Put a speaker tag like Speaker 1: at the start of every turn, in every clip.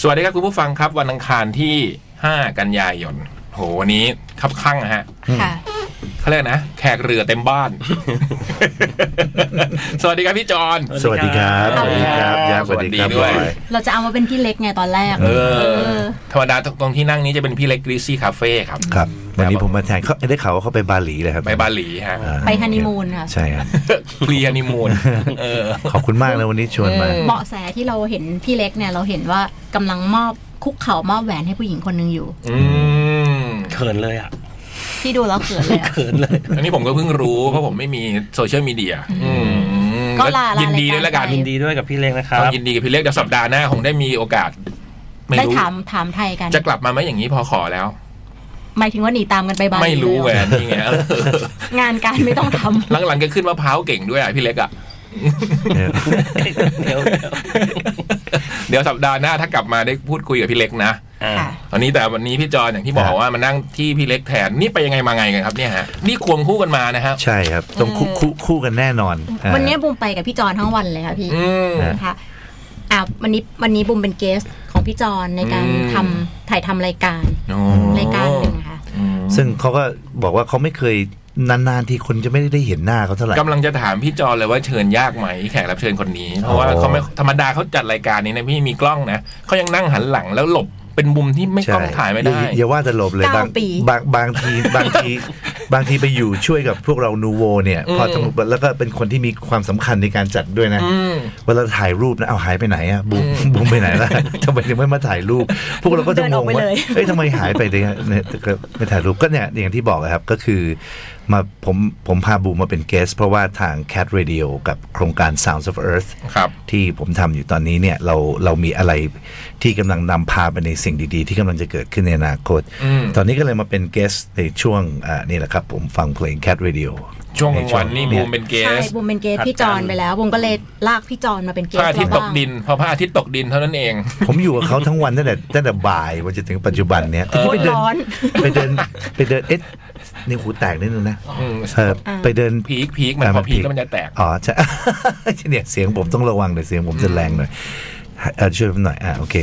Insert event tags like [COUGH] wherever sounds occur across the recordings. Speaker 1: สวัสดีครับคุณผู้ฟังครับวันอังคารที่ 5 กันยายนโหวันนี้คับข้างนะฮะ
Speaker 2: ค่ะ
Speaker 1: เขาเรียกนะ แขกเรือเต็มบ้าน สวัสดีครับพี่จอน
Speaker 3: สวัสดีครับ
Speaker 2: สวัสดีครับ
Speaker 3: ยักษ์สวัสดีครั
Speaker 1: สวั
Speaker 3: บ
Speaker 1: สดีด้วย
Speaker 3: บอย
Speaker 2: เราจะเอามาเป็นพี่เล็กไงตอนแรก
Speaker 1: เออ
Speaker 2: เออ
Speaker 1: ธรรมดาตรงที่นั่งนี้จะเป็นพี่เล็กกรีซี่คาเฟ่ครับ
Speaker 3: ครับ วันนี้
Speaker 1: ครับ
Speaker 3: ผมมาแทนเขาได้ข่าวว่าเขาไปบาหลีเลยครับ
Speaker 1: ไปบาหลีฮะ
Speaker 3: อ่า
Speaker 2: ไปฮันนีมูนค่ะ
Speaker 3: ใช่ครับ
Speaker 1: พรีฮันนีมูนเออ
Speaker 3: ขอบคุณมากนะวันนี้ชวนมา
Speaker 4: เออ
Speaker 2: เบาะแสที่เราเห็นพี่เล็กเนี่ยเราเห็นว่ากำลังมอบคุกเข่ามอบแหวนให้ผู้หญิงคนหนึ่งอยู่
Speaker 1: อืม
Speaker 4: เขินเลยอ่ะ
Speaker 2: ที่ดูแล้วเขินเลยอะ
Speaker 4: เขินเลย
Speaker 1: อันนี้ผมก็เพิ่งรู้เพราะผมไม่มีโซเชียลมีเดียอืม
Speaker 2: ก็ลาลา
Speaker 1: ยินดีด้วยละกัน
Speaker 2: ราย
Speaker 4: ยิ
Speaker 2: กาน ร
Speaker 4: ดีด้วยกับพี่เล็กนะครับ
Speaker 1: ต้องยินดีกับพี่เล็กเดี๋ยวสัปดาห์หน้าคงได้มีโอกาส ไม่
Speaker 2: ได้
Speaker 1: รู้
Speaker 2: ถามถามไทยกัน
Speaker 1: จะกลับมาไหมอย่างนี้พอขอแล้ว
Speaker 2: หมายถึงว่าหนีตามกันไปบาหลี
Speaker 1: ไม่รู้แหว
Speaker 2: เล
Speaker 1: น
Speaker 2: ย
Speaker 1: นี่ไง [LAUGHS] เออ
Speaker 2: งานการไม่ต้องทำ
Speaker 1: หลังๆก็ขึ้นมะพร้าวเก่งด้วยอ่ะพี่เล็กอ่ะ [LAUGHS]
Speaker 4: เดี๋ยว
Speaker 1: เดี๋ยวสัปดาห์หน้าถ้ากลับมาได้พูดคุยกับพี่เล็กนะ
Speaker 4: อ่า
Speaker 2: ค่ะ
Speaker 1: ตอนนี้แต่วันนี้พี่จอนอย่างที่บอก
Speaker 3: ครับ
Speaker 1: ว่ามานั่งที่พี่เล็กแทนนี่ไปยังไงมาไงกันครับเนี่ยฮะนี่ควงคู่กันมานะฮะ
Speaker 3: ใช่ครับต้องคู่คู่คู่กันแน่นอนอ่า
Speaker 2: วันนี้บุมไปกับพี่จอนทั้งวันเลยค่ะพี่
Speaker 1: อืม
Speaker 2: นะคะอ่ะวันนี้วันนี้บุมเป็นเกสของพี่จอนในการ
Speaker 1: อืม
Speaker 2: ทำถ่ายทำรายการ
Speaker 1: โอ้
Speaker 2: รายการหนึ่งค่ะ
Speaker 1: อืม
Speaker 3: ซึ่งเขาก็บอกว่าเขาไม่เคยนานๆที่คนจะไม่ได้เห็นหน้าเขาเท่าไหร่
Speaker 1: กำลังจะถามพี่จอนเลยว่าเชิญยากไหมแขกรับเชิญคนนี้ เพราะว่า
Speaker 3: อ๋อ
Speaker 1: เขาไม่ธรรมดาเขาจัดรายการนี้นะพี่มีกล้องนะเขายังนั่งหันหลังแล้วหลบเป็นมุมที่ไม่
Speaker 3: ใช่
Speaker 1: กล้องถ่ายไม่ได้
Speaker 3: อย่าอย่าว่าแต่หลบเลย
Speaker 2: เก้า
Speaker 3: บาง
Speaker 2: ปี
Speaker 3: บางบางทีบางที [LAUGHS] บางทีไปอยู่ช่วยกับพวกเรานูโวเนี่ย
Speaker 1: อืม
Speaker 3: พอต้องแล้วก็เป็นคนที่มีความสำคัญในการจัดด้วยนะ
Speaker 1: อืม
Speaker 3: เวลาถ่ายรูปนะเอาหายไปไหนอะบูม
Speaker 1: อืม
Speaker 3: บูมไปไหน
Speaker 2: [LAUGHS]
Speaker 3: ล่ะ ทำไมถึงไม่มาถ่ายรูป พวกเราก็จะ
Speaker 2: เดิน
Speaker 3: ง
Speaker 2: ออง กไป
Speaker 3: ว่า
Speaker 2: เลย
Speaker 3: เอ้ยทำไมหายไปเนี่ยเนี่ยแต่ก็ไม่ถ่ายรูปก็เนี่ยอย่างที่บอกอะครับก็คือมาผมผมพาบูมมาเป็นเกส เพราะว่าทาง Cat Radio กับโครงการ Sounds of Earth
Speaker 1: ครับ
Speaker 3: ที่ผมทำอยู่ตอนนี้เนี่ยเราเรามีอะไรที่กำลังนำพาไปในสิ่งดีๆ ที่กำลังจะเกิดขึ้นในอนาคต
Speaker 1: อืม
Speaker 3: ตอนนี้ก็เลยมาเป็นเกสในช่วงอ่านี่แหละครับผมฟังเพลง Cat Radio
Speaker 1: ช่วงกลางวันนี่บูมเป็นเก
Speaker 2: ใช่
Speaker 1: ส
Speaker 2: บุมเป็นเกสพี่จอนไปแล้วบุมก็เลยลากพี่จอนมาเป็นเก
Speaker 1: พ
Speaker 2: ส
Speaker 1: ระอาทิตย์ต
Speaker 2: เรา
Speaker 1: ก
Speaker 2: บ้าง
Speaker 1: ดินพอพระอาทิตย์ตกดินเท่านั้นเอง
Speaker 3: ผมอยู่กับเขาทั้งวันตั้งแต่ตั้งแต่บ่ายวันจะถึงปัจจุบันเนี่ย
Speaker 1: เออ
Speaker 3: ไปเดิ
Speaker 2: ร้อน
Speaker 3: ไปเดินไปเดินเอ๊ะนี่หูแตกนิดนึงนะ
Speaker 1: อืม
Speaker 3: เออไปเดิน
Speaker 1: พีคพีคมันพอพีคแล้วมันจะแตก
Speaker 3: อ๋อใช่ [LAUGHS] เนี่ยเสียงผมต้องระวังหน่อยเสียงผมจะแรงหน่อยเอ่อช่วยผมหน่อยอ่ะโอเค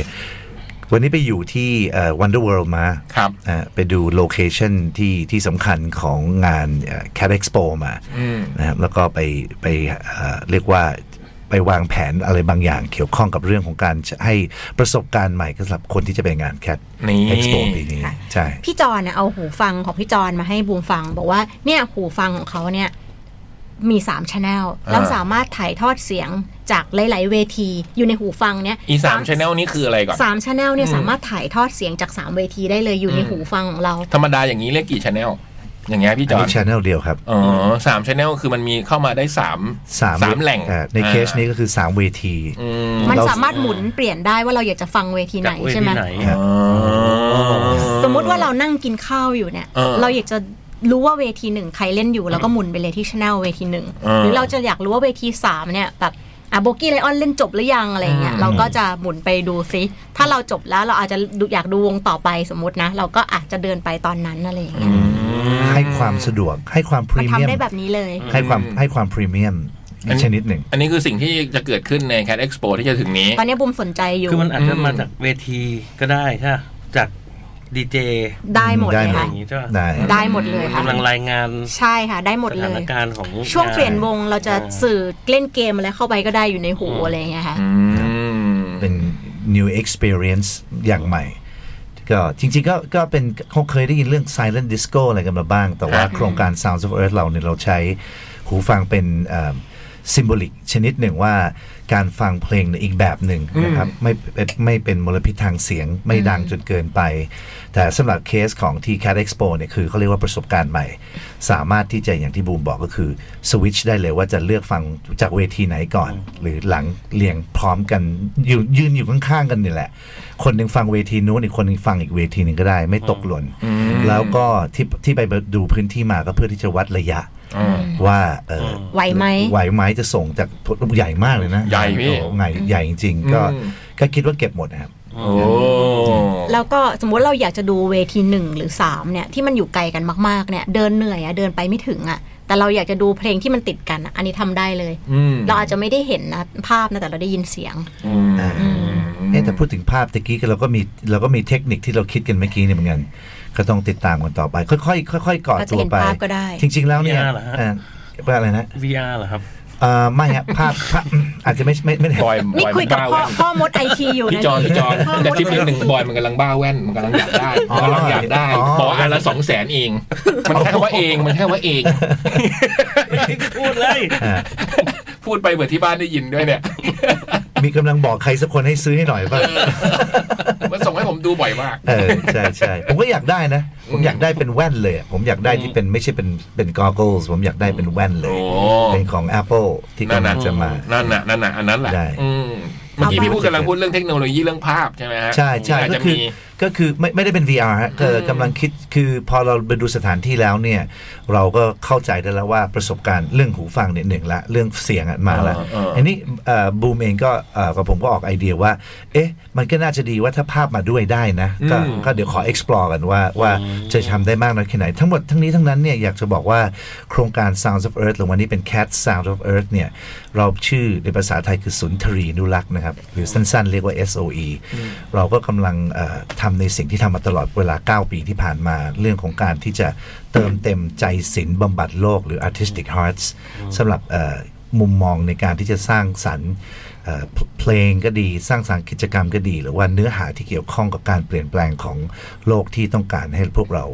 Speaker 3: วันนี้ไปอยู่ที่เอ่อ Wonder World มา
Speaker 1: ครับ
Speaker 3: อ่ะไปดูโลเคชันที่ที่สำคัญของงานเอ่อ Cat Expo มา
Speaker 1: อืม
Speaker 3: นะครับแล้วก็ไปไปเอ่อเรียกว่าไปวางแผนอะไรบางอย่างเกี่ยวข้องกับเรื่องของการให้ประสบการณ์ใหม่สำหรับคนที่จะไปงาน Cat
Speaker 1: นี่
Speaker 3: Expo ปีนี้
Speaker 2: ค่ะ
Speaker 3: ใช่
Speaker 2: พี่จอนน่ะเอาหูฟังของพี่จอนมาให้บูมฟัง บอกว่าเนี่ยหูฟังของเขาเนี่ยมีสามชแนล
Speaker 1: อ่า
Speaker 2: แล้วสามารถถ่ายทอดเสียงจากหลาย ๆ เวทีอยู่ในหูฟังเนี่ย
Speaker 1: อีสามชแนลนี้คืออะไรก่อน
Speaker 2: สามชแนลเนี่ย
Speaker 1: อืม
Speaker 2: สามารถถ่ายทอดเสียงจากสามเวทีได้เลยอยู่ใน
Speaker 1: อืม
Speaker 2: หูฟังของเรา
Speaker 1: ธรรมดาอย่างนี้เรียกกี่ชแนลอย่างเงี้ยพี่จ
Speaker 3: อัน
Speaker 1: อน
Speaker 3: นี้ช anel เดียวครับ
Speaker 1: อ๋อสามชแนลคือมันมีเข้ามาได้สาม
Speaker 3: สาม
Speaker 1: สามแหล่ง
Speaker 3: อ่าในเคสนี้ก็คือ 3 เวที
Speaker 1: อืม
Speaker 2: มัน
Speaker 3: เรา
Speaker 2: สามารถหมุนเปลี่ยนได้ว่าเราอยากจะฟังเวทีไหน
Speaker 4: จากเว
Speaker 2: ใช่
Speaker 4: ที
Speaker 2: ไหม
Speaker 4: ไหน
Speaker 1: อ๋อ
Speaker 2: สมมติว่าเรานั่งกินข้าวอยู่เนี่ย
Speaker 1: เออ
Speaker 2: เราอยากจะรู้ว่าเวทีหนึ่งใครเล่นอยู่แล้วก็หมุนไปเลยที่ชแนลเวทีหนึ่ง
Speaker 1: เออ
Speaker 2: หรือเราจะอยากรู้ว่าเวทีสามเนี่ยแบบอ่ะโบกี้ไลออนเล่นจบหรือยังอะไรเงี้ย
Speaker 1: อืม
Speaker 2: เราก็จะหมุนไปดูซิถ้าเราจบแล้วเราอาจจะดูอยากดูวงต่อไปสมมตินะ เราก็อาจจะเดินไปตอนนั้นอะไรอย่างเงี้ย
Speaker 3: ให้ความสะดวกให้ความพ
Speaker 2: มัน
Speaker 3: รีเมีย
Speaker 2: ทำ
Speaker 3: ม
Speaker 2: ได้แบบนี้เลย
Speaker 3: ให้ความให้ความพรีเมียมอีกชนิดหนึ่ง
Speaker 1: อันนี้คือสิ่งที่จะเกิดขึ้นใน Cat Expo ที่จะถึงนี้
Speaker 2: ตอนนี้บุมสนใจอยู่
Speaker 4: คือมันอาจจะ
Speaker 1: อืม
Speaker 4: มาจากเวทีก็ได้ใช่ปะจากดีเจ
Speaker 2: ได้หมด
Speaker 3: ได้
Speaker 4: อ
Speaker 2: เลย
Speaker 3: หมด
Speaker 2: ค่ะ
Speaker 4: ย่างนี้ใช่ปะ
Speaker 3: ได้
Speaker 2: ได้หมดเลยค่ะ
Speaker 4: กำลังรายงาน
Speaker 2: ใช่ค่ะ ได้หมด
Speaker 4: ส
Speaker 2: เล
Speaker 4: ถาน
Speaker 2: ย
Speaker 4: การณ์ของ
Speaker 2: ช่วงเปลี่ยนวงเราจะ
Speaker 4: า
Speaker 2: สื่อเล่นเกมอะไรเข้าไปก็ได้อยู่ในหูอะไรอย่างเงี้ยค่ะ
Speaker 1: อืม
Speaker 3: เป็น new experience อย่างใหม่ ก็จริงๆก็ก็เป็นเขาเคยได้ยินเรื่อง silent disco อะไรกันมาบ้าง แต่ว่า
Speaker 1: ครับ
Speaker 3: โครงการ Sounds of Earth เราเนี่ยเราใช้หูฟังเป็นซิมโบลิกชนิดหนึ่งว่าการฟังเพลงในอีกแบบหนึ่งนะครับไม่เป็นไม่เป็นมลพิษทางเสียงไม่ดังจนเกินไป แต่สำหรับเคสของที่ Cat Expo เนี่ยคือเขาเรียกว่าประสบการณ์ใหม่ สามารถที่จะอย่างที่บูมบอกก็คือสวิตชได้เลยว่าจะเลือกฟังจากเวทีไหนก่อน หรือหลังเรียงพร้อมกันยืนยืนอยู่ข้างๆกันนี่แหละ คนหนึ่งฟังเวทีนู้นอีกคนหนึ่งฟังอีกเวทีหนึ่งก็ได้ ไม่ตกหล่น แล้วก็ที่ที่ไปดูพื้นที่มาก็เพื่อที่จะวัดระยะ
Speaker 1: อืม
Speaker 3: ว่าเออ
Speaker 2: ไหวไหม
Speaker 3: ไหวไหมจะส่งจากใหญ่มากเลยนะ
Speaker 1: ใหญ่พี่
Speaker 3: โอ้ใหญ่ใหญ่จริงๆก็
Speaker 1: อืม
Speaker 3: ก็คิดว่าเก็บหมดนะครับ
Speaker 1: โอ้
Speaker 2: แล้วก็สมมติเราอยากจะดูเวทีหนึ่งหรือสามเนี่ยที่มันอยู่ไกลกันมากๆเนี่ยเดินเหนื่อยอะเดินไปไม่ถึงอะแต่เราอยากจะดูเพลงที่มันติดกันอะอันนี้ทำได้เลย
Speaker 1: อืม
Speaker 2: เราอาจจะไม่ได้เห็นนะภาพนะแต่เราได้ยินเสียง
Speaker 1: อืม
Speaker 3: เอ๊ะแต่พูดถึงภาพตะกี้เราก็มีเราก็มีเทคนิคที่เราคิดกันเมื่อกี้เนี่ยเหมือนกันก็ต้องติดตามกันต่อไป ค่อยๆค่อยๆก่อ
Speaker 2: ก็จะ
Speaker 3: ตัว
Speaker 2: เห็น
Speaker 3: ไป
Speaker 2: ภาพก็ได้
Speaker 3: จริง ๆ แล้วเนี่ย
Speaker 4: ยากเหรอฮะ
Speaker 3: อ่าว่าอะไรนะ
Speaker 4: VR เหรอครับ
Speaker 3: เอ่อไม่ฮะ [LAUGHS] ภาพภาพอาจจะไม่ไม่ไม่ได้
Speaker 1: บอย
Speaker 2: นี่
Speaker 1: บอย
Speaker 2: คุยกับ
Speaker 1: บ้า
Speaker 2: พ่อ
Speaker 1: แว่น
Speaker 2: พ่อมดไอทีอยู่นะ
Speaker 1: พี่จอนพี่จอน
Speaker 2: พ่อม
Speaker 1: แต่
Speaker 2: ด
Speaker 1: คลิปนิดหนึ่งบอยมันกำลังบ้าแว่นมันกำลังอยากได้
Speaker 3: อ๋อ
Speaker 1: มันกำลังอยากได้
Speaker 3: อ๋อ
Speaker 1: บอกอันละสองแสนเอง มันแค่ว่าเองมันแค่ว่าเอง
Speaker 4: พูดเลย
Speaker 3: อ่า
Speaker 1: พูดไปเหมือนที่บ้านได้ยินด้วยเนี่ย
Speaker 3: มีกำลังบอกใครสักคนให้ซื้อให้หน่อยป่ะ
Speaker 1: มันส่งให้ผมดูบ่อยมาก
Speaker 3: เออใช่ใช่ผมก็อยากได้นะ ผมอยากได้เป็นแว่นเลยอะผมอยากได้ที่เป็นไม่ใช่เป็นเป็น goggles ผมอยากได้เป็นแว่นเลย
Speaker 1: โอ้
Speaker 3: เป็นของ Apple ที่
Speaker 1: นั่น
Speaker 3: กำลั
Speaker 1: น่ะ
Speaker 3: งจะมา
Speaker 1: นั่นน่ะนั่นน่ะอันนั้นแหละ
Speaker 3: ได้
Speaker 1: อืมเมื่อกี้พี่พูดกำลังพูดเรื่องเทคโนโลยีเรื่องภาพใช่ไหมฮะ
Speaker 3: ใช่ใช่
Speaker 1: อาจ
Speaker 3: ก็
Speaker 1: จะ
Speaker 3: คื
Speaker 1: มี
Speaker 3: อก็คือไม่ไม่ได้เป็น VR ฮะก็
Speaker 1: อืม
Speaker 3: กำลังคิดคือพอเราไปดูสถานที่แล้วเนี่ย เราก็เข้าใจได้แล้วว่าประสบการณ์เรื่องหูฟังเนี่ยหนึ่งละเรื่องเสียงอะมาละ
Speaker 1: เออเอออั
Speaker 3: นนี้บูมเองก็เอ่อกับผมก็ออกไอเดียว่า เอ๊ะ มันก็น่าจะดีว่าถ้าภาพมาด้วยได้นะก็ก็เดี๋ยวขอ explore กันว่าว่าจะทำได้มากน้อยแค่ไหน ทั้งหมดทั้งนี้ทั้งนั้นเนี่ยอยากจะบอกว่าโครงการ Sounds of Earth หรือวันนี้เป็น Cat Sound of Earth เนี่ยเราชื่อในภาษาไทยคือสุนทรีนุรักษ์นะครับหรือสั้นๆ เรียกว่า SOE เราก็กำลังเอ่อทำในสิ่งที่ทำมาตลอดเวลา 9 ปีที่ผ่านมาเรื่องของการที่จะเติมเต็มใจศิลป์บำบัดโลกหรือ artistic hearts สำหรับเอ่อ มุมมองในการที่จะสร้างสรรค์เอ่อเพลเพลงก็ดี สร้างสรรค์กิจกรรมก็ดี หรือว่าเนื้อหาที่เกี่ยวข้องกับการเปลี่ยนแปลงของโลกที่ต้องการให้พวกเรา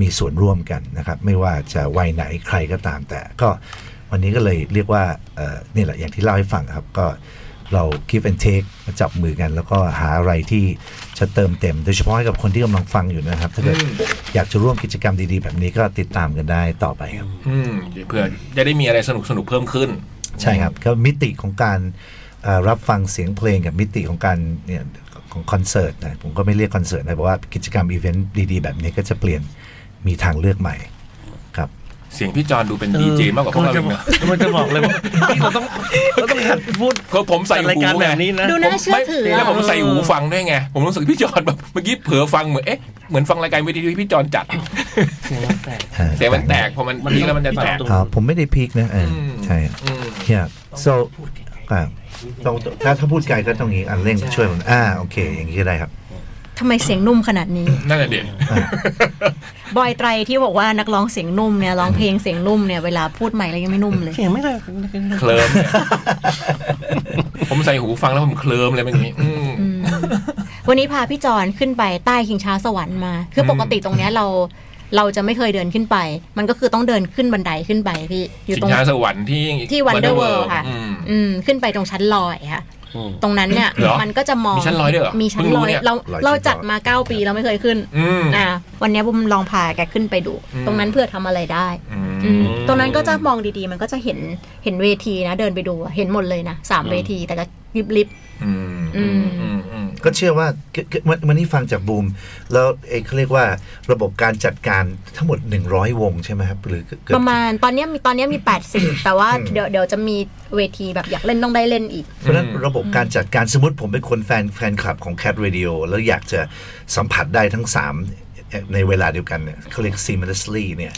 Speaker 3: มีส่วนร่วมกันนะครับ ไม่ว่าจะวัยไหนใครก็ตามแต่ ก็วันนี้ก็เลยเรียกว่าเอ่อนี่แหละอย่างที่เล่าให้ฟังครับ ก็เรา give and take มาจับมือกัน แล้วก็หาอะไรที่จะเติมเต็ม โดยเฉพาะให้กับคนที่กำลังฟังอยู่นะครับ ถ้าเกิดอยากจะร่วมกิจกรรมดีๆ แบบนี้ก็ติดตามกันได้ต่อไปครับ
Speaker 1: อืมเพื่อจะได้มีอะไรสนุกสนุกๆเพิ่มขึ้น
Speaker 3: ใช่ครับก็มิติของการเอ่อรับฟังเสียงเพลงกับมิติของการเนี่ยของคอนเสิร์ตนะผมก็ไม่เรียกคอนเสิร์ตนะเพราะว่ากิจกรรมอีเวนต์ดีๆ แบบนี้ก็จะเปลี่ยนมีทางเลือกใหม่ครับ
Speaker 1: เสียงพี่จอนดูเป็นดีเจมากกว่าพวกเราอีกเนอะ
Speaker 4: มันจะบอกเลยว่าพี่เราต้องเราต้องหัดพูด
Speaker 1: เพราะผมใส่หู
Speaker 4: จัดรายการ
Speaker 1: ไง
Speaker 4: แบบนี้นะ
Speaker 2: ดูน่าเชื่อถือ
Speaker 1: แล้วผม
Speaker 2: อะ
Speaker 1: ใส่หูฟังด้วยไง ผมรู้สึกพี่จอนแบบเมื่อกี้เผลอฟังเหมือนเอ๊ะเหมือนฟังรายการวิทยุที่พี่จอนจัด
Speaker 4: เสียงมันแตก
Speaker 1: เสียงมันแตกพอมัน
Speaker 4: มัน
Speaker 1: พีคแล้วมันจะแตก
Speaker 4: พี่จอน
Speaker 3: อ่าผมไม่ได้พีคนะเอออ
Speaker 1: ม
Speaker 3: ใช่
Speaker 1: อืม
Speaker 3: เนี่ย so อ่าต้องถ้าถ้าพูดไกลก็ต้องอย่างนี้อันเร่งช่วยผมอ่าโอเค อย่างนี้ก็ได้ครับ
Speaker 2: ทำไมเสียงนุ่มขนาดนี้
Speaker 1: นั่นแหละเด็ด
Speaker 2: บอยไตรที่บอกว่านักร้องเสียงนุ่มเนี่ยร้องเพลงเสียงนุ่มเนี่ยเวลาพูดใหม่แล้วยังไม่นุ่มเลย
Speaker 4: เสียงไม่ได้
Speaker 1: เคลิ้มเนี่ยผมใส่หูฟังแล้วผมเคลิ้มเลยเมื่อกี้อืม
Speaker 2: อืมวันนี้พาพี่จอนขึ้นไปใต้ชิงช้าสวรรค์มา คือ
Speaker 1: ม
Speaker 2: ปกติตรงเนี้ยเราเราจะไม่เคยเดินขึ้นไป มันก็คือต้องเดินขึ้นบันไดขึ้นไปพี่อยู่
Speaker 1: สิ
Speaker 2: ตรง ง
Speaker 1: ช้าสวรรค์ที่
Speaker 2: ที่ Wonder World ค่ะ
Speaker 1: อืม
Speaker 2: อืมขึ้นไปตรงชั้นลอยค่ะ
Speaker 4: อืม
Speaker 2: ตรงนั้นเนี่ย
Speaker 1: เหรอ
Speaker 2: มันก็จะมอง
Speaker 1: มีชั้นลอยด้วยเหรอ
Speaker 2: มีชั้น
Speaker 1: เพิ่งรู้
Speaker 2: ลอย
Speaker 1: เนี่ย
Speaker 2: เรา
Speaker 3: ลอย
Speaker 2: เรา
Speaker 3: ชั้น
Speaker 2: จัด
Speaker 3: ลอย
Speaker 2: มาเก้าปีเราไม่เคยขึ้น
Speaker 1: อืม
Speaker 2: อ่าวันเนี้ยบุมลองพาแกขึ้นไปดู
Speaker 1: อืม
Speaker 2: ตรงนั้นเพื่อทำอะไรได้
Speaker 1: อื
Speaker 2: อืม
Speaker 1: ม
Speaker 2: ตรงนั้นก็จะมองดีๆ มันก็จะเห็นเห็นเวทีนะ เดินไปดูอะเห็นหมดเลยนะสามเวทีแต่ก็ลิบลิบ
Speaker 1: อืม
Speaker 2: อื
Speaker 1: อื
Speaker 2: ม
Speaker 1: มอืมอืม
Speaker 3: ก็เชื่อว่าก็ก็วันวันนี้ฟังจากบูม แล้วเองเขาเรียกว่าระบบการจัดการทั้งหมด 100 วงใช่ไหมครับหรือเกือบ
Speaker 2: ประมาณตอนเนี้ยมีตอนเนี้ยมี 80 แต่ว่าเดี๋ยวเดี๋ยวจะมีเวทีแบบอยากเล่นต้องได้เล่นอีก
Speaker 3: เพราะฉะนั้น
Speaker 1: อืม
Speaker 3: ระบบการจัดการสมมติผมเป็นคนแฟนแฟนคลับของ Cat Radio แล้วอยากจะสัมผัสได้ทั้ง 3 ในเวลาเดียวกันเนี่ยเขาเรียก seamlessly เนี่ย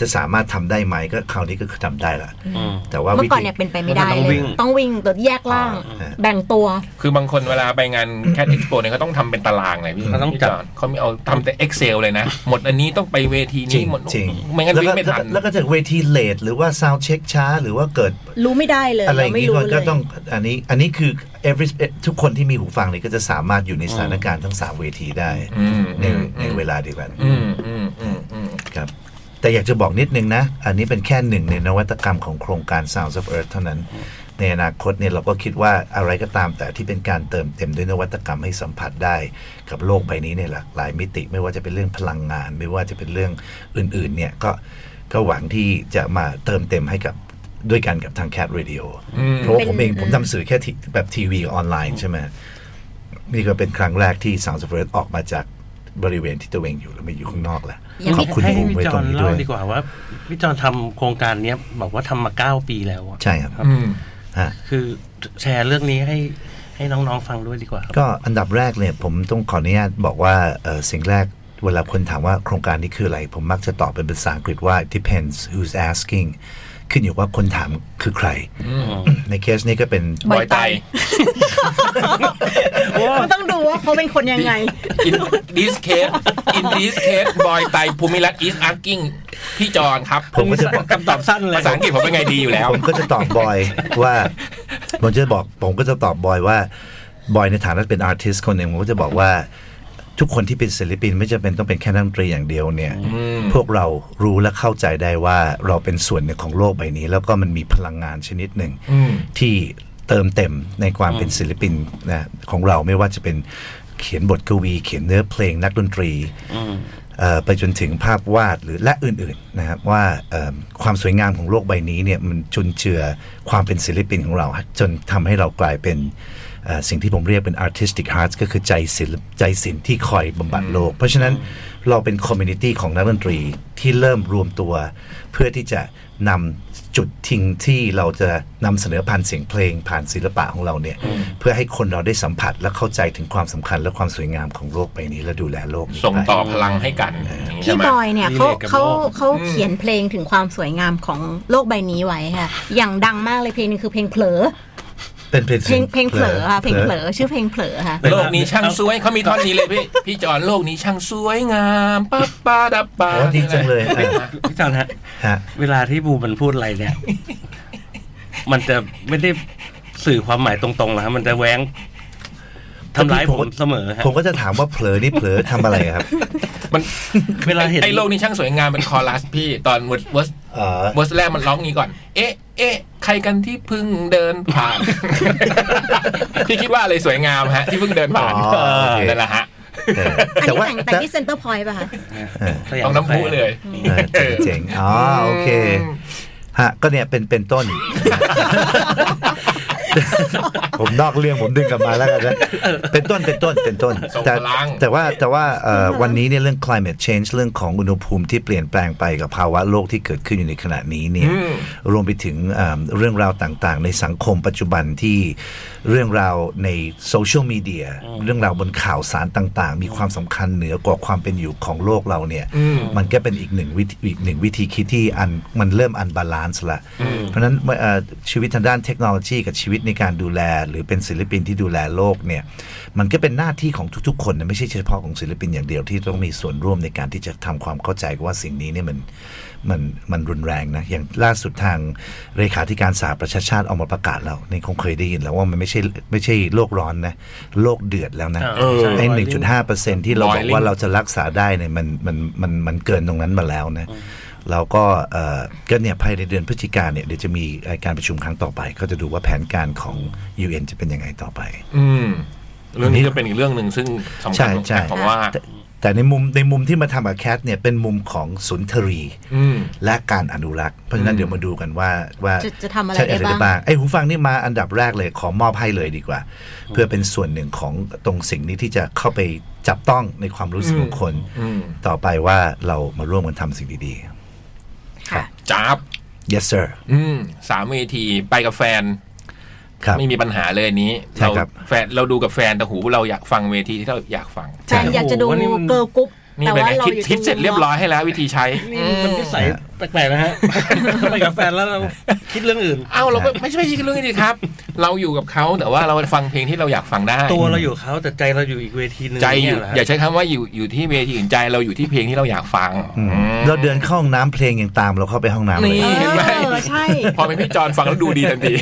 Speaker 3: จะสามารถทำได้ไหมก็คราวนี้ก็คือทำได้ละ
Speaker 4: อืม
Speaker 3: แต่ว่า
Speaker 2: เมื่
Speaker 3: วิ
Speaker 2: อก่อน
Speaker 3: ธี
Speaker 2: เนี่ยเป็นไปไม่ได้
Speaker 4: มันต้อง
Speaker 2: เล
Speaker 4: วิ่
Speaker 2: ย
Speaker 4: ง
Speaker 2: ต้องวิ่งตัวแยกล่าง
Speaker 3: อ่า
Speaker 2: แบ่งตัว
Speaker 1: คือบางคนเวลาไปงานแคดเอ็กซ์โปเนี่ยเขาต้องทำเป็นตารางเลยพี่
Speaker 4: เขาต้อง
Speaker 1: พี่
Speaker 4: จัด
Speaker 1: นเขามีเอาทำแต่ Excel เลยนะ หมดอันนี้ต้องไปเวที
Speaker 3: จริ
Speaker 1: นี้
Speaker 3: ง
Speaker 1: หมด
Speaker 3: จริง
Speaker 1: ไม่งั้น
Speaker 3: แล้ว
Speaker 1: วิ่
Speaker 3: ก็
Speaker 1: งไม่ทัน
Speaker 3: แล้วก็จะเวทีเลทหรือว่าซาวเช็คช้า หรือว่าเกิด
Speaker 2: รู้ไม่ได้เลย
Speaker 3: อะไรอ
Speaker 2: เรา
Speaker 3: ย่าง
Speaker 2: ไม่
Speaker 3: นี้
Speaker 2: รู้
Speaker 3: ด้วย
Speaker 2: เล
Speaker 3: ก็
Speaker 2: ย
Speaker 3: ต้องอันนี้อันนี้คือ every ทุกคนที่มีหูฟังเนี่ยก็จะสามารถอยู่ในสถานการณ์ทั้งสามเวทีได้
Speaker 1: อืม
Speaker 3: ใน
Speaker 1: อืม
Speaker 3: ในเวลาเดียวกัน
Speaker 1: อืมอืมอืมอืม
Speaker 3: ครับแต่อยากจะบอกนิดนึงนะ อันนี้เป็นแค่หนึ่งในนวัตกรรมของโครงการ Sounds of Earth เท่านั้น ในอนาคตเนี่ยเราก็คิดว่าอะไรก็ตามแต่ที่เป็นการเติมเต็มด้วยนวัตกรรมให้สัมผัสได้ กับโลกใบนี้ในหลากหลายมิติ ไม่ว่าจะเป็นเรื่องพลังงาน ไม่ว่าจะเป็นเรื่องอื่นๆเนี่ยก็ก็หวังที่จะมาเติมเต็มให้กับด้วยกันกับทาง Cat Radio
Speaker 1: อืม
Speaker 3: เพราะว่าผม
Speaker 2: เป็
Speaker 3: เอน งผมทำสื่อแค่ที่แบบทีวีออนไลน์ใช่ไหมนี่ก็เป็นครั้งแรกที่สาวสเฟิร์สออกมาจากบริเวณที่ตัวเองอยู่แล้วมาอยู่ข้างนอกแล้ว
Speaker 2: อย่าง
Speaker 3: ข
Speaker 2: ที่
Speaker 3: อบคุณ
Speaker 4: ให้
Speaker 3: บูม
Speaker 4: พี่
Speaker 3: ไว้
Speaker 4: จ
Speaker 3: ตร
Speaker 4: อน
Speaker 3: งนี้ด้
Speaker 4: เล่า
Speaker 3: วย
Speaker 4: ดีกว่าว่าพี่จอนทำโครงการเนี้ยบอกว่าทำมาเก้าปีแล้วอะ
Speaker 3: ใช่ครับ
Speaker 1: อืม
Speaker 3: ฮะ
Speaker 4: คือแชร์เรื่องนี้ให้ให้น้องๆฟังด้วยดีกว่าครับ
Speaker 3: ก็อันดับแรกเนี่ยผมต้องขออนุญาตบอกว่าเอ่อสิ่งแรกเวลาคนถามว่าโครงการนี้คืออะไร ผมมักจะตอบเป็นภาษาอังกฤษว่า depends who's asking ขึ้นอยู่ว่าคนถามคือใคร ในเคสนี้ก็เป็น
Speaker 1: บอยไต
Speaker 2: มันต้องดูว่าเขาเป็นคนยังไง
Speaker 1: อินดิสเคสอินดิสเคสบอยไตภูมิรัตน์อีสอาร์กิ้งพี่จอนครับ
Speaker 3: ผมก็จะบอก
Speaker 4: คำตอบสั้นเลย
Speaker 1: ภาษาอังกฤษผมเป็นไงดีอยู่แล้ว
Speaker 3: ผมก็จะตอบบอยว่าผมจะบอกผมก็จะตอบบอยว่าบอยในฐานะเป็นอาร์ติสต์คนหนึ่งผมก็จะบอกว่าทุกคนที่เป็นศิลปินไม่จำเป็นต้องเป็นแค่นักดนตรีอย่างเดียวเนี่ย
Speaker 1: ม
Speaker 3: พวกเรารู้และเข้าใจได้ว่าเราเป็นส่วนหนึ่งของโลกใบนี้ แล้วก็มันมีพลังงานชนิดหนึ่ง
Speaker 1: อืม
Speaker 3: ที่เติมเต็มในความเป็นศิลปินนะของเราไม่ว่าจะเป็นเขียนบทกวี เขียนเนื้อเพลงนักดนตรี
Speaker 4: อืม
Speaker 3: เอ่อไปจนถึงภาพวาดหรือและอื่นๆนะครับว่าเอิ่มความสวยงามของโลกใบนี้เนี่ยมันจุนเจือความเป็นศิลปินของเรา จนทำให้เรากลายเป็นเอ่อสิ่งที่ผมเรียกเป็น artistic hearts ก็คือใจศิลป์ใจศิลป์ที่คอยบำบัดโลก เพราะฉะนั้นเราเป็น community ของนักดนตรีที่เริ่มรวมตัว เพื่อที่จะนำจุดทิ้งที่เราจะนำเสนอผ่านเสียงเพลงผ่านศิลปะของเราเนี่ย เพื่อให้คนเราได้สัมผัสและเข้าใจถึงความสำคัญและความสวยงามของโลกใบนี้ และดูแลโลกนี้
Speaker 1: ส่ง
Speaker 3: ไป
Speaker 1: ต่อพลังให้กันอย่างนี้ใช่
Speaker 2: พี่
Speaker 1: ไหม
Speaker 2: บอยเนี่ย
Speaker 4: รี
Speaker 2: เขา
Speaker 4: เลทกับ
Speaker 2: เขา
Speaker 4: โลก
Speaker 2: เขาเขียนเพลงถึงความสวยงามของโลกใบนี้ไว้ค่ะ อย่างดังมากเลยเพลงหนึงคือเพลงเผลอ
Speaker 3: เป็นเพลง
Speaker 2: เพลงเพลงเผลอค่ะเพลงเผลอชื่อเพลงเผลอค่ะ
Speaker 1: โลกนี้ช่างสวยเขามีท่อนนี้เลยพี่ พี่จอนโลกนี้ช่างสวยงามปั๊บป้าดับป้า
Speaker 3: โอ้ดีจังเลยอ่ะ
Speaker 4: พี่จอนฮะ
Speaker 3: ฮะ
Speaker 4: เวลาที่บูมันพูดอะไรเนี่ย มันจะไม่ได้สื่อความหมายตรงๆหรอกฮะมันจะแหวงทำร้ายผมเสมอฮะ
Speaker 3: ผมก็จะถามว่าเผลอนี่เผลอทำอะไรครับ
Speaker 1: มัน
Speaker 4: เวลาเห็น
Speaker 1: ไอ้โลกนี้ช่างสวยงามเป็นคอรัสพี่ตอนเวิร์สเวิร์ส
Speaker 3: เอ่อ
Speaker 1: เวิร์สแรกมันร้องงี้ก่อน เอ๊ะเอ๊ะใครกันที่เพิ่งเดิน
Speaker 3: [LAUGHS]
Speaker 1: ผ่าน พี่คิดว่าอะไรสวยงามฮะ ที่เพิ่งเดินผ่าน
Speaker 3: อ๋อโอเค
Speaker 1: นั่นแหละฮะ
Speaker 3: เออ
Speaker 2: อัน
Speaker 3: แต่
Speaker 2: นี้
Speaker 3: ว่า
Speaker 2: แต่งแต่
Speaker 3: แต่
Speaker 2: งที่เซ็นเตอร์พอยต์ป่ะคะ
Speaker 3: เออ
Speaker 4: สยาม
Speaker 1: ต้องน้ำพุเลย
Speaker 3: เออเจ๋งๆอ๋อโอเคฮะก็เนี่ยเป็นเป็น
Speaker 2: [LAUGHS]
Speaker 3: ต้น ผมนอกเรื่องผมดึงกลับมาแล้วกันนะเป็นต้นเป็นต้นเป็นต้น
Speaker 1: ส่ง
Speaker 3: แต่
Speaker 1: พลัง
Speaker 3: แต่ว่าแต่ว่าเอ่อวันนี้เนี่ยเรื่อง climate change เรื่องของอุณหภูมิที่เปลี่ยนแปลงไปกับภาวะโลกที่เกิดขึ้นอยู่ในขณะนี้เนี่ย
Speaker 1: อืม
Speaker 3: รวมไปถึงเอ่อเรื่องราวต่างๆ ในสังคมปัจจุบันที่เรื่องราวในโซเชียลมีเดียเรื่องราวบนข่าวสารต่างๆ มีความสำคัญเหนือกว่าความเป็นอยู่ของโลกเราเนี่ย
Speaker 1: อืม
Speaker 3: มันก็เป็นอีกหนึ่งวิธีอีกหนึ่งวิธีคิดที่อันมันเริ่มอันบาลานซ์ละ เพราะฉะนั้นเมื่อเอ่อชีวิตทางด้านเทคโนโลยีกับชีวิตในการดูแล หรือเป็นศิลปินที่ดูแลโลกเนี่ยมันก็เป็นหน้าที่ของทุกๆ คนนะไม่ใช่เฉพาะของศิลปินอย่างเดียวที่ต้องมีส่วนร่วมในการที่จะทำความเข้าใจว่าสิ่งนี้เนี่ยมันมันมันรุนแรงนะอย่างล่าสุดทางเลขาธิการสหประชาชาติออกมาประกาศแล้วนี่คงเคยได้ยินแล้วว่ามันไม่ใช่ไม่ใช่โลกร้อนนะโลกเดือดแล้วนะ
Speaker 4: เออ
Speaker 3: ไอ้
Speaker 4: ใช่
Speaker 3: หนึ่งจุดห้าเปอร์เซ็นที่เราบอก
Speaker 1: Boiling
Speaker 3: ว่าเราจะรักษาได้เนี่ยมันมันมันมันเกินตรงนั้นมาแล้วนะเราก็เอ่อก็เนี่ยภายในเดือนพฤศจิกาเนี่ยเดี๋ยวจะมีเอ่อการประชุมครั้งต่อไป ก็จะดูว่าแผนการของ UN จะเป็นยังไงต่อไป
Speaker 1: อืมเรื่องนี้ก็เป็นอีกเรื่องหนึ่งซึ่งสำ
Speaker 3: ใช่
Speaker 1: คัญ
Speaker 3: ใช่
Speaker 1: ผมว่า
Speaker 3: แต่แต่ในมุมในมุมที่มาทำกับแคทเนี่ยเป็นมุมของสุนทรี
Speaker 1: อืม
Speaker 3: และการอนุรักษ์ เพราะฉะนั้นเดี๋ยวมาดูกันว่าว่า
Speaker 2: จะจะทำอะไร
Speaker 3: ใช่
Speaker 2: ได้บ้าง
Speaker 3: ไอ้หูฟังนี่มาอันดับแรกเลยขอมอบให้เลยดีกว่า เพื่อเป็นส่วนหนึ่งของตรงสิ่งนี้ที่จะเข้าไปจับต้องในความรู้สึกของคน
Speaker 1: อืม
Speaker 3: ต่อไปว่าเรามาร่วมกันทำสิ่งดี
Speaker 2: ค่ะ
Speaker 1: จับ
Speaker 3: ๆ yes sir
Speaker 1: อืมสามเวทีไปกับแฟน
Speaker 3: ครับ
Speaker 1: ไม่มีปัญหาเลยอันนี้
Speaker 3: ใช่
Speaker 1: เรา
Speaker 3: ครับ
Speaker 1: แฟนเราดูกับแฟนแต่หูเราอยากฟังเวทีที่เราอยากฟัง
Speaker 2: แฟนอยากจะดู
Speaker 4: โอ้โหนี่มัน
Speaker 2: เกิร์ลกรุ๊ป
Speaker 1: นี่
Speaker 2: แต่
Speaker 1: เป็น
Speaker 2: ว่า
Speaker 1: ไง
Speaker 2: เรา
Speaker 1: คิด
Speaker 2: อยู่
Speaker 1: คิดเสร็จเรียบร้อยให้แล้ววิธีใช้
Speaker 4: นี่มันนิสัยแปลกๆนะฮะ ไปกับแฟนแล้วเราคิดเรื่องอื่น
Speaker 1: เอ้าเราก็ไม่ใช่ไม่ใช่เรื่องนี้ดิครับ เราอยู่กับเขาแต่ว่าเราฟังเพลงที่เราอยากฟังได้
Speaker 4: ตัวเราอยู่เขาแต่ใจเราอยู่อีกเวทีหนึ่ง
Speaker 1: ใจอยู่
Speaker 4: เนี่เหรฮะ
Speaker 1: อย่าใช้คำว่าอยู่อยู่ที่เวทีอื่นใจเราอยู่ที่เพลงที่เราอยากฟัง
Speaker 3: อืม
Speaker 1: อืม
Speaker 3: เราเดินเข้าห้องน้ำเพลงยังตามเราเข้าไปห้องน้ำเลย
Speaker 1: นี่ เห็นไหม
Speaker 2: เออใช่
Speaker 1: พอเป็นพี่จอนฟังแล้วดูดีทันที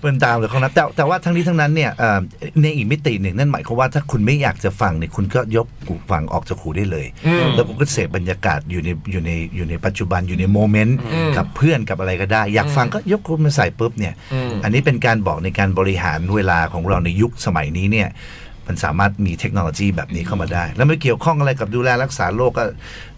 Speaker 3: เดินตามเราเข้าห้องน้ำแต่แต่ว่าทั้งนี้ทั้งนั้นเนี่ยเอ่อในอีกมิติหนึ่งนั่นหมายความว่าถ้าคุณไม่อยากจะฟังเนี่ยคุณก็ยกหูฟังออกจากหูได้เลย
Speaker 1: อืม
Speaker 3: แล้วคุณก็เสพบรรยากาศอยู่ในอยู่ในอยู่ในปัจจุบันอยู่ในโมเมนต์
Speaker 1: อืม
Speaker 3: กับเพื่อนกับอะไรก็ได้ อยากฟังก็ยกคุณมาใส่ปุ๊บเนี่ย
Speaker 1: อืม
Speaker 3: อันนี้เป็นการบอกในการบริหารเวลาของเราในยุคสมัยนี้เนี่ยมันสามารถมีเทคโนโลยีแบบนี้เข้ามาได้ แล้วไม่เกี่ยวข้องอะไรกับดูแลรักษาโรคก็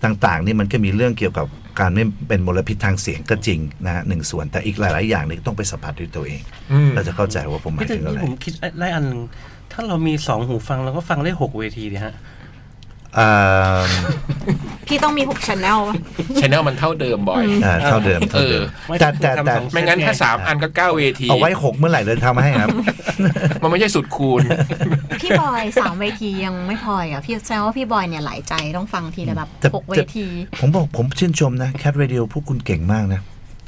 Speaker 3: ต่างๆนี่มันก็มีเรื่องเกี่ยวกับการไม่เป็นมลพิษทางเสียงก็จริงนะฮะหนึ่งส่วนแต่อีกหลาย ๆ อย่างนี่ต้องไปสัมผัสด้วยตัวเอง
Speaker 1: อืม
Speaker 3: เราจะเข้าใจว่าผมหมาย
Speaker 4: พี่ถึ
Speaker 3: ถึ
Speaker 4: ง
Speaker 3: งอะไร
Speaker 4: ที่ผมคิดได้อันหนึ่งถ้าเรามีสองหูฟังเราก็ฟังได้หกเวทีเนี่ยฮะ
Speaker 3: เอ่อ
Speaker 2: พี่ต้องมีหกชแนล
Speaker 1: ชแนลมันเท่าเดิมบ่อย
Speaker 3: อ่าเท่าเดิมเท่าเดิม
Speaker 4: เออ
Speaker 3: แต่แต่แต่
Speaker 4: ทำสอง
Speaker 1: ไม่งั้นถ้าสามอันก็เก้าเวที
Speaker 3: เอาไว้หกเมื่อไหร่เลยทำให้ครับ
Speaker 1: มันไม่ใช่สุดคูณ
Speaker 2: พี่บอยสามเวทียังไม่พออีกอ่ะพี่แซวว่าพี่บอยเนี่ยหลายใจต้องฟังทีละแบบ
Speaker 3: จะ
Speaker 2: หกเว
Speaker 3: จะ
Speaker 2: ที
Speaker 3: ผมบอกผมชื่นชมนะแคทเรดิโอพวกคุณเก่งมากนะ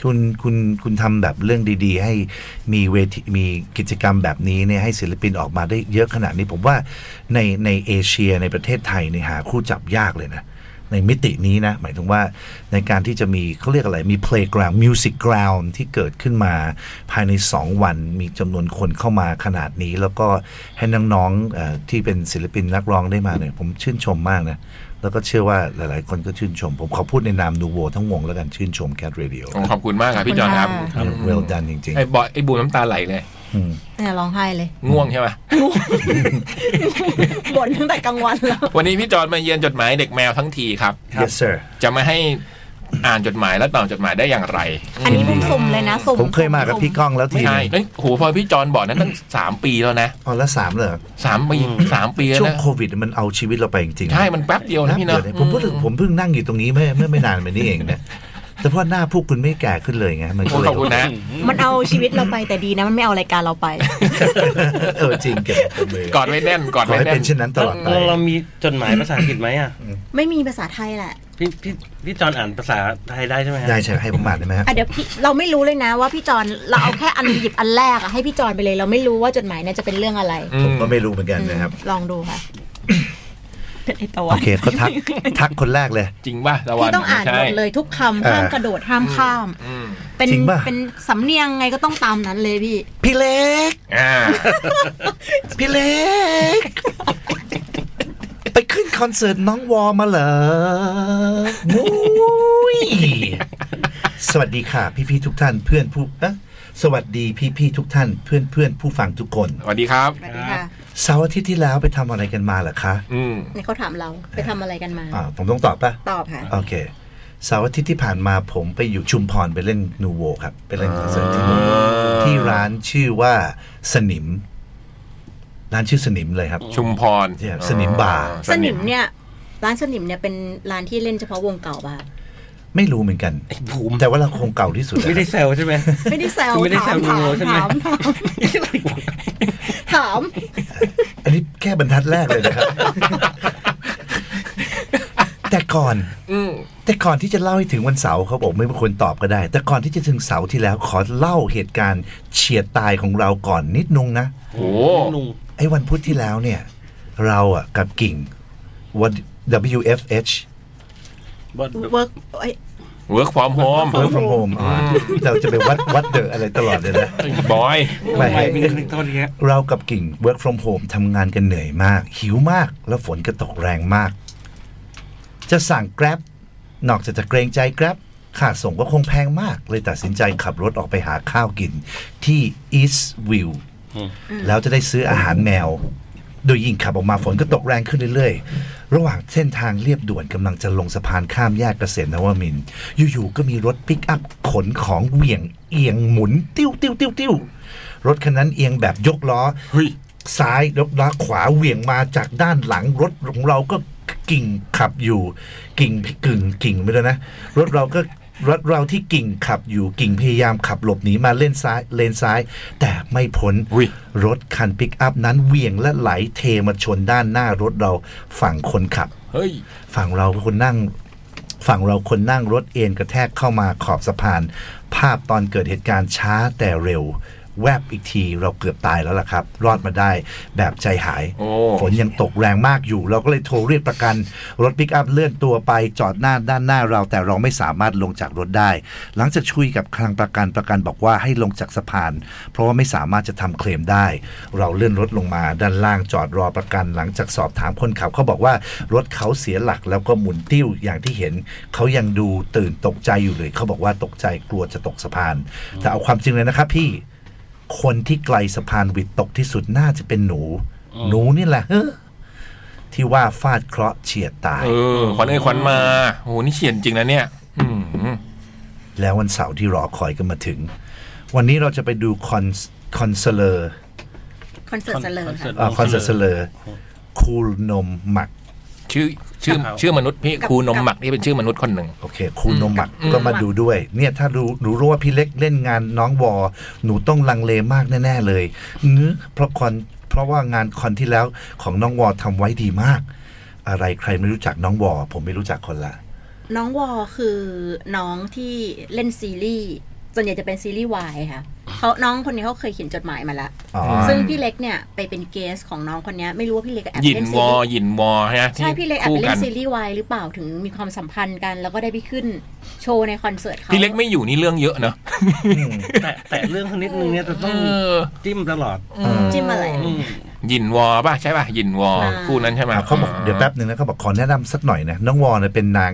Speaker 3: คุณคุณคุณทำแบบเรื่องดีๆ ให้มีเวทีมีกิจกรรมแบบนี้เนี่ยให้ศิลปินออกมาได้เยอะขนาดนี้ ผมว่าในในเอเชียในประเทศไทยเนี่ยหาคู่จับยากเลยนะ ในมิตินี้นะ หมายถึงว่าในการที่จะมีเขาเรียกอะไรมี playground music ground ที่เกิดขึ้นมาภายใน 2 วันมีจำนวนคนเข้ามาขนาดนี้ แล้วก็ให้น้องๆเอ่อที่เป็นศิลปินนักร้องได้มาเนี่ยผมชื่นชมมากนะ แล้วก็เชื่อว่าหลายๆ คนก็ชื่นชม ผมขอพูดในนามนูโวทั้งวงแล้วกันชื่นชมแคทเรดิโอ
Speaker 1: ขอบคุณมากครับพี่จอนครับ
Speaker 2: ขอบคุณค่ะ
Speaker 3: เวลดันจริง
Speaker 1: ไอ้บอยไอ้บูมน้ำตาไหลเลย
Speaker 3: ๆอืม
Speaker 2: เนี่ยร้องไห้เลย
Speaker 1: ง่วงใช่ไหม
Speaker 2: บ่นตั้งแต่กลางวันแล้ว
Speaker 1: วันนี้พี่จอนมาเยือนจดหมายเด็กแมวทั้งทีครับ
Speaker 3: ครับ yes sir
Speaker 1: จะไม่ให้อ่านจดหมายและตอบจดหมายได้อย่างไร
Speaker 2: อันนี้ผมสุ่มเลยนะสุ่ม
Speaker 3: ผมเคยมากับพี่ก้องแล้วที
Speaker 1: ใช่
Speaker 3: นึง
Speaker 1: แล้วโหพอพี่จอนบอกนั้นตั้งสามปีแล้วนะ
Speaker 3: พอละสามเลยเหรอ
Speaker 1: สามปีสามปีแล้ว
Speaker 3: ช่วง
Speaker 1: นะ
Speaker 3: โควิดมันเอาชีวิตเราไปจริงๆนะ
Speaker 1: ใช่ มันแป๊บเดียวนะพี่
Speaker 3: แป๊
Speaker 1: เนาะ
Speaker 3: บดียวผมพูดถึงผมเพิ่งนั่งอยู่ตรงนี้เมื่อเมื่อไม่นานมานี้เอง
Speaker 1: [LAUGHS]
Speaker 3: นะ แต่เพราะหน้าพวกคุณไม่แก่ขึ้นเลยไงมัน
Speaker 1: โอ้
Speaker 3: ก็เลย
Speaker 1: ขอบคุณนะ
Speaker 2: มันเอาชีวิตเราไปแต่ดีนะมันไม่เอารายการเราไป
Speaker 3: เออจริงเก็บมือก
Speaker 1: อดไว้แน่น กอด
Speaker 3: ขอ
Speaker 1: ไว้
Speaker 3: ให้
Speaker 1: แน่
Speaker 3: เป็น นเช่นนั้นตลอดไป
Speaker 4: เราเรามีจดหมายภาษาอังกฤษไหมอ่ะ
Speaker 2: [LAUGHS] ไม่มีภาษาไทยแหละ
Speaker 4: พี่พี่พี่จอนอ่านภาษาไทยได้ใช่ไหมฮะ
Speaker 3: ได้ใช่ให้ผมอ่านได้ไหมฮะ
Speaker 2: อ่ะเดี๋ยวพี่เราไม่รู้เลยนะว่าพี่จอนเราเอาแค่อันหยิบอันแรกอะให้พี่จอนไปเลย เราไม่รู้ว่าจดหมายเนี่ยจะเป็นเรื่องอะไร
Speaker 1: อื
Speaker 3: ผม
Speaker 1: ม
Speaker 3: ก็ไม่รู้เหมือนกันนะครับ
Speaker 2: ลองดูค่ะเป็นไอตะวั
Speaker 3: โอน เคเขาทักทักคนแรกเลย
Speaker 1: จริงป่ะระวัน
Speaker 2: พี่ต้องอ่านหมดเลยทุกคำห้าม
Speaker 3: เออก
Speaker 2: ระโดดห้ามข้าม
Speaker 1: อืม
Speaker 2: เป็น
Speaker 3: จริงป่ะ
Speaker 2: เป็นสำเนียงไงก็ต้องตามนั้นเลยพี่
Speaker 3: พี่เล็ก
Speaker 1: อ่า
Speaker 3: พี่เล็ก ไปขึ้นคอนเสิร์ตน้องวอมาเหรอมุ้ยสวัสดีค่ะ พี่ๆทุกท่านเพื่อนผู้เอ๊ะสวัสดีพี่ๆทุกท่านเพื่อนเพื่อนๆผู้ฟังทุกคน
Speaker 1: สวัสดีครับ
Speaker 2: สวัสดีค่ะ
Speaker 3: เสาร์อาทิตย์ที่แล้วไปทำอะไรกันมาเหรอคะ
Speaker 1: อืม
Speaker 2: เนี่ยเขาถามเราไปทำอะไรกันมา
Speaker 3: อ่าผมต้องตอบปะ
Speaker 2: ตอบค่ะ
Speaker 3: โอเค เสาร์อาทิตย์ที่ผ่านมาผมไปอยู่ชุมพรไปเล่นนูโวครับ ไปเล่นคอนเสิร์ตที่นูโว
Speaker 1: อ่า
Speaker 3: ที่ร้านชื่อว่าสนิม ร้านชื่อสนิมเลยครับ
Speaker 1: ชุมพร
Speaker 3: เนี่ยสนิมบาร์
Speaker 2: สนิมเนี่ย ร้านสนิมเนี่ยเป็นร้านที่เล่นเฉพาะวงเก่าป่ะ
Speaker 3: ไม่รู้เหมือนกัน
Speaker 4: ไอ้บูม
Speaker 3: แต่ว่าเราคงเก่าที่สุดแล้ว
Speaker 4: ไม่ได้แซวใช่ไหม
Speaker 2: ไม่ได้แซว
Speaker 4: คือไม่ได้แซ
Speaker 2: ถาว
Speaker 4: งู
Speaker 2: มถาม
Speaker 4: ใช่ไหม
Speaker 2: ถามถามถาม
Speaker 3: อันนี้แค่บรรทัดแรกเลยนะครับ แต่ก่อน
Speaker 1: อืม
Speaker 3: แต่ก่อนที่จะเล่าให้ถึงวันเสาร์เขาบอกไม่ควรตอบก็ได้ แต่ก่อนที่จะถึงเสาร์ที่แล้วขอเล่าเหตุการณ์เฉียดตายของเราก่อนนิดนึงนะ
Speaker 1: โอ้
Speaker 4: ลุง
Speaker 3: ไอ้วันพุธที่แล้วเนี่ย เราอ่ะกับกิ่งวัน WFH
Speaker 4: บอส
Speaker 2: เวิร์กเอ้ย
Speaker 1: เวิร์กฟอร์มโฮม
Speaker 3: Work from home อ๋อเราจะไปวัดวัดเดอะอะไรตลอดเลยนะ
Speaker 1: บอย
Speaker 3: ไม่
Speaker 4: ไม่มีหนึ่งต้นเนี้ย
Speaker 3: เรากับกิ่ง work from home ทำงานกันเหนื่อยมาก หิวมากแล้วฝนก็ตกแรงมาก จะสั่ง Grab นอกจากจะเกรงใจ Grab ค่าส่งก็คงแพงมาก เลยตัดสินใจขับรถออกไปหาข้าวกินที่ East View แล้วจะได้ซื้ออาหารแมว โดยยิ่งขับออกมาฝนก็ตกแรงขึ้นเรื่อยๆ ระหว่างเส้นทางเรียบด่วนกำลังจะลงสะพานข้ามแยกเกษตรนวมินทร์อยู่ๆ ก็มีรถปิกอัพขนของเหวี่ยงเอียงหมุน ติ้วติ้วติ้วติ้วรถคันนั้นเอียงแบบยกล้อ
Speaker 1: เฮ้ย
Speaker 3: ซ้ายยกล้อขวาเหวี่ยงมาจากด้านหลังรถของเราก็กิ่งขับอยู่ กิ่งกึ่งกิ่งไม่ได้นะ รถเราก็รถเราที่กิ่งขับอยู่กิ่งพยายามขับหลบหนีมาเลนซ้ายเลนซ้าย แต่ไม่พ้น
Speaker 1: อุ๊ย
Speaker 3: รถคันปิกอัพนั้นเหวี่ยงและไหลเทมาชนด้านหน้ารถเราฝั่งคนขับ
Speaker 1: [LAUGHS] เฮ้ย
Speaker 3: ฝั่งเราคนนั่ง ฝั่งเราคนนั่งรถเอ็นกระแทกเข้ามาขอบสะพาน ภาพตอนเกิดเหตุการณ์ช้าแต่เร็ว แวบอีกทีเราเกือบตายแล้วล่ะครับ รอดมาได้แบบใจหาย
Speaker 1: โอ้
Speaker 3: ฝนยังตกแรงมากอยู่ เราก็เลยโทรเรียกประกัน รถปิกอัพเลื่อนตัวไปจอดหน้าด้านหน้าเราแต่เราไม่สามารถลงจากรถได้ หลังจากช่วยกับคลังประกันประกันบอกว่าให้ลงจากสะพาน เพราะว่าไม่สามารถจะทำเคลมได้ เราเลื่อนรถลงมาด้านล่างจอดรอประกัน หลังจากสอบถามคนขับเขาบอกว่ารถเขาเสียหลักแล้วก็หมุนติ้วอย่างที่เห็น เขายังดูตื่นตกใจอยู่เลยเขาบอกว่าตกใจกลัวจะตกสะพาน แต่เอาความจริงเลยนะครับพี่ คนที่ไกลสะพานวิดตกที่สุดน่าจะเป็นหนู หนูนี่แหละเฮ้อที่ว่าฟาดเคราะห์เฉียดตาย
Speaker 1: เออ ขวัญเอ้ยขวัญมา โห นี่เฉียนจริงนะเนี่ย อืม
Speaker 3: แล้ววันเสาร์ที่รอคอยก็มาถึง วันนี้เราจะไปดูคอนคอนเสิร์ต
Speaker 2: คอนเสิร์ตเสลอค่ะ
Speaker 3: คอนเสิร์ตเสลอคูลนมหมัก
Speaker 1: ชื่อชื่อ
Speaker 4: ครับ
Speaker 1: ชื่อมนุษย์พี่ครูนมหมักที่เป็นชื่อมนุษย์คนหนึ่ง
Speaker 3: โอเคครูนมหมัก
Speaker 1: อืม
Speaker 3: ก็มาดูด้วย เนี่ยถ้ารู้หนูรู้ว่าพี่เล็กเล่นงานน้องวอหนูต้องลังเลมากแน่ ๆ เลยเนื้อเพราะคอนเพราะว่างานคอนที่แล้วของน้องวอทำไว้ดีมาก อะไรใครไม่รู้จักน้องวอผมไม่รู้จักคนละ
Speaker 2: น้องวอคือน้องที่เล่นซีรีส์ส่วนใหญ่จะเป็นซีรีส์วายค่ะเขาน้องคนนี้เขาเคยเขียนจดหมายมาละ
Speaker 3: อ๋อ
Speaker 2: ซึ่งพี่เล็กเนี่ยไปเป็นเกสของน้องคนเนี้ยไม่รู้ว่าพี่เล็กแอบ
Speaker 1: หยิน
Speaker 2: เล่น
Speaker 1: ว
Speaker 2: ซี
Speaker 1: อ
Speaker 2: รีส์
Speaker 1: หยินวอใช่ไหม
Speaker 2: ใช่พี่เล็กแอบ
Speaker 1: คู่
Speaker 2: ไปเล่
Speaker 1: กัน
Speaker 2: นซีรีส์วายหรือเปล่าถึงมีความสัมพันธ์กัน แล้วก็ได้ไปขึ้นโชว์ในคอนเสิร์ตเขา
Speaker 1: พี่เล็กไม่อยู่นี่เรื่องเยอะเนอะ
Speaker 4: แต่แต่เรื่องเขานิดนึงเนี่ยจะ
Speaker 1: เอ
Speaker 4: ต้อง
Speaker 1: อ
Speaker 4: จิ้มตลอด
Speaker 2: จิ้มอะไร
Speaker 4: อืม
Speaker 1: หยินวอป่ะใช่ป่ะหยินวอ
Speaker 2: ใช่
Speaker 1: คู่นั้นใช่ไหม
Speaker 3: อ่ะเขาบอกเดี๋ยวแป๊บหนึ่งนะเขาบอกขอแนะนำสักหน่อยนะ น้องวอเนี่ยเป็นนาง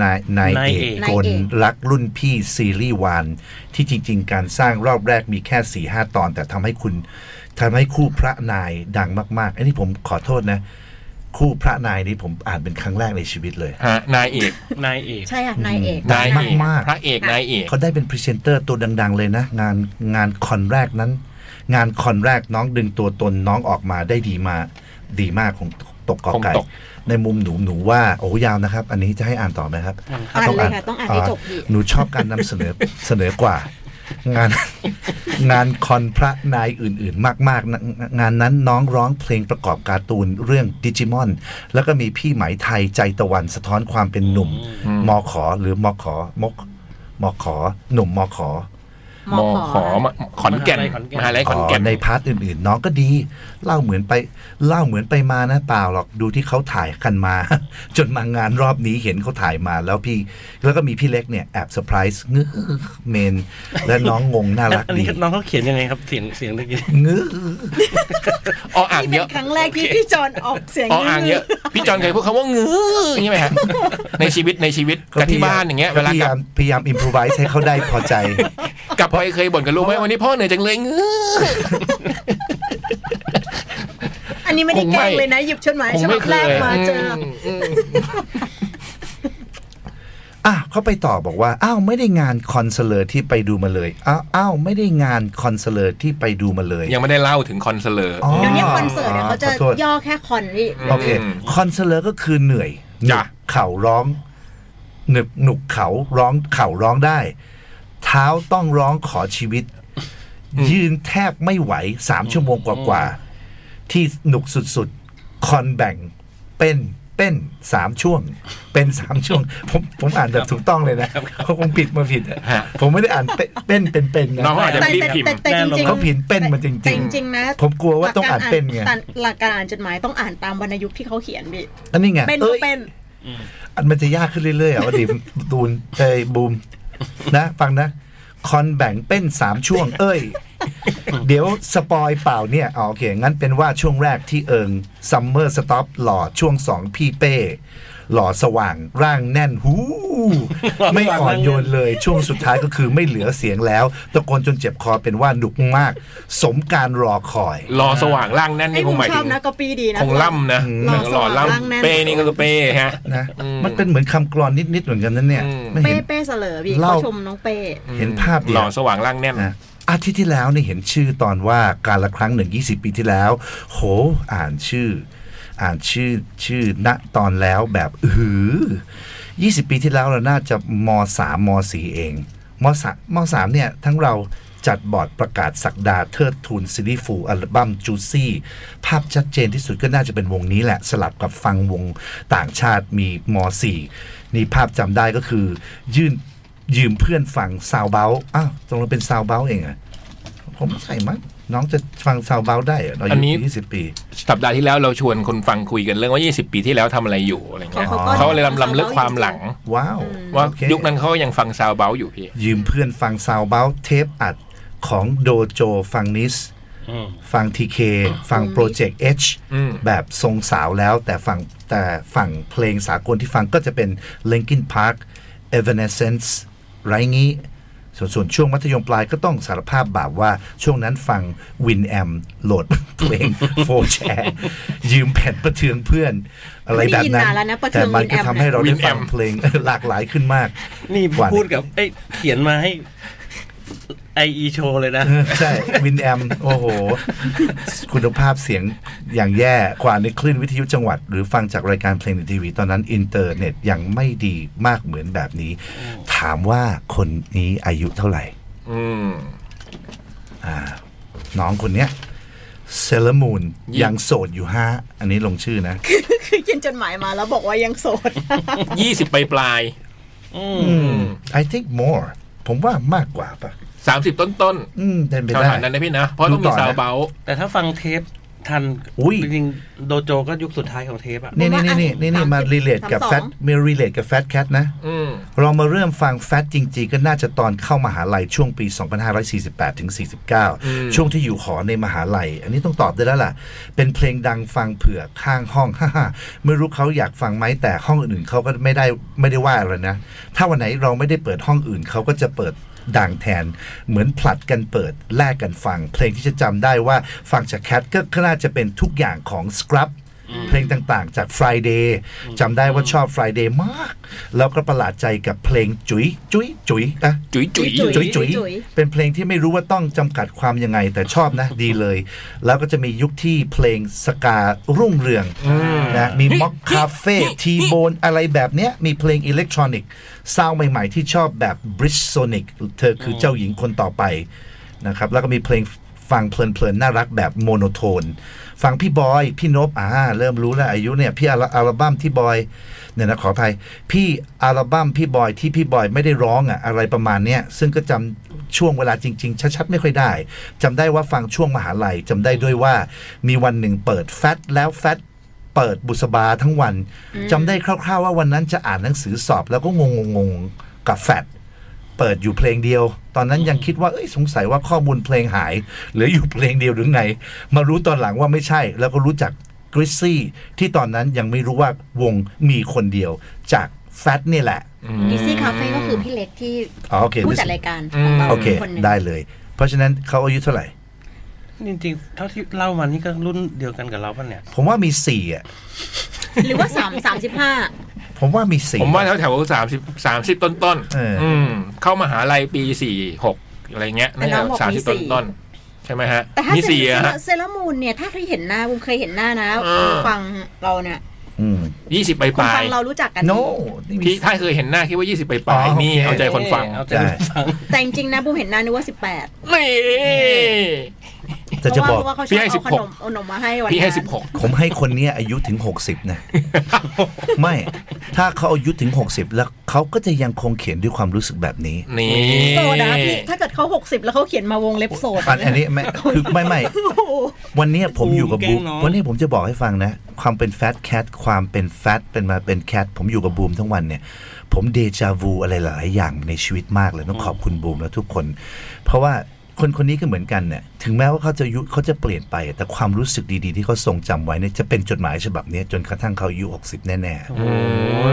Speaker 3: นายนายเอก
Speaker 2: นายเอก
Speaker 3: กลรักรุ่นพี่ซีรีส์วานที่จริง ๆ การสร้างรอบแรกมีแค่4ี่ห้าตอน แต่ทำให้คุณทำให้คู่พระนายดังมากๆ อันนี้ผมขอโทษนะ คู่พระนายนี้ผมอ่านเป็นครั้งแรกในชีวิตเลย
Speaker 1: ฮะนายเอก
Speaker 4: นายเอก
Speaker 2: ใช่ค่ะนายเอก
Speaker 1: นายเอก
Speaker 3: มากๆ
Speaker 1: พระเอกนายเอก
Speaker 3: เขาได้เป็นพรีเซนเตอร์ตัวดัง ๆ เลยนะ งานงานคอนแรกนั้น งานคอนแรกน้องดึงตัวตนน้องออกมาได้ดีมาดีมากของตกกอไก่ในมุมหนูหนูว่าโอ้ยาวนะครับ อันนี้จะให้อ่านต่อไหมครับ
Speaker 2: อ่านเลยค่ะต้องอ่านให้จบพี่
Speaker 3: หนูชอบการนำเสนอ [LAUGHS] เสนอกว่า งาน [LAUGHS] งานคอนพระนายอื่น ๆ มากๆนะงานนั้นน้องร้องเพลงประกอบการ์ตูนเรื่องดิจิมอน แล้วก็มีพี่ไหมายไทยใจตะวันสะท้อนความเป็นหนุ่มมอขอหรือมอขอมกมอขอหนุ่มมอขอ
Speaker 1: มอขอมาขอนแก่นมหาลัยขอนแก่น
Speaker 3: ในพาร์ทอื่นๆ น้องก็ดี เล่าเหมือนไปเล่าเหมือนไปมานะเปล่าหรอกดูที่เขาถ่ายกันมา [LAUGHS] จนมางานรอบนี้เห็นเขาถ่ายมาแล้วพี่ แล้วก็มีพี่เล็กเนี่ยแอบเซอร์ไพรส์งื้อเมน และน้องงงน่ารัก
Speaker 4: อัน
Speaker 1: [LAUGHS]
Speaker 3: ดี
Speaker 4: นี้น้องเขาเขียนยังไงครับเสียงเสียงเมื่อกี้
Speaker 3: งื้อ
Speaker 1: อ๋ออ่าง
Speaker 2: นี่
Speaker 1: เย
Speaker 2: เป็น
Speaker 1: อะ
Speaker 2: ครั้งแรกที่พี่จอนออกเสียง
Speaker 1: อ๋ออ่างเยอะ พี่จอนเคยพูดคำว่างื้ออย่างนี้ไหมฮะในชีวิตในชีวิตกับที่บ้านอย่างเงี้ยเวลาย
Speaker 3: พาก
Speaker 1: ลั
Speaker 3: ยา
Speaker 1: บ
Speaker 3: มพยายามอิมพรไวส์ให้เขาได้พอใจ [LAUGHS]
Speaker 1: กลับไปเคยบ่นกับลูกไหมวันนี้พ่อเหนื่อยจังเลยงื้อ
Speaker 2: อันนี้ไม่ได้แกล้งเลยนะหยิบจดหมาย
Speaker 1: คง
Speaker 2: ฉบั
Speaker 1: ไม่
Speaker 2: บ
Speaker 1: เค
Speaker 2: แร
Speaker 1: ย
Speaker 2: กมาเจออ
Speaker 1: มอืม
Speaker 3: อ่ะเขาไปต่อบอกว่า อ้าวไม่ได้งานคอนเสิร์ตที่ไปดูมาเลยอ้าวอ้าวไม่ได้งานคอนเสิร์ตที่ไปดูมาเลย
Speaker 1: ยังไม่ได้เล่าถึงคอนเสิร์ต
Speaker 3: อ๋อ
Speaker 2: เดี๋ยวนี้คอนเสิร์ตเนี่ยเขาจะ
Speaker 3: ขอโทษ
Speaker 2: ย่อแค่คอนนี่
Speaker 3: โอเค
Speaker 1: อืม
Speaker 3: คอนเสิร์ตก็คือเหนื่อยหนุ
Speaker 1: จ้ะ
Speaker 3: กเข่าร้องหนึบหนุกเขาร้องเข่าร้องได้ เท้าต้องร้องขอชีวิต ยืนแทบไม่ไหวสามชั่วโมงกว่าๆที่หนุกสุดๆ คอนแบ่งเป็นเป็นสามช่วง เป็นสามช่วง ผมผมอ่านแบบถูกต้องเลยนะเขาคงผิดมาผิดอะ
Speaker 1: ฮะ
Speaker 3: ผมไม่ได้อ่านเป็นเป็นเป็นเป็นนะ
Speaker 1: น้องเขาอาจจะ
Speaker 2: แต่
Speaker 1: ไม่รีบ
Speaker 2: แต่
Speaker 1: พิมพ์
Speaker 2: แต่แต่จริงๆ
Speaker 3: เขาผิดเป็นมันจ
Speaker 2: แต่
Speaker 3: ริง
Speaker 2: จริงๆนะ
Speaker 3: ผมกลัวว่าต้องอ่านเป็นไง
Speaker 2: หลักการอ่านจดหมายต้องอ่านตามวรรณยุกต์ที่เขาเขียนดิ
Speaker 3: ๆอันนี้ไง
Speaker 2: เป็น
Speaker 3: อ้ย
Speaker 2: เป็น
Speaker 3: อันมันจะยากขึ้นเรื่อยๆ
Speaker 1: [LAUGHS]
Speaker 3: อ่ะว่าดิม ตูนเอ้ยบูมนะฟังนะ คอนแบ่งเป็นสามช่วง เอ้ย
Speaker 1: [LAUGHS]
Speaker 3: เดี๋ยวสปอยเปล่าเนี่ยอ๋อโอเค งั้นเป็นว่าช่วงแรกที่เอิงซัมเมอร์สต็อปหล่อช่วงสองพี่เป้ หล่อสว่างร่างแน่นหู
Speaker 1: [LAUGHS]
Speaker 3: ไม่อ่อนโยนเลย ช่วงสุดท้ายก็คือไม่เหลือเสียงแล้วตะโกนจนเจ็บคอเป็นว่าหนุกมาก สมการรอคอย
Speaker 1: รอสว่างร่างแน่น
Speaker 2: ไอ้
Speaker 1: นี่
Speaker 2: ย
Speaker 1: ค
Speaker 2: ผ
Speaker 1: ง
Speaker 2: ม
Speaker 1: หมาย
Speaker 2: ชอ
Speaker 1: ถึ
Speaker 2: บ
Speaker 1: ง
Speaker 2: นะก็ปีดีนะ
Speaker 1: คงล่ำนะ
Speaker 2: รอ
Speaker 1: หล่อ
Speaker 2: สว่างร่างแน่น
Speaker 1: ล่ำเป้นี่ก็คือเป้ฮะ
Speaker 3: นะ
Speaker 1: อืม
Speaker 3: มันเป็นเหมือนคำกรอนนิดๆเหมือนกันนั่นเนี่ย
Speaker 1: อืม
Speaker 3: ไม่
Speaker 2: เป้
Speaker 3: เห็น
Speaker 2: เป้เสลอพี่
Speaker 3: เล่า
Speaker 2: เขาชมน้องเป้
Speaker 3: เห็นภาพเดี
Speaker 1: ห
Speaker 3: ย
Speaker 1: ล่อ
Speaker 3: ว
Speaker 1: สว่างร่างแน่น
Speaker 3: นะอาทิตย์ที่แล้วเนี่ยเห็นชื่อตอนว่าการละครั้งหนึ่ง20 ปีที่แล้ว โห อ่านชื่อ อ่านชื่อชื่อณตอนแล้วแบบอื้อหือ20 ปีที่แล้วเราน่าจะม3ม4เองมสามมสามเนี่ย ทั้งเราจัดบอร์ดประกาศสักดาเทิดทูนซีรีส์ฟูลอัลบั้มจูซี่ภาพชัดเจนที่สุดก็น่าจะเป็นวงนี้แหละ สลับกับฟังวงต่างชาติมีม4นี่ภาพจำได้ก็คือยื่น ยืมเพื่อนฟังซาวเบลอ้าวตรงเราเป็นซาวเบลเองเหรอะผมไม่ใช่มั้งน้องจะฟังซาวเบลได้เหรอเราอ
Speaker 1: อันนี้
Speaker 3: ยู่ยี่สิบปี
Speaker 1: สัปดาห์ที่แล้วเราชวนคนฟังคุยกันเรื่องว่า 20 ปีที่แล้วทำอะไรอยู่อะไร
Speaker 2: เขา
Speaker 1: เงี้ย
Speaker 2: เขา
Speaker 3: อ๋
Speaker 2: ก็
Speaker 3: อ
Speaker 1: เขาเลยลำลำลึกความหลัง
Speaker 3: ว้าว
Speaker 1: ว่า
Speaker 3: โอเค
Speaker 1: ยุคนั้นเขายังฟังซาวเบาอยู่พี่
Speaker 3: ยืมเพื่อนฟังซาวเบลเทปอัดของโดโจฟังนิส
Speaker 4: อืม
Speaker 3: ฟัง TK ฟัง Project H
Speaker 1: อืม
Speaker 3: แบบทรงสาวแล้วแต่ฝั่งแต่ฝั่งเพลงสากลที่ฟังก็จะเป็น Linkin Park Evanescence ไรงี้ ส่วนส่วนช่วงมัธยมปลายก็ต้องสารภาพบาปว่าช่วงนั้นฟัง Win a m โหลด [LAUGHS] เพลง โฟแชร์ยืมแผ่นประเทืองเพื่อน อะไร
Speaker 2: ไม่
Speaker 3: แบบนั้
Speaker 2: ได้ยินนานแล้วนะประเทื
Speaker 3: แต่
Speaker 2: อง
Speaker 3: มันก็
Speaker 2: Winamp
Speaker 3: ทำให้เราได้ฟัง [LAUGHS]
Speaker 1: Winamp
Speaker 3: เพลง หลากหลายขึ้นมาก
Speaker 4: นี่
Speaker 3: กว่า
Speaker 4: พูดกับเอ้ยเขียนมาให้ ไออีโชว์เลยนะ
Speaker 3: ใช่วินแอมโอ้โห คุณภาพเสียงอย่างแย่กว่าในคลื่นวิทยุจังหวัด หรือฟังจากรายการเพลงในทีวี ตอนนั้นอินเทอร์เน็ตยังไม่ดีมากเหมือนแบบนี้ ถามว่าคนนี้อายุเท่าไหร่
Speaker 1: อืม
Speaker 3: อ่า น้องคนเนี้ยเซเลมูน
Speaker 1: ยี่
Speaker 3: ยังโสดอยู่ฮะอันนี้ลงชื่อนะ
Speaker 2: คือเขียนจดหมายมาแล้วบอกว่ายังโสด
Speaker 1: ยี่สิบปลายปลาย
Speaker 4: อืม
Speaker 3: อืม I think more ผมว่ามากกว่าปะ
Speaker 1: สามสิบต้นต้น
Speaker 3: อืมเป็นไป
Speaker 1: ๆแถ
Speaker 3: ได้
Speaker 1: วๆนั้นนะพี่นะ เพราะต้องมี
Speaker 3: ดูต่อนะ
Speaker 1: ซาวเบล
Speaker 4: แต่ถ้าฟังเทปทัน
Speaker 3: อุ้ย
Speaker 4: จริงๆโดโจก็ยุคสุดท้ายของเทปอะ
Speaker 3: นี่นี่นี่นี่นี่มา
Speaker 2: ผมว่า
Speaker 3: e ีเล e กับแฟ
Speaker 2: สามสอ
Speaker 3: ต
Speaker 2: ง
Speaker 3: มี e ีเล e กับแฟตแคทนะ
Speaker 1: อืม
Speaker 3: เรามาเริ่มฟังแฟตจริงๆ ก็น่าจะตอนเข้ามหาลัยช่วงปี 2548ถึง
Speaker 1: ม
Speaker 3: 49 ช่วงที่อยู่หอในมหาลัย อันนี้ต้องตอบได้แล้วล่ะ เป็นเพลงดังฟังเผื่อข้าง [LAUGHS] ห้อง ฮ่าๆไม่รู้เขาอยากฟังไหมแต่ห้องอื่นๆเขาก็ไม่ได้ไม่ได้ว่าอะไรนะ ถ้าวันไหนเราไม่ได้เปิดห้องอื่นเขาก็จะเปิดดังแทน เหมือนผลัดกันเปิดแลกกันฟัง เพลงที่จะจำได้ว่าฟังจากแคทก็น่าจะเป็นทุกอย่างของสครับ เพลงต่างๆ จาก Friday จำได้ว่าชอบ Friday มาก แล้วก็ประหลาดใจกับเพลงจุ๋ยจุ๋ยจุ๋ยนะ
Speaker 1: จุ๋ยจุ๋ย
Speaker 2: จุ๋ย
Speaker 3: จุ๋ยจุ๋ยเป็นเพลงที่ไม่รู้ว่าต้องจำกัดความยังไง แต่ชอบนะ [LAUGHS] ดีเลย แล้วก็จะมียุคที่เพลงสการุ่งเรืองนะมีม็อกคาเฟ่ทีโบนอะไรแบบเนี้ย มีเพลงอิเล็กทรอนิกส์ซาวด์ใหม่ๆ ที่ชอบแบบ Bridge Sonic เธอคือเจ้าหญิงคนต่อไปนะครับแล้วก็มีเพลง ฟังเพลินๆ น่ารักแบบโมโนโทน ฟังพี่บอย พี่นบอ่าเริ่มรู้แล้วอายุเนี่ย พี่อัลอัลบั้มที่บอยเนี่ยนะขออภัย พี่อัลบั้มพี่บอยที่พี่บอยไม่ได้ร้องอ่ะอะไรประมาณเนี้ยซึ่งก็จำช่วงเวลาจริง ๆ ชัดๆ ไม่ค่อยได้จำได้ว่าฟังช่วงมหาลัยจำได้ด้วยว่า มีวันหนึ่งเปิดแฟตแล้วแฟต เปิดบุษบาทั้งวันจำได้คร่าวๆว่าวันนั้นจะอ่านหนังสือสอบแล้วก็งงงๆกับแฟดเปิดอยู่เพลงเดียว ตอนนั้นยังคิดว่าเอ้ยสงสัยว่าข้อมูลเพลงหายเหลืออยู่เพลงเดียวหรือไง มารู้ตอนหลังว่าไม่ใช่ แล้วก็รู้จักกริซซี่ที่ตอนนั้นยังไม่รู้ว่าวงมีคนเดียวจากแฟตนี่แหละ
Speaker 2: ดิซี่คาเฟ่ก็คือพี่เล็กที่
Speaker 3: อ๋อโอเค
Speaker 2: ผู้จัดรายการของเรา
Speaker 3: โอเค
Speaker 2: คนหนึ่ง
Speaker 3: ได้เลย เพราะฉะนั้นเขาอายุเท่าไหร่
Speaker 4: จริงๆ เท่าที่เล่ามานี่ก็รุ่นเดียวกันกับเราป่ะเนี่ย
Speaker 3: ผมว่ามีสี่อ่ะ
Speaker 2: หรือว่าสามสามสิบห้า
Speaker 3: ผมว่ามีสี่
Speaker 1: ผมว่าแถวแถวสามสิบสามสิบต้นต้น
Speaker 3: เอออื
Speaker 1: มเข้ามหาลัยปีสี่หกอะไรเงี้ยน่าจะสามสิบต้นต้นๆใช่ไหมฮะ
Speaker 2: แต่ถ้า
Speaker 1: มี
Speaker 2: เซ
Speaker 1: สี่อะ
Speaker 2: เล
Speaker 1: ฮะ
Speaker 2: เซเลมูนเนี่ยถ้าเคยเห็นหน้าบุมเคยเห็นหน้านะ
Speaker 1: เออ
Speaker 2: ฟังเราเนี่ย
Speaker 3: อืม
Speaker 1: ยี่สิบปลาย
Speaker 2: คุ
Speaker 1: ป
Speaker 2: ณ
Speaker 1: ลา
Speaker 2: ฟั
Speaker 1: ย
Speaker 2: งเรารู้จักกันดี
Speaker 3: no นี่มี
Speaker 1: ที่ถ้าเคยเห็นหน้าคิดว่ายี่สิบปลายปลาย
Speaker 3: อ๋อ
Speaker 1: นี่
Speaker 3: โอเค
Speaker 1: เอาใจคนฟัง
Speaker 4: เอาใจ
Speaker 3: ได้
Speaker 4: คนฟัง
Speaker 2: แต่จริงๆนะบุมเห็นหน้านึกว่าสิบแปด
Speaker 1: นี่
Speaker 3: แต่จะบอก
Speaker 2: เพราะว่าเขาช
Speaker 1: พี่
Speaker 2: อบ
Speaker 1: ให้
Speaker 2: เอาขน
Speaker 1: 16
Speaker 2: มเอาขนมมาให้วัน
Speaker 1: พี่ให้
Speaker 2: นั้น
Speaker 1: สิบหก
Speaker 3: ผมให้คนเนี้ยอายุถึง 60
Speaker 1: [LAUGHS]
Speaker 3: นะ ไม่ ถ้าเขาอายุถึง 60 แล้วเขาก็จะยังคงเขียนด้วยความรู้สึกแบบนี้
Speaker 1: นี่
Speaker 2: โซดาพี่ถ้าเกิดเขาหกสิบแล้วเขาเขียนมาวงเล็บโสด
Speaker 3: อันอันนี้ไม่คือไม่ไม่
Speaker 2: โอ้โห
Speaker 3: วันเนี้ยผมอยู่กับบูม
Speaker 4: แกล้งน้อง
Speaker 3: วันนี้ผมจะบอกให้ฟังนะ ความเป็นแฟตแคทความเป็นแฟตเป็นมาเป็นแคทผมอยู่กับบูมทั้งวันเนี่ย ผมเดจาวูอะไรหลายอย่างในชีวิตมากเลยต้องขอบคุณบูมและทุกคน เพราะว่าคนคนนี้ก็เหมือนกันเนี่ยถึงแม้ว่าเขาจะอายุเขาจะเปลี่ยนไป แต่ความรู้สึกดีๆ ที่เขาทรงจำไว้เนี่ยจะเป็นจดหมายฉบับเนี้ยจนกระทั่งเขาอายุ60 แน่ๆ
Speaker 1: อืม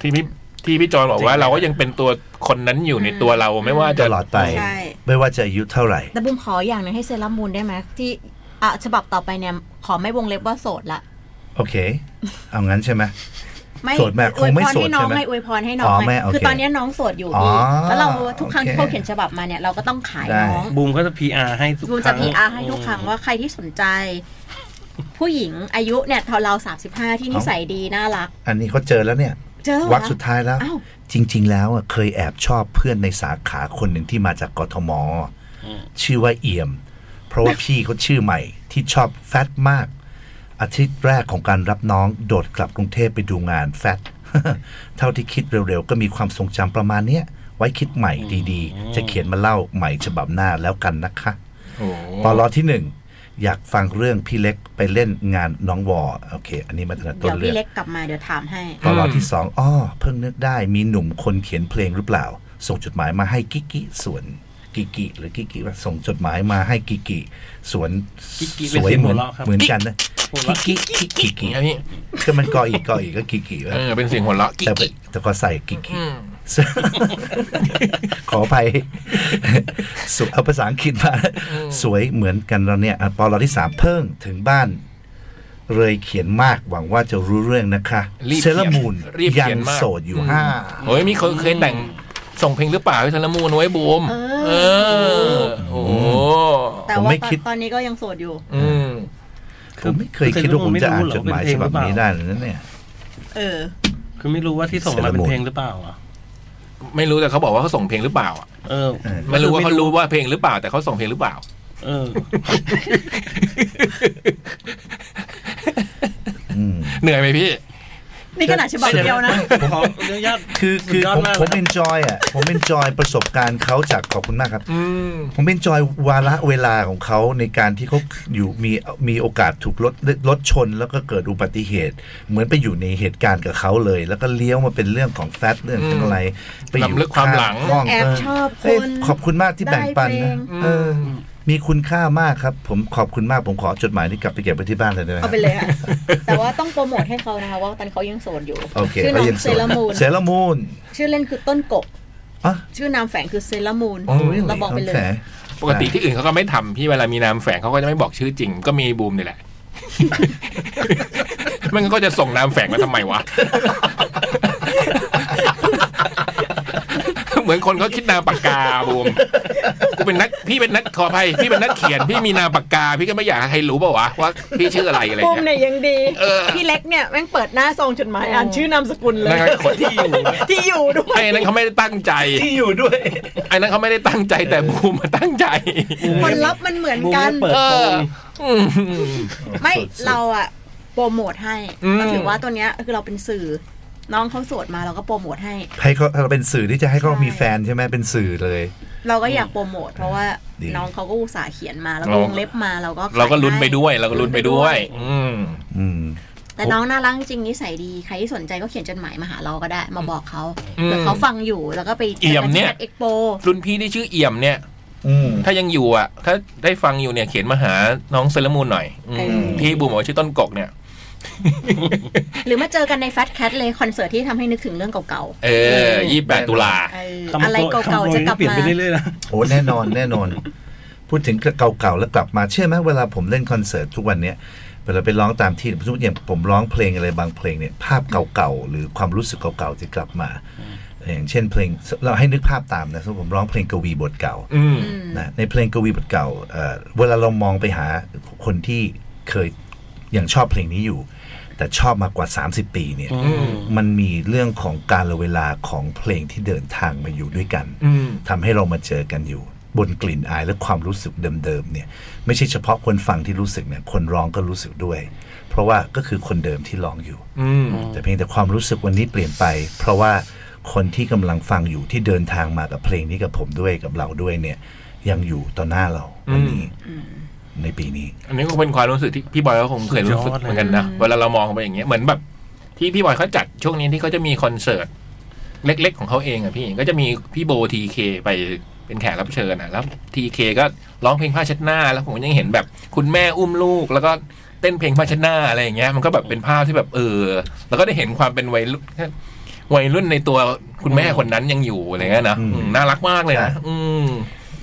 Speaker 1: ที่พี่ที่พี่จอนบอกว่าเราก็ยังเป็นตัวคนนั้นอยู่ในตัวเราไม่ว่า
Speaker 3: ต
Speaker 1: จะ
Speaker 3: ลอดไป
Speaker 2: ใช่
Speaker 3: ไม่ว่าจะอายุเท่าไหร่
Speaker 2: แต่บุมขออย่างหนึ่งให้เซรามูนได้ไหมที่อ่ะฉบับต่อไปเนี่ยขอไม่วงเล็บว่าโสดละ
Speaker 3: โอเค เอางั้นใช่ไหม
Speaker 2: ไม่
Speaker 3: โสดแบบคงไม่โส
Speaker 2: อวยพ
Speaker 3: ด
Speaker 2: รให้น้อง
Speaker 3: ใช่ไห
Speaker 2: ไง
Speaker 3: ม
Speaker 2: อวยพรให้น้อง
Speaker 3: อ๋อ
Speaker 2: ไง
Speaker 3: แม่โอเค
Speaker 2: คือตอนเนี้ยน้องโสดอยู่
Speaker 3: อ๋อ
Speaker 2: พี่แล้วเราทุกครั้งที่
Speaker 3: โอ
Speaker 2: เขา
Speaker 3: เค
Speaker 2: เขียนฉบับมาเนี่ยเราก็ต้องขาย
Speaker 3: ได้
Speaker 2: น้อง
Speaker 4: บูมก็จะ PR ให้ทุก
Speaker 2: บูม
Speaker 4: ค
Speaker 2: จะ
Speaker 4: รั้ง
Speaker 2: พีอาให้ทุกครั้งว่าใครที่สนใจ ผู้หญิงอายุเนี่ยเท่าเราสามสิบห้าที่นิสัยดีน่ารัก
Speaker 3: อันนี้เขาเจอแล้วเนี่ย
Speaker 2: เจอเหรอ
Speaker 3: วักสุดท้ายแล้ว
Speaker 2: อ้าว
Speaker 3: จริง ๆ แล้วอะเคยแอบชอบเพื่อนในสาขาคนหนึ่งที่มาจากกทม ชื่อว่าเอี่ยม เพราะว่าพี่เขาชื่อใหม่ที่ชอบแฟตมาก อาทิตย์แรกของการรับน้องโดดกลับกรุงเทพไปดูงานแฟต [LAUGHS] เท่าที่คิดเร็วๆ ก็มีความทรงจำประมาณเนี้ย ไว้คิดใหม่ดีๆ จะเขียนมาเล่าใหม่ฉบับหน้าแล้วกันนะคะ
Speaker 1: โอ้โห
Speaker 3: ปอลอที่หนึ่งอยากฟังเรื่องพี่เล็กไปเล่นงานน้องวอโอเค อันนี้มาตั้งแต่ต้
Speaker 2: เดี๋
Speaker 3: น
Speaker 2: ยว
Speaker 3: เรื่
Speaker 2: พี่
Speaker 3: อง
Speaker 2: เล็กกลับมาเดี๋ยวถามให้
Speaker 3: ปอลอที่สองอ้อเพิ่งนึกได้มีหนุ่มคนเขียนเพลงหรือเปล่า ส่งจดหมายมาให้กิกกิสวนกิกกิหรือกิกกิว่าส่งจดหมายมาให้กิกกิสวน
Speaker 4: กิกกิ
Speaker 3: สวย
Speaker 4: เป็นเสียง
Speaker 3: เหมือน
Speaker 4: หัวเราะครับ
Speaker 3: เหมือนกันนะ
Speaker 4: หัวเราะ
Speaker 3: กิกกิกิกกิ
Speaker 1: อันนี้
Speaker 3: ก็มันกออีกกออีกก็กิกกิ
Speaker 1: เออเป็นเสียงหัวเราะกิ๊ก
Speaker 3: แต่
Speaker 1: กิ๊ก
Speaker 3: แต่พอใส่กิกกิ
Speaker 1: อืม
Speaker 3: [LAUGHS] ขออภัยสุเอาภาษาอังกฤษมา สวยเหมือนกันเราเนี่ยอ่ะปอเราที่สามเพิ่งถึงบ้าน เลยเขียนมากหวังว่าจะรู้เรื่องนะคะ
Speaker 1: รีบ
Speaker 3: เซรามูน
Speaker 1: รีบ
Speaker 3: ยั
Speaker 1: เขียนมาก
Speaker 3: โสดอยู่ห้า
Speaker 1: โอ้ยมีเคยเคยแต่งส่งเพลงหรือเปล่าให้ธนมูลไว้บูม
Speaker 2: เออ
Speaker 1: เออ โอ้โห
Speaker 2: แต่
Speaker 3: ผม
Speaker 2: ว่า
Speaker 3: ไม่คิด
Speaker 2: ตอนนี้ก็ยังโสดอยู่
Speaker 1: อืม
Speaker 3: ผมไม่เคยคิดว่าผมจะอ่านจดหมายฉบับนี้ได้เลยนะเนี่ย
Speaker 2: เออ
Speaker 4: คือไม่รู้ว่าที่ส่งมาเป็นเพลงหรือเปล่าอ่ะ
Speaker 1: ไม่รู้แต่เขาบอกว่าเขาส่งเพลงหรือเปล่าอะ
Speaker 4: เออ
Speaker 1: ไม่รู้ว่าเขารู้ว่าเพลงหรือเปล่า แต่เขาส่งเพลงหรือเปล่า
Speaker 4: เออ
Speaker 3: อืม
Speaker 1: เหนื่อยไหมพี่
Speaker 2: นี่ขนาดฉบับเดียวนะ
Speaker 4: ขออนุญาต
Speaker 3: คือคือ
Speaker 4: สุดย
Speaker 3: ผม
Speaker 4: ดากเล
Speaker 3: ผ
Speaker 4: ย
Speaker 3: ม
Speaker 4: รับ
Speaker 3: เอนจอยอ่ะ ผมเอนจอยประสบการณ์เขาจากขอบคุณมากครับ
Speaker 1: อืม
Speaker 3: ผมเอนจอยวาระเวลาของเขาในการที่เขาอยู่มีมีโอกาสถูกรถรถชนแล้วก็เกิดอุบัติเหตุ เหมือนไปอยู่ในเหตุการณ์กับเขาเลย แล้วก็เลี้ยวมาเป็นเรื่องของแฟตเรื่องของอะไรไปอยู่
Speaker 1: ลำลึกความหลัง
Speaker 3: ข้
Speaker 2: แอบ
Speaker 3: เ
Speaker 2: ชอบ
Speaker 3: เอ้ย
Speaker 2: คน
Speaker 3: ขอบคุณมากที่แบ่งปัน
Speaker 2: ได้
Speaker 3: นะ
Speaker 2: เพลง
Speaker 3: เออมีคุณค่ามากครับ ผมขอบคุณมากผมขอจดหมายนี้กลับไปเก็บไว้ที่บ้านเลยได้ไหม
Speaker 2: เอาไปเลยอะแต่ว่าต้องโปรโมทให้เขานะคะว่าตอนเขายังโสดอยู่
Speaker 3: โอเค
Speaker 2: ชื่อน้
Speaker 3: ก็
Speaker 2: อง
Speaker 3: ยัง
Speaker 2: เซรามูน
Speaker 3: เซรามูน
Speaker 2: ชื่อเล่นคือต้นกบ
Speaker 3: อ่ะ
Speaker 2: ชื่อนามแฝงคือเซรามูน
Speaker 1: อ๋อ really?
Speaker 2: เราบอกไปเลย
Speaker 3: แหม
Speaker 1: ปกติที่อื่นเขาก็ไม่ทำพี่เวลามีนามแฝงเขาก็จะไม่บอกชื่อจริง ก็มีบูมนี่แหละ [LAUGHS] มันก็จะส่งนามแฝงมาทำไมวะ เหมือนคนเขาคิดนามปากกาบูมกูเป็นนักพี่เป็นนักขออภัยพี่เป็นนักเขียน พี่มีนามปากกา พี่ก็ไม่อยากให้ใครรู้เปล่าวะว่าพี่ชื่ออะไรอะไร
Speaker 2: ปุ้ม
Speaker 1: เงี้ย
Speaker 2: เนี่ยยังดี
Speaker 1: เออ
Speaker 2: พี่เล็กเนี่ยแม่งเปิดหน้าซองจดหมายอ่านชื่อนามสกุลเล
Speaker 1: แล้
Speaker 2: ย
Speaker 1: วก็คนที่อยู่
Speaker 2: ที่อยู่ด้วย
Speaker 1: ไอ้นั้นเขาไม่ได้ตั้งใจ
Speaker 5: ที่อยู่ด้วย
Speaker 1: ไอ้นั้นเขาไม่ได้ตั้งใจแต่บูมมาตั้งใจ
Speaker 2: คนรับมันเหมือน
Speaker 4: มุม
Speaker 2: กัน
Speaker 4: เปิด
Speaker 1: เอ
Speaker 4: โป
Speaker 1: อ
Speaker 4: ง
Speaker 1: อืม
Speaker 2: ไม่
Speaker 3: สุดๆ
Speaker 2: เราอะโปรโมทให้
Speaker 1: อืม
Speaker 2: ก็ถือว่าตัวเนี้ยคือเราเป็นสื่อ น้องเขาโสดมาเราก็โปรโมทให้
Speaker 3: ให้เขาเราเป็นสื่อที่จะให้เขา
Speaker 2: ใช่
Speaker 3: มีแฟนใช่ไหมเป็นสื่อเลย
Speaker 2: เราก็อยากโปรโมทเพราะว่า
Speaker 3: ดี
Speaker 2: น้องเขาก็อุตส่าห์เขียนมาแล้วก็วงเล็บมาเราก็ขย
Speaker 1: เราก็ลุ้นไปด้วย
Speaker 2: ให้
Speaker 1: เราก็ลุ้นไปด้วย อืม
Speaker 3: อืม
Speaker 2: แต่น้องน่ารักจริงนิสัยดีใครที่สนใจก็เขียนจดหมายมาหาเราก็ได้ มาบอกเขา
Speaker 1: อืม
Speaker 2: เผื่อเขาฟังอยู่แล้วก็ไป
Speaker 1: เอี่ยมเนี่ย
Speaker 2: เอ็กโป
Speaker 1: รุ่นพี่ที่ชื่อเอี่ยมเนี่ย
Speaker 3: อืม
Speaker 1: ถ้ายังอยู่อ่ะ ถ้าได้ฟังอยู่เนี่ยเขียนมาหาน้องเซรามูนหน่อยอืมพี่บูมบอกว่าชื่อต้นกกเนี่ย
Speaker 2: หรือมาเจอกันในแฟ t แคทเลยคอนเสิร์ตที่ทำให้นึกถึงเรื่องเก่า
Speaker 1: เออยี่แปดตุลา
Speaker 2: ๆเออ
Speaker 4: คำโปย
Speaker 2: อะไรเก่า
Speaker 4: คำโป
Speaker 2: ๆ
Speaker 4: ย
Speaker 2: จะกลับ
Speaker 4: เปลี่ยน
Speaker 2: มา
Speaker 4: ไปเรื่อยๆนะ
Speaker 3: โอ้แน่นอนแน่นอน พูดถึงเก่าๆแล้วกลับมาเชื่อไหมเวลาผมเล่นคอนเสิร์ตทุกวันเนี้ยเวลาไปร้องตามที่สมมติอย่างผมร้องเพลงอะไรบางเพลงเนี่ยภาพเก่าๆหรือความรู้สึกเก่าๆจะกลับมา อย่างเช่นเพลงเราให้นึกภาพตามนะสมมติผมร้องเพลงกวีบทเก่า
Speaker 1: อืม
Speaker 2: อืม
Speaker 3: นะในเพลงกวีบทเก่าเอ่อเวลาเรามองไปหาคนที่เคยยังชอบเพลงนี้อยู่ แต่ชอบมากกว่า 30 ปีเนี่ย
Speaker 4: อืม
Speaker 3: มันมีเรื่องของการละเวลาของเพลงที่เดินทางมาอยู่ด้วยกัน
Speaker 1: อืม
Speaker 3: ทำให้เรามาเจอกันอยู่ บนกลิ่นอายและความรู้สึกเดิมๆเนี่ย ไม่ใช่เฉพาะคนฟังที่รู้สึกเนี่ยคนร้องก็รู้สึกด้วย เพราะว่าก็คือคนเดิมที่ร้องอยู่
Speaker 1: อืม
Speaker 3: แต่เพียงแต่ความรู้สึกวันนี้เปลี่ยนไป เพราะว่าคนที่กำลังฟังอยู่ที่เดินทางมากับเพลงนี้กับผมด้วยกับเราด้วยเนี่ย ยังอยู่ต่อหน้าเราวันนี้ในปีนี้
Speaker 1: อันนี้ก็เป็นความรู้สึกที่พี่บอยก็คงเคยรู้สึกเหมือนกันนะ เวลาเรามองไปอย่างเงี้ย เหมือนแบบที่พี่บอยเขาจัดช่วงนี้ที่เขาจะมีคอนเสิร์ตเล็กๆของเขาเองอะพี่ ก็จะมีพี่โบทีเคไปเป็นแขกรับเชิญอะแล้วทีเคก็ร้องเพลงผ้าเช็ดหน้า แล้วผมก็ยังเห็นแบบ คุณแม่อุ้มลูก แล้วก็เต้นเพลงผ้าเช็ดหน้าอะไรอย่างเงี้ย มันก็แบบเป็นภาพที่แบบเออ แล้วก็ได้เห็นความเป็นวัยรุ่นวัยรุ่นในตัวคุณแม่คนนั้นยังอยู่อะไรเงี้ยนะ
Speaker 3: อืม
Speaker 1: อืมน่ารักมากเลยนะอืม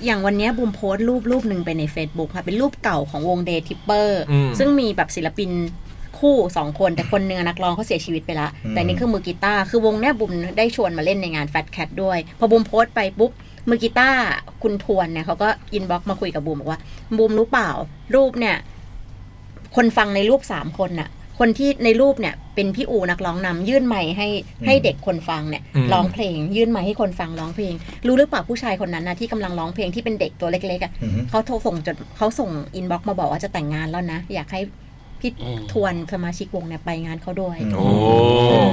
Speaker 2: อย่างวันเนี้ยบูมโพสต์รูปรูปหนึ่งไปใน Facebook ค่ะ เป็นรูปเก่าของวงเดทิปเปอร์
Speaker 1: อืม
Speaker 2: ซึ่งมีแบบศิลปินคู่สองคน แต่คนเนื้อะนักร้องเขาเสียชีวิตไปละ แต่นี่คือมือกีตาร์คือวงเนี้ยบุมได้ชวนมาเล่นในงานแฟ t แคทด้วย พอบุมโพสต์ไปปุ๊บ มือกีตาร์คุณทวนเนี่ยเขาก็อินบ็อกมาคุยกับบุมบอกว่าบุมรู้เปล่า รูปเนี่ย คนฟังในรูปสามคนน่ะ คนที่ในรูปเนี่ยเป็นพี่อูนักร้องนำยื่นไมค์ให้ให้เด็กคนฟังเนี่ย
Speaker 1: อืม
Speaker 2: ร้องเพลง ยื่นไมค์ให้คนฟังร้องเพลง รู้หรือเปล่าผู้ชายคนนั้นนะที่กำลังร้องเพลงที่เป็นเด็กตัวเล็กๆอ่ะ
Speaker 3: อือฮึ
Speaker 2: เขาโทรส่งจดเขาส่งอินบ็อกซ์มาบอกว่าจะแต่งงานแล้วนะ อยากให้พี่ทวนสมาชิกวงเนี่ยไปงานเขาด้วย
Speaker 1: โอ้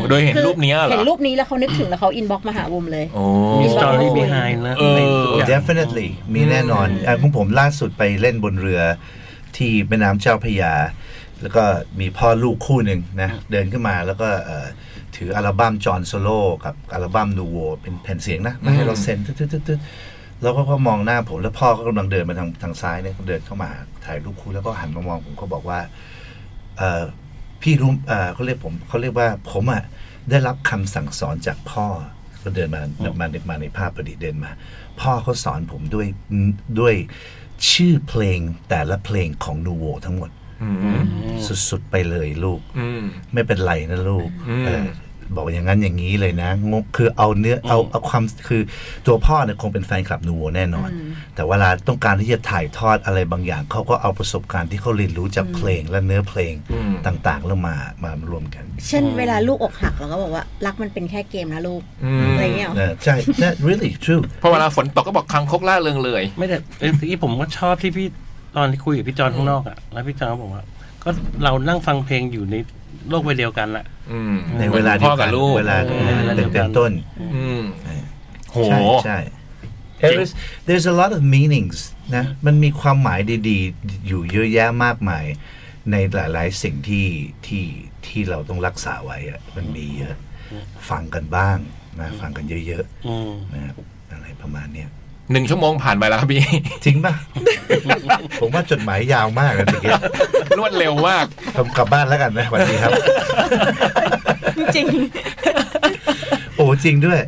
Speaker 1: โดยเห็นรูปเนี้ยเหร
Speaker 2: เห็น
Speaker 1: อ
Speaker 2: รูปนี้แล้วเขานึกถึงแล้วเขาอินบ็อกซ์มาหาวมเลย
Speaker 1: โอ้
Speaker 4: มีสตอรี่ behind นะ
Speaker 1: เออ
Speaker 4: ทุกย่าง
Speaker 3: definitely มีแน่นอนอ่ะของผมล่าสุดไปเล่นบนเรือที่แม่น้ำเจ้าพระยา แล้วก็มีพ่อลูกคู่หนึ่งนะ เดินขึ้นมาแล้วก็เอ่อถืออัลบั้มจอห์นโซโล่กับอัลบั้มนูโวเป็นแผ่นเสียงนะมาให้เราเซ็นตึ๊ดตึ๊ดตึ๊ดตึ๊ดแล้วก็ก็มองหน้าผมแล้วพ่อก็กำลังเดินมาทางทางซ้ายเนี่ยเดินเข้ามาถ่ายรูปคู่แล้วก็หันมามองผมก็บอกว่า เอ่อพี่รู้เอ่อเขาเรียกผมเขาเรียกว่าผมอ่ะได้รับคำสั่งสอนจากพ่อก็เดินมามาในมาในภาพพอดีเดินมา พ่อเขาสอนผมด้วยด้วยชื่อเพลงแต่ละเพลงของนูโวทั้งหมด
Speaker 1: อืม
Speaker 3: สุดๆไปเลยลูก
Speaker 1: อืม
Speaker 3: ไม่เป็นไรนะลูก
Speaker 1: อืม
Speaker 3: เออ บอกอย่างนั้นอย่างนี้เลยนะงงคือเอาเนื้อเอา
Speaker 4: อืม
Speaker 3: เอาความคือตัวพ่อเนี่ยคงเป็นแฟนคลับนูโวแน่นอน
Speaker 2: อืม
Speaker 3: แต่เวลาต้องการที่จะถ่ายทอดอะไรบางอย่าง เขาก็เอาประสบการณ์ที่เขาเรียนรู้จากเพลงและเนื้อเพลง
Speaker 1: อืม
Speaker 3: ต่างๆ แล้วมามารวมกัน
Speaker 2: เช่นเวลาลูกอกหักเราก็บอกว่ารักมันเป็นแค่เกมนะลูก
Speaker 1: อืม
Speaker 2: อะไรเงี้ยหรอ
Speaker 3: เออใช่ that really true
Speaker 1: พอเวลาฝนตกก็บอกคังคกล่าเริงเลย
Speaker 4: ไม่แต่เอ้ยที่ผมก็ชอบที่พี่ตอนที่คุยกับพี่จอนข้างนอกอ่ะแล้วพี่จอนก็บอกว่า ก็เรานั่งฟังเพลงอยู่ในโลกใบเดียวกันละ
Speaker 1: อืม
Speaker 3: ในเวลา
Speaker 1: หมือน
Speaker 3: เดีย
Speaker 1: พ่อ
Speaker 3: วกั
Speaker 1: กับ
Speaker 3: น
Speaker 1: ลูก
Speaker 3: เวลา
Speaker 4: เออ
Speaker 3: เต็มเต็มต้น
Speaker 1: อืมโห
Speaker 3: ใช่ใช่ There's there's a lot of meanings นะมันมีความหมายดีๆ อยู่เยอะแยะมากมาย ในหลายๆสิ่งที่ที่ที่เราต้องรักษาไว้อะมันมีเยอะฟังกันบ้างนะฟังกันเยอะ
Speaker 4: อืม
Speaker 3: ๆนะอะไรประมาณเนี้ย
Speaker 1: หนึ่งชั่วโมงผ่านไปแล้วครับพี่
Speaker 3: จริง
Speaker 1: [LAUGHS]
Speaker 3: ป่ะ ผมว่าจดหมายยาวมากนะตะกี้
Speaker 1: รวดเร็วมาก
Speaker 3: ผมกลับบ้านแล้วกันนะสวันนี้ครับ
Speaker 2: จริง
Speaker 3: โอ้จริงด้วย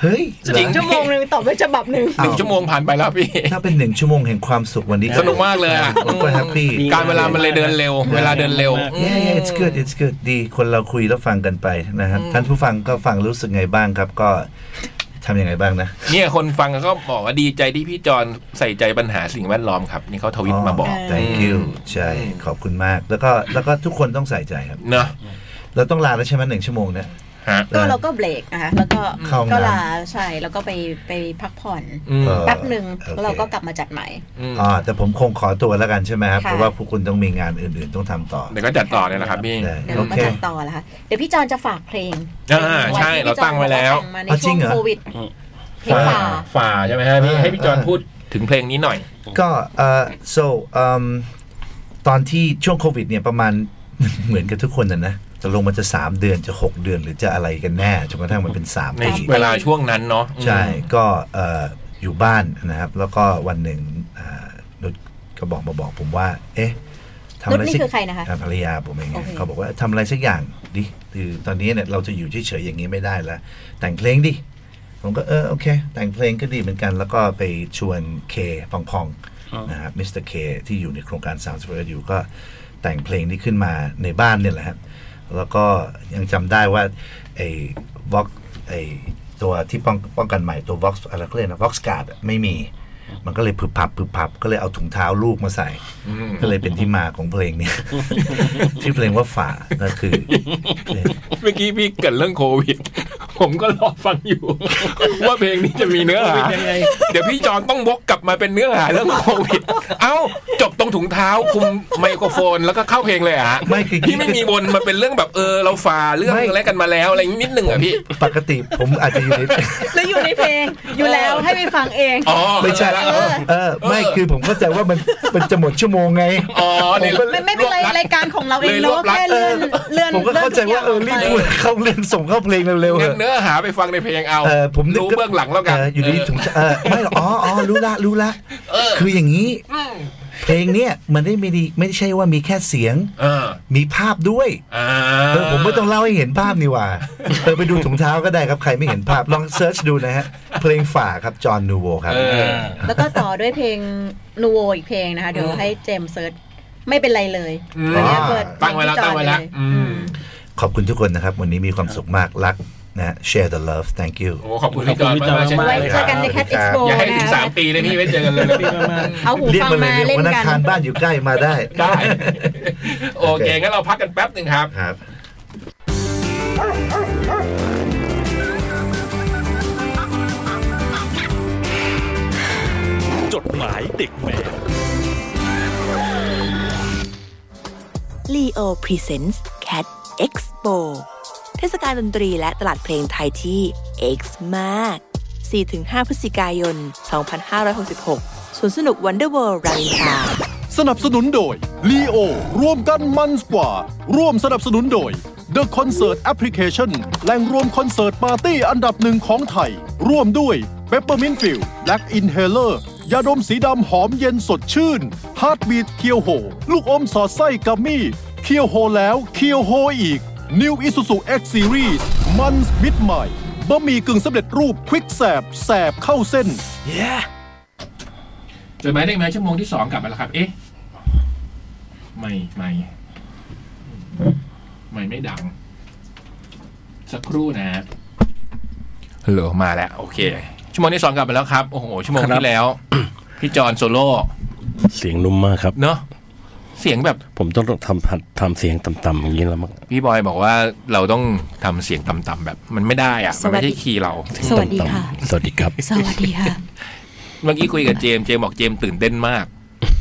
Speaker 3: เฮ้ย
Speaker 1: จริง
Speaker 2: ชั่วโมงหนึ่งตอบด้วยฉบับหนึ่ง
Speaker 1: หนึ่งชั่วโมงผ่านไปแล้วพี่
Speaker 3: ถ้าเป็นหนึ่งชั่วโมงแห่งความสุขวันนี้
Speaker 1: สนุกมากเลยอะ
Speaker 3: ผมก็แฮปปี้
Speaker 1: การเวลามันเลยเดินเร็ว เวลาเดินเร็ว
Speaker 3: yeah yeah it's good it's good ดีคนเราคุยแล้วฟังกันไปนะครับท่านผู้ฟังก็ฟังรู้สึกไงบ้างครับ ก็ทำยังไงบ้างนะ
Speaker 1: เนี่ยคนฟังก็บอกว่าดีใจที่พี่จอนใส่ใจปัญหาสิ่งแวดล้อมครับ นี่เขาทวิตมาบอก
Speaker 3: thank you ใช่ขอบคุณมาก แล้วก็แล้วก็ทุกคนต้องใส่ใจครับ
Speaker 1: เนอะ
Speaker 3: เราต้องลาแล้วใช่ไหมหนึ่งชั่วโมงนะ
Speaker 1: ฮะ
Speaker 2: ก็เราก็เบรกนะคะแล้วก็
Speaker 3: เข้าห้องน้ำ
Speaker 2: ก็ลาใช่แล้วก็ไปไปพักผ่อน
Speaker 1: อืม
Speaker 3: เออ
Speaker 2: แป๊บหนึ่ง
Speaker 3: โอเค
Speaker 2: แล้วเราก็กลับมาจัดใหม่
Speaker 1: อืม
Speaker 3: อ่าแต่ผมคงขอตัวแล้วกันใช่ไหมครับ
Speaker 2: ค่ะ
Speaker 3: เพราะว่าพวกคุณต้องมีงานอื่นๆต้องทำต่อ
Speaker 1: เดี๋ยวก็จัดต่อเนี่ยแหละครับพี่
Speaker 3: ได้
Speaker 2: เดี๋ยว
Speaker 3: โอ
Speaker 2: เรามา
Speaker 3: เค
Speaker 2: จัดต่อนะคะเดี๋ยวพี่จอนจะฝากเพลง
Speaker 1: อ่าใช่เราตั้งไว้แล้ว
Speaker 2: ที่พี่จอนบอกาตั้งมาในช่
Speaker 3: อ๋อจริ
Speaker 2: ว
Speaker 3: ง
Speaker 2: ง
Speaker 3: เหรอ
Speaker 2: โควิดเพลงฝ่า
Speaker 1: ฝ่าใช่ไหมฮะพี่ให้พี่จอนพูดถึงเพลงนี้หน่อย
Speaker 3: ก็เอ่อ so เอิ่มตอนที่ช่วงโควิดเนี่ยประมาณ [LAUGHS] เหมือนกับทุกคนนะนะ จะลงมันจะ 3 เดือนจะ 6 เดือนหรือจะอะไรกันแน่จนกระทั่งมันเป็น 3
Speaker 1: ใน
Speaker 3: ปี
Speaker 1: เวลาช่วงนั้นเนาะอืม
Speaker 3: ใช่ ก็เอ่ออยู่บ้านนะครับ แล้วก็วันหนึ่งอ่านุชก็บอกมาบอกผมว่า เอ๊ะทำอะไร
Speaker 2: นุชนี่
Speaker 3: สัก
Speaker 2: คือใครนะคะ
Speaker 3: อ่าภรรยาผมเอง
Speaker 2: โอ
Speaker 3: นะ
Speaker 2: เค
Speaker 3: เขาบอกว่าทำอะไรสักอย่างดิคือตอนนี้เนี่ยเราจะอยู่เฉยๆอย่างนี้ไม่ได้ละแต่งเพลงดิ ผมก็เออโอเค แต่งเพลงก็ดีเหมือนกัน แล้วก็ไปชวนเคพองพองๆนะครับมิสเตอร์เคที่อยู่ในโครงการ Sounds for อยู่ก็แต่งเพลงนี้ขึ้นมาในบ้านเนี่ยแหละครับแล้วก็ยังจำได้ว่า ไอ้วอกไอ้ตัวที่ป้องป้องกันใหม่ตัว Vox อะไรก็เรียกนะ Vox Guard อะไม่มี มันก็เลยผึบผับผึบผับก็เลยเอาถุงเท้าลูกมาใส่ ก็เลยเป็นที่มาของเพลงเนี้
Speaker 1: [LAUGHS]
Speaker 3: ย ชื่อเพลงว่าฝ่าก็คือ
Speaker 1: เมื่อกี้พี่เกริดเรื่องโควิด ผมก็รอฟังอยู่ ว่าเพลงนี้จะมีเนื้อหา เดี๋ยวพี่จอนต้องวกกลับมาเป็นเนื้อหาเรื่องโควิด เอ้า จบตรงถุงเท้าคุมไมโครโฟนแล้วก็เข้าเพลงเลยอะฮะ
Speaker 3: ไม่คือ
Speaker 1: พี่ไม่มีบนมันเป็นเรื่องแบบเออเราฝ่าเรื่องอะไรกันมาแล้วอะไรนิดนึงอ่ะพี่
Speaker 3: ปกติผมอาจจะอยู่ใน [LAUGHS]
Speaker 2: แล้วอยู่ในเพลงอยู่แล้วให้ไปฟังเอง
Speaker 1: อ๋อ
Speaker 3: ไม่ใช่
Speaker 1: เข้าจละ
Speaker 3: เออไม่คือผมเข้าใจว่ามัน [LAUGHS] มันจะหมดชั่วโมงไง
Speaker 1: อ๋อเนี่ย
Speaker 2: ไม่ไม่เป็นไรรายการของเราเอง
Speaker 1: เลย
Speaker 2: เรา
Speaker 1: รวบ
Speaker 2: ก็
Speaker 1: รัด
Speaker 2: แค่เลื่อนเลื่อน
Speaker 3: ผมก็เข้าใจว่าเออรีบพูดเข้าเรื่องส่งเข้าเพลงเร็วๆเถ
Speaker 1: เนื้อ
Speaker 3: อะ
Speaker 1: เนื้อหาไปฟังในเพลงเอา
Speaker 3: เออผมนึก
Speaker 1: รู้เบื้องหลังแล้วกัน
Speaker 3: เอออยู่ดี
Speaker 1: เออ
Speaker 3: ถุงเออไม่หรอกอ๋ออ๋อรู้ละรู้ละคืออย่างนี้ เพลงเนี้ยมันได้ไม่ดีไม่ใช่ว่ามีแค่เสียง
Speaker 1: เออ
Speaker 3: มีภาพด้วย
Speaker 1: อ่า
Speaker 3: เออผมไม่ต้องเล่าให้เห็นภาพนี่หว่าเออไปดูถุงเท้าก็ได้ครับใครไม่เห็นภาพลองเซิร์ชดูนะฮะ เพลงฝ่าครับจอห์นนูโวครับ
Speaker 1: เออ
Speaker 2: แล้วก็ต่อด้วยเพลงนูโวอีกเพลงนะคะ เดี๋ยวให้เจมส์เซิร์ชไม่เป็นไรเลย
Speaker 1: อืม
Speaker 2: อันเนี้ยเปิด
Speaker 1: ตั้งไว้แล้วตั้งไว้แล้วอืม
Speaker 3: ขอบคุณทุกคนนะครับ วันนี้มีความสุขมากรักนะ share the love thank you
Speaker 1: โอ้ขอบคุณพี่จอนมากๆเช่น
Speaker 2: ไว้
Speaker 1: กัน
Speaker 2: เจอกันในแคทเอ็กซ์โป
Speaker 1: อย่าให้ถึง
Speaker 2: นะ
Speaker 1: สามปีเลยพี่ไว้เจอกันเลยนะพี่
Speaker 4: พี่มาก
Speaker 2: เอาหู
Speaker 3: เรียก
Speaker 2: ฟัง
Speaker 3: มาเลย
Speaker 2: มา
Speaker 3: เรียก
Speaker 2: เล่น
Speaker 3: วันอัง
Speaker 2: กัน
Speaker 3: คารบ้านอยู่ใกล้มาได้
Speaker 1: ได้ โอเคงั้นเราพักกันแป๊บหนึ่งครับ
Speaker 3: ครับ
Speaker 5: จดหมายเด็กแมว
Speaker 6: ลีโอพรีเซนส์ Cat Expo เทศกาลดนตรีและตลาดเพลงไทยที่ X มาก 4-5 พฤศจิกายน 2566สวนสนุก Wonderworld รามอินทรา
Speaker 7: สนับสนุนโดย ลีโอ ร่วมกันมันกว่า ร่วมสนับสนุนโดย The Concert Application แหล่งรวมคอนเสิร์ตปาร์ตี้อันดับหนึ่งของไทย ร่วมด้วย Peppermint Field Black Inhaler ยาดมสีดำหอมเย็นสดชื่น Heartbeat เคียวโฮลูกอมสอดไส้กัมมี่เคียวโฮแล้วเคียวโฮอีก New Isuzu X Series มันมิดใหม่บะหมี่กึ่งสำเร็จรูปควิกแสบแสบเข้าเส้น
Speaker 1: จดหมายเลขแมวชั่วโมงที่สองกลับมาแล้วครับ เอ๊ะ ไม่ไม่ไม่ไม่ดัง ส สักครู่นะฮัลโหลมาแล้ว โอเค ชั่วโมงที่สองกลับมาแล้วครับ โอ้โห ชั่วโมง
Speaker 4: ครับ
Speaker 1: ที่แล้ว [CLEARS THROAT] พี่จอนโซโล่
Speaker 4: เสียงนุ่มมากครับ
Speaker 1: เนอะเสียงแบบ
Speaker 4: ผมต้องทำผัดทำเสียงต่ำๆอย่างนี้แล้วมั้ง
Speaker 1: พี่บอยบอกว่าเราต้องทำเสียงต่ำๆแบบ มันไม่ได้อะมันไม่ใช่คีย์เรา
Speaker 2: สวัสดีค่ะ
Speaker 4: ต่ำๆสวัสดีครับ
Speaker 2: สวัสดี
Speaker 3: [LAUGHS]
Speaker 2: ค่ะ
Speaker 1: เมื่อกี้คุยกับเจมส์เจมส์บอกเจมส์ตื่นเต้นมาก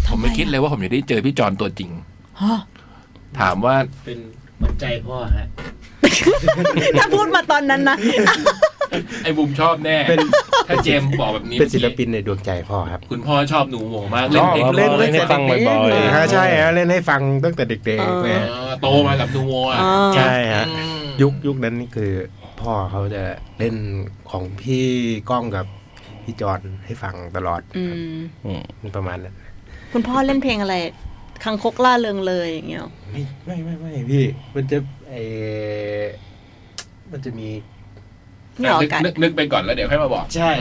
Speaker 1: ผมไม่คิดเลยว่าผมจะได้เจอพี่จอนตัวจริง
Speaker 2: ฮะ
Speaker 1: ถามว่า
Speaker 8: เป็นหัวใจพ่อฮะ
Speaker 2: ถ้าพูดมาตอนนั้นนะ
Speaker 1: ไอ้บุมชอบแน่
Speaker 8: เป็น
Speaker 1: ถ้าเจมส์บอกแบบนี้
Speaker 8: เป็นศิลปินในดวงใจพ่อครับ
Speaker 1: คุณพ่อชอบหนูโหมากเล่นเพลง
Speaker 4: อ๋อ
Speaker 1: เล่น
Speaker 4: ให้ฟังบ่อยๆ
Speaker 8: ฮะใช่ฮะเล่นให้ฟังตั้งแต่เด็กๆนะฮะ
Speaker 1: โตมากับหนูโหมอ่ะ
Speaker 8: ใช่ฮะ
Speaker 1: อืม
Speaker 8: ยุคยุคนั้นนี่คือพ่อเขาจะเล่นของพี่ก้องกับพี่จอนให้ฟังตลอด
Speaker 2: อืม
Speaker 8: ประมาณนั้น
Speaker 2: คุณพ่อเล่นเพลงอะไร คังคกล่าเริงเลยอย่างเงี้ยหรอ
Speaker 8: ไม่ไม่ไม่ไม่พี่ มันจะไอมันจะมี
Speaker 2: ไม่ออก
Speaker 1: นึ
Speaker 2: อากกัน
Speaker 1: นึกนึกไปก่อนแล้วเดี๋ยวค่อยมาบอก
Speaker 8: ใช่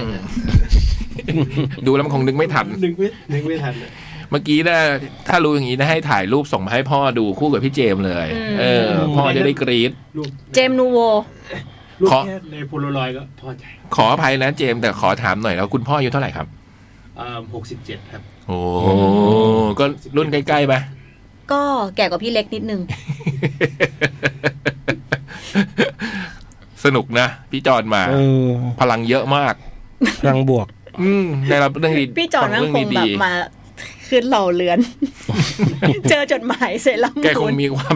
Speaker 1: ดูแล้วมันคงนึกไม่ทัน
Speaker 8: นึกไม่นึกไม่ทันอะ
Speaker 1: เมื่อกี้นะถ้ารู้อย่างนี้นะให้ถ่ายรูปส่งมาให้พ่อดูคู่กับพี่เจมส์เลย เออ พ่อจะได้กรี๊ด
Speaker 8: ลูก
Speaker 2: เจมส์นูโว
Speaker 8: ลูก
Speaker 1: ขอ
Speaker 8: แค่ในโพลารอยด์ก็พอใจ
Speaker 1: ขออภัยนะเจมส์แต่ขอถามหน่อยแล้วคุณพ่ออายุเท่าไหร่ครับ
Speaker 8: อ่าหกสิบเจ็ดครับ
Speaker 1: โอ้ก็รุ่นใกล้ๆปะ
Speaker 2: ก็แก่กว่าพี่เล็กนิดนึง
Speaker 1: สนุกนะ พี่จอนมา
Speaker 4: เออ
Speaker 1: พลังเยอะมาก
Speaker 4: พลังบวก
Speaker 1: อืมได้รับเรื่องดี
Speaker 2: พี่จอน
Speaker 1: ฟั
Speaker 2: นั่ง
Speaker 1: เรื่
Speaker 2: คงแบบ
Speaker 1: ดี
Speaker 2: มา ขึ้นเหล่าเรือน [LAUGHS] เจอจดหมายเซรั่ม
Speaker 1: ๆแกคงมีความ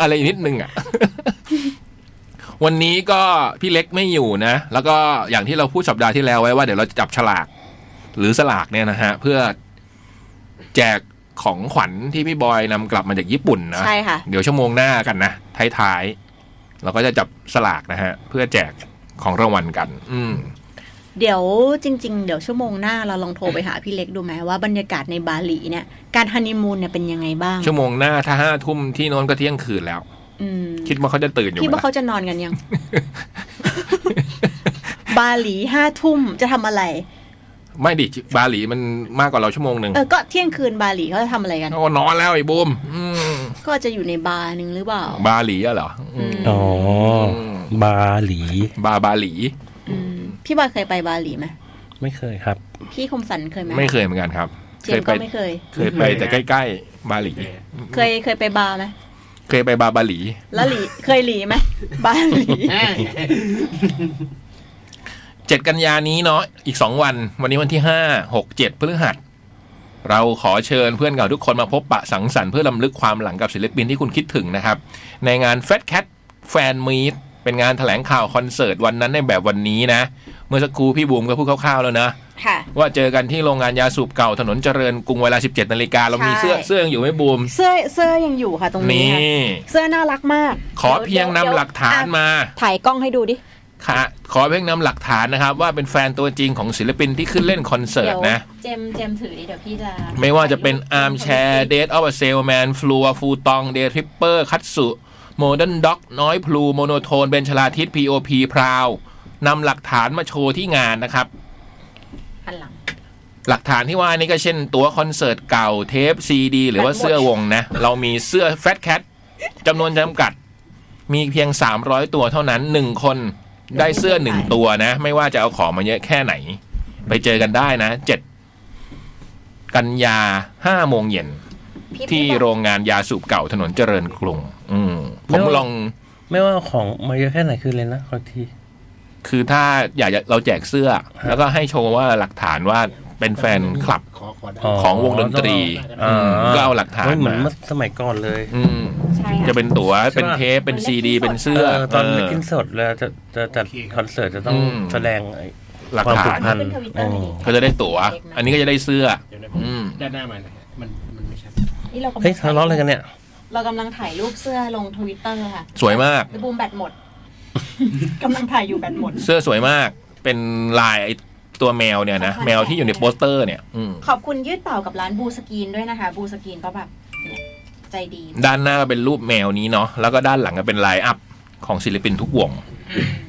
Speaker 1: อะไรนิดนึงอ่ะ วันนี้ก็พี่เล็กไม่อยู่นะ แล้วก็อย่างที่เราพูดสัปดาห์ที่แล้วไว้ว่าเดี๋ยวเราจะจับฉลาก หรือสลากเนี่ยนะฮะ เพื่อแจกของขวัญที่พี่บอยนำกลับมาจากญี่ปุ่นนะ
Speaker 2: ใช่ค่ะ
Speaker 1: เดี๋ยวชั่วโมงหน้ากันนะท้ายๆเราก็จะจับสลากนะฮะ เพื่อแจกของรางวัลกัน อืม
Speaker 2: เดี๋ยวจริง ๆ เดี๋ยวชั่วโมงหน้าเราลองโทรไปหาพี่เล็กดูไหมว่าบรรยากาศในบาหลีเนี่ย การฮันนีมูนเนี่ยเป็นยังไงบ้าง
Speaker 1: ชั่วโมงหน้าถ้าห้าทุ่มที่โน้นก็เที่ยงคืนแล้ว
Speaker 2: อืม
Speaker 1: คิดว่าเขาจะตื่นอยู่
Speaker 2: คิด
Speaker 1: ไหม
Speaker 2: ว่าเขาจะนอนกัน [LAUGHS] ยัง บาหลีห้าทุ่มจะทำอะไร
Speaker 1: ไม่ดิบาหลีมันมากกว่าเราชั่วโมงหนึ่ง
Speaker 2: เออก็เที่ยงคืนบาหลีเขาจะทำอะไรกัน
Speaker 1: เขาก็นอนแล้วไอ้บูมอืม
Speaker 2: ก็จะอยู่ในบาร์หนึ่งหรือเปล่า
Speaker 1: บาหลีอะเหรออืม
Speaker 4: อ๋อ บาหลี
Speaker 1: บาบาหลี
Speaker 2: อืมพี่บอยเคยไปบาหลีไหม
Speaker 4: ไม่เคยครับ
Speaker 2: พี่คมสันเคยไหม
Speaker 1: ไม่เคยเหมือนกันครับ
Speaker 2: เจ
Speaker 1: เคยไป
Speaker 2: มส์ก็ไม่เคย
Speaker 1: เคยไปแต่ใกล้ๆบาหลี
Speaker 2: เคยเคยไปบาร์ไหม
Speaker 1: เคยไปบาบาหลี
Speaker 2: แล้วหลีเคยหลีไหมบาหลี
Speaker 1: เจ็ดกันยานี้เนาะอีกสองวัน วันนี้วันที่ห้าหกเจ็ดพฤหัส เราขอเชิญเพื่อนเก่าทุกคนมาพบปะสังสรรค์เพื่อลำลึกความหลังกับศิลปินที่คุณคิดถึงนะครับ ในงาน Fat Cat Fan Meet เป็นงานแถลงข่าวคอนเสิร์ตวันนั้นในแบบวันนี้นะ เมื่อสักครู่พี่บูมก็พูดคร่าวๆแล้วนะ
Speaker 2: ค่ะ
Speaker 1: ว่าเจอกันที่โรงงานยาสูบเก่าถนนเจริญกรุงเวลา 17นาฬิกาเรามีเสื้อ
Speaker 2: ใช่
Speaker 1: เสื้อยังอยู่ไหมบูม
Speaker 2: เสื้อเสื้อยังอยู่ค่ะตรงนี้
Speaker 1: นี่
Speaker 2: ค่ะเสื้อน่ารักมาก
Speaker 1: ขอเพียงนำหลักฐาน
Speaker 2: อ่ะ
Speaker 1: มา
Speaker 2: ถ่ายกล้องให้ดูดิ
Speaker 1: ค่ะขอเพียงนำหลักฐานนะครับ ว่าเป็นแฟนตัวจริงของศิลปินที่ขึ้นเล่นคอนเสิร์ตนะ
Speaker 2: เจมเจมถือดิเดี๋ยวพี่จะ
Speaker 1: ไม่ว่าจะเป็นอาร์มแชร์เดทออฟเซลแมนฟลัวฟูตองเดทริปเปอร์คัตสุโมเดิร์นด็อกน้อยพลูโมโนโทนเบนชลาทิต POP พราวนำหลักฐานมาโชว์ที่งานนะครับ
Speaker 2: หันหลัง
Speaker 1: หลักฐานที่ว่านี่ก็เช่นตั๋วคอนเสิร์ตเก่าเทปซีดี หรือว่าเสื้อวงนะ เรามีเสื้อแฟ t แคทจำนวนจำกัด มีเพียง 300 ตัวเท่านั้นหนึ่งคนได้เสื้อหนึ่งตัวนะ ไม่ว่าจะเอาของมาเยอะแค่ไหน ไปเจอกันได้นะเจ็ดกันยาห้าโมงเย็น
Speaker 2: พี่
Speaker 1: ที่โรงงานยาสูบเก่าถนนเจริญกรุง อืมผมลอง
Speaker 4: ไม่ว่าของมาเยอะแค่ไหนคือเลยนะขอที
Speaker 1: คือถ้าอยากจะเราแจกเสื้อ แล้วก็ให้โชว์ว่าหลักฐานว่าเป็นแฟนคลับ
Speaker 8: ขอขอได้
Speaker 4: อ๋อ
Speaker 1: ของวงดนตรี
Speaker 4: อ๋อ
Speaker 1: อืมก็เอาหลักฐาน
Speaker 4: เฮ้ยเหมือน
Speaker 1: มา
Speaker 4: เมื่อสมัยก่อนเลย
Speaker 1: อืม
Speaker 2: ใช่ค่
Speaker 1: จะเป็นตั๋วเป็นเทปเป็นซีดี เป็นเสื้อ
Speaker 4: ตอน
Speaker 1: เ
Speaker 4: กินสดแล้วจะจะจัดคอนเสิร์ตจะต้อง
Speaker 1: อืม
Speaker 4: แสดงไอ้
Speaker 1: หลักฐาน
Speaker 4: ความผูกพั
Speaker 2: เป็นทวิตเตอร์หน่อยดิ
Speaker 1: ก็จะได้ตั๋ว อันนี้ก็จะได้เสื้อ
Speaker 8: เดี๋ยว
Speaker 1: อืม
Speaker 8: ด้านหน้ามาหน่อยฮะมันมันไม่ชัด
Speaker 2: นี่เรากำลัง
Speaker 4: เฮ้ยทะเลาะอะไรกันเนี่ย
Speaker 2: เรากำลังถ่ายรูปเสื้อลงทวิตเตอร์ค่ะ
Speaker 1: สวยมาก
Speaker 2: แล้วบูมแบตหม
Speaker 1: [LAUGHS]
Speaker 2: ด กำลังถ่ายอยู่แบตหมด
Speaker 1: เสื้อสวยมาก เป็นลายไอ้ตัวแมวเนี่ยนะแมวที่อยู่ในโปสเตอร์เนี่ย อืม
Speaker 2: ขอบคุณยืดเต่ากับร้านบูสกรีนด้วยนะคะ บูสกรีนก็แบบเนี่ยใจดี
Speaker 1: ด้านหน้าก็เป็นรูปแมวนี้เนาะ แล้วก็ด้านหลังก็เป็นไลน์อัพของศิลปินทุกวง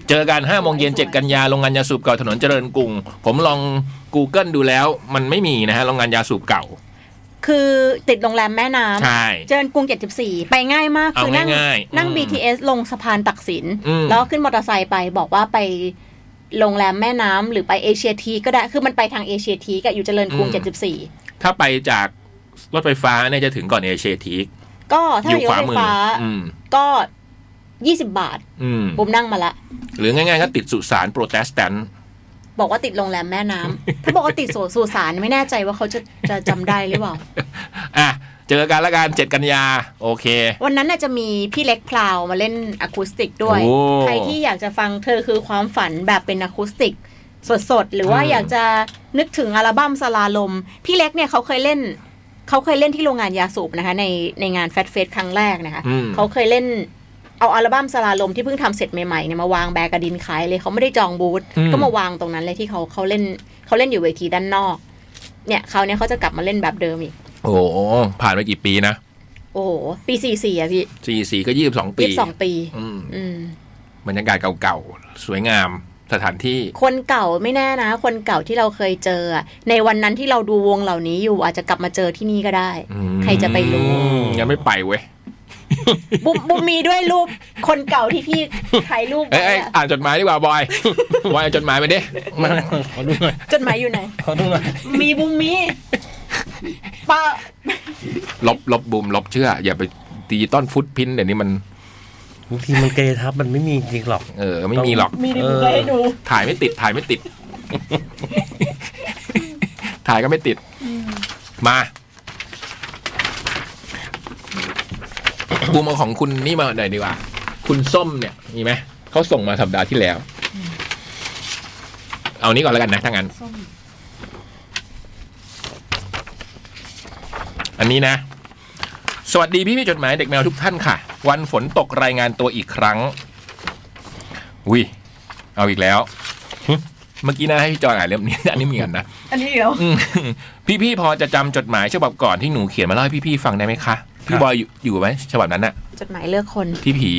Speaker 1: เจอกัน5โมงเย็น7กันยาโรงงานยาสูบเก่าถนนเจริญกรุง ผมลอง Google ดูแล้ว มันไม่มีนะฮะโรงงานยาสูบเก่า
Speaker 2: คือติดโรงแรมแม่น้ำ
Speaker 1: ใช่
Speaker 2: เจริญกรุง 74 ไปง่ายมาก
Speaker 1: เอา
Speaker 2: คือนั่ง
Speaker 1: ง่ายๆ
Speaker 2: นั่ง
Speaker 1: อืม
Speaker 2: BTS ลงสะพานตักสิน
Speaker 1: อืม
Speaker 2: แล้วขึ้นมอเตอร์ไซค์ไปบอกว่าไปโรงแรมแม่น้ำหรือไปเอเชียทีก็ได้ คือมันไปทางเอเชียทีกับอยู่เจริญกรุง
Speaker 1: อื ถ้าไปจากรถไฟฟ้าเนี่ยจะถึงก่อนเอเชียที
Speaker 2: 74 ก็ถ้า
Speaker 1: อยู่
Speaker 2: อยู่
Speaker 1: ข
Speaker 2: ร
Speaker 1: วา
Speaker 2: ถไฟ
Speaker 1: มือ
Speaker 2: ฟ้า
Speaker 1: อืม
Speaker 2: ก็ 20 บาท
Speaker 1: อืม
Speaker 2: บุมนั่งมาละ
Speaker 1: หรือง่ายๆก็ติดสุสานโปรเตสแตนต์
Speaker 2: บอกว่าติดโรงแรมแม่น้ำ ถ้าบอกว่าติดสวนสุสานไม่แน่ใจว่าเขาจะจะจำได้หรือเปล่า
Speaker 1: อ่ะ เจอกันละกันเจ็ดกันยา โอเค
Speaker 2: วันนั้นน่ะจะมีพี่เล็กพลาวมาเล่นอะคูสติกด้วย
Speaker 1: โอ้
Speaker 2: ใครที่อยากจะฟังเธอคือความฝันแบบเป็นอะคูสติก สดๆ หรือว่า
Speaker 1: อืม
Speaker 2: อยากจะนึกถึงอัลบั้มสลาลม พี่เล็กเนี่ยเขาเคยเล่น เขาเคยเล่นที่โรงงานยาสูบนะคะ ในในงานแฟตเฟสครั้งแรกนะคะ
Speaker 1: อืม
Speaker 2: เขาเคยเล่นเอาอัลบั้มสลาลมที่เพิ่งทำเสร็จใหม่ๆเนี่ยมาวางแบกกระดินขายเลยเขาไม่ได้จองบูธ
Speaker 1: อืม
Speaker 2: ก็มาวางตรงนั้นเลยที่เขาเขาเล่นเขาเล่นอยู่เวทีด้านนอก เนี่ยเขาวเนี่ยเขาจะกลับมาเล่นแบบเดิมอีก
Speaker 1: โอ้โหผ่านไปกี่ปีนะ
Speaker 2: โอ้โหปีสี่สี่อะพี่
Speaker 1: สี่สี่ก็ยี่สิบสองปี
Speaker 2: ยี่สิบสองปี
Speaker 1: อืม
Speaker 2: อืม
Speaker 1: บรรยากาศเก่าๆ สวยงามสถานที่
Speaker 2: คนเก่าไม่แน่นะ คนเก่าที่เราเคยเจออะในวันนั้นที่เราดูวงเหล่านี้อยู่อาจจะกลับมาเจอที่นี่ก็ได้
Speaker 1: อืม
Speaker 2: ใครจะไปรู้
Speaker 1: ยังไม่ไปเว้ย
Speaker 2: บุมบุมมีด้วยรูปคนเก่าที่พี่ถ่ายรูป
Speaker 1: เอ้ย
Speaker 2: ไว้
Speaker 1: เอ้ย
Speaker 2: อะ
Speaker 1: อ่านจดหมายดีกว่า บอย [LAUGHS] บอยอ่านจดหมายมาดิ
Speaker 4: มาขอดูหน่อย
Speaker 2: จดหมายอยู่ไหน
Speaker 4: ขอดูหน่อย
Speaker 2: มีบุมมีป้า
Speaker 1: ลบลบบุมลบเชื่อ อย่าไปดิจิตอลฟุตพินเดี๋ยวนี้มัน
Speaker 4: บางทีมันเกทับมันไม่มีจริงหรอก
Speaker 1: เออ ไม่มีหรอก
Speaker 2: มีดิบุกให้ดู
Speaker 1: ถ่ายไม่ติด ถ่ายไม่ติด ถ่ายก็ไม่ติด มา บูมเอาของคุณนี่มาหน่อยดีกว่า คุณส้มเนี่ย มีไหม เขาส่งมาสัปดาห์ที่แล้ว เอานี้ก่อนแล้วกันนะ ถ้างั้น อันนี้นะ สวัสดีพี่พี่ๆจดหมายเด็กแมวทุกท่านค่ะ วันฝนตกรายงานตัวอีกครั้งวิ เอาอีกแล้ว เมื่อกี้นะให้พี่จอยอ่านเล่มนี้ [LAUGHS] อันนี้เหมือนกันนะ
Speaker 2: อันนี้เดี๋ยว
Speaker 1: อืมพี่ๆพอจะจำจดหมายฉบับก่อนที่หนูเขียนมาเล่าให้พี่ๆฟังได้ไหมคะ พี่บอยอยู่อยู่ไหมฉบับนั้นน่ะ
Speaker 2: จดหมายเลือกคน
Speaker 1: ที่ผี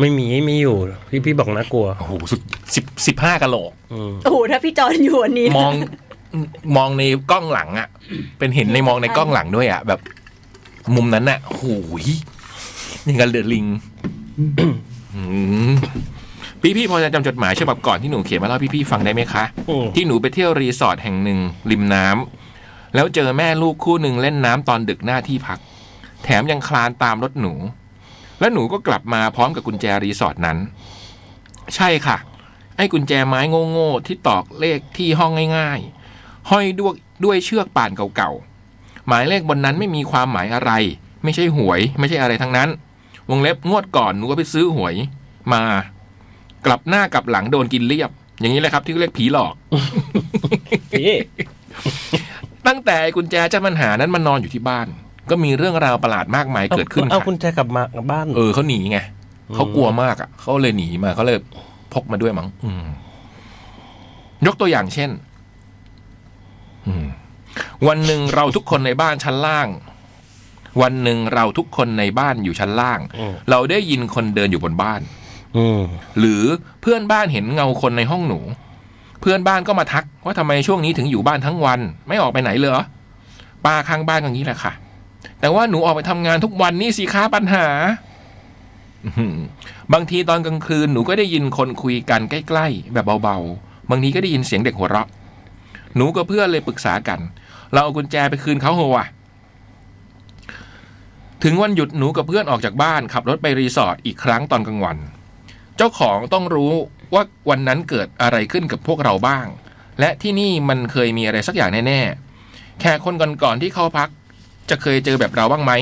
Speaker 4: ไม่มีไม่มีอยู่พี่พี่บอกน่ากลัว
Speaker 1: โอ้โหสุดสิบสิบห้ากะโหลก
Speaker 4: อืม
Speaker 2: โอ้โห ถ้าพี่จอนอยู่วันนี้
Speaker 1: มองมองในกล้องหลังอะเป็นเห็นในมองในกล้องหลังด้วยอะแบบ มุมนั้นน่ะโอ้โหูยอยังกันเดือด [COUGHS] ลิงพี่พี่ๆพอจะจำจดหมายฉบับก่อนที่หนูเขียนมาเล่าให้พี่ๆฟังได้ไหมคะ
Speaker 4: อืม
Speaker 1: ที่หนูไปเที่ยวรีสอร์ทแห่งหนึ่งริมน้ำแล้วเจอแม่ลูกคู่หนึ่งเล่นน้ำตอนดึกหน้าที่พัก แถมยังคลานตามรถหนู และหนูก็กลับมาพร้อมกับกุญแจรีสอร์ทนั้น ใช่ค่ะ ไอ้กุญแจไม้โง่ๆที่ตอกเลขที่ห้องง่ายๆ ห้อยด้วยด้วยเชือกป่านเก่าๆ หมายเลขบนนั้นไม่มีความหมายอะไร ไม่ใช่หวย ไม่ใช่อะไรทั้งนั้น วงเล็บงวดก่อนหนูก็ไปซื้อหวย มา กลับหน้ากลับหลังโดนกินเรียบ อย่างนี้แหละครับที่เรียกผีหลอก
Speaker 4: พี่
Speaker 1: [LAUGHS] ตั้งแต่ไอ้กุญแจเจ้าปัญหานั้นมันนอนอยู่ที่บ้าน ก็มีเรื่องราวประหลาดมากมายเกิดขึ้น
Speaker 4: เอา
Speaker 1: ค่ะ
Speaker 4: คุณแจกลับมากลับบ้าน
Speaker 1: เออเขาหนีไง
Speaker 4: อืม
Speaker 1: เขากลัวมากอ่ะเขาเลยหนีมาเขาเลยพกมาด้วยมั้งอืม ยกตัวอย่างเช่น อืม วันหนึ่งเราทุกคนในบ้านชั้นล่าง วันหนึ่งเราทุกคนในบ้านอยู่ชั้นล่าง เราได้ยินคนเดินอยู่บนบ้าน
Speaker 4: อืม
Speaker 1: หรือเพื่อนบ้านเห็นเงาคนในห้องหนู เพื่อนบ้านก็มาทัก ว่าทำไมช่วงนี้ถึงอยู่บ้านทั้งวัน ไม่ออกไปไหนเลยเหรอป้าข้างบ้านก็งี้แหละค่ะ แต่ว่าหนูออกไปทำงานทุกวันนี่สิคะปัญหา [LAUGHS] อื้อหือบางทีตอนกลางคืนหนูก็ได้ยินคนคุยกันใกล้ๆ แบบเบาๆ บางทีก็ได้ยินเสียงเด็กหัวเราะ หนูกับเพื่อนเลยปรึกษากัน เราเอากุญแจไปคืนเขาเหอะวะถึงวันหยุดหนูกับเพื่อนออกจากบ้านขับรถไปรีสอร์ทอีกครั้งตอนกลางวัน เจ้าของต้องรู้ว่าวันนั้นเกิดอะไรขึ้นกับพวกเราบ้าง และที่นี่มันเคยมีอะไรสักอย่างแน่ๆ แขกคนก่อนๆที่เข้าพัก จะเคยเจอแบบเราบ้างไหม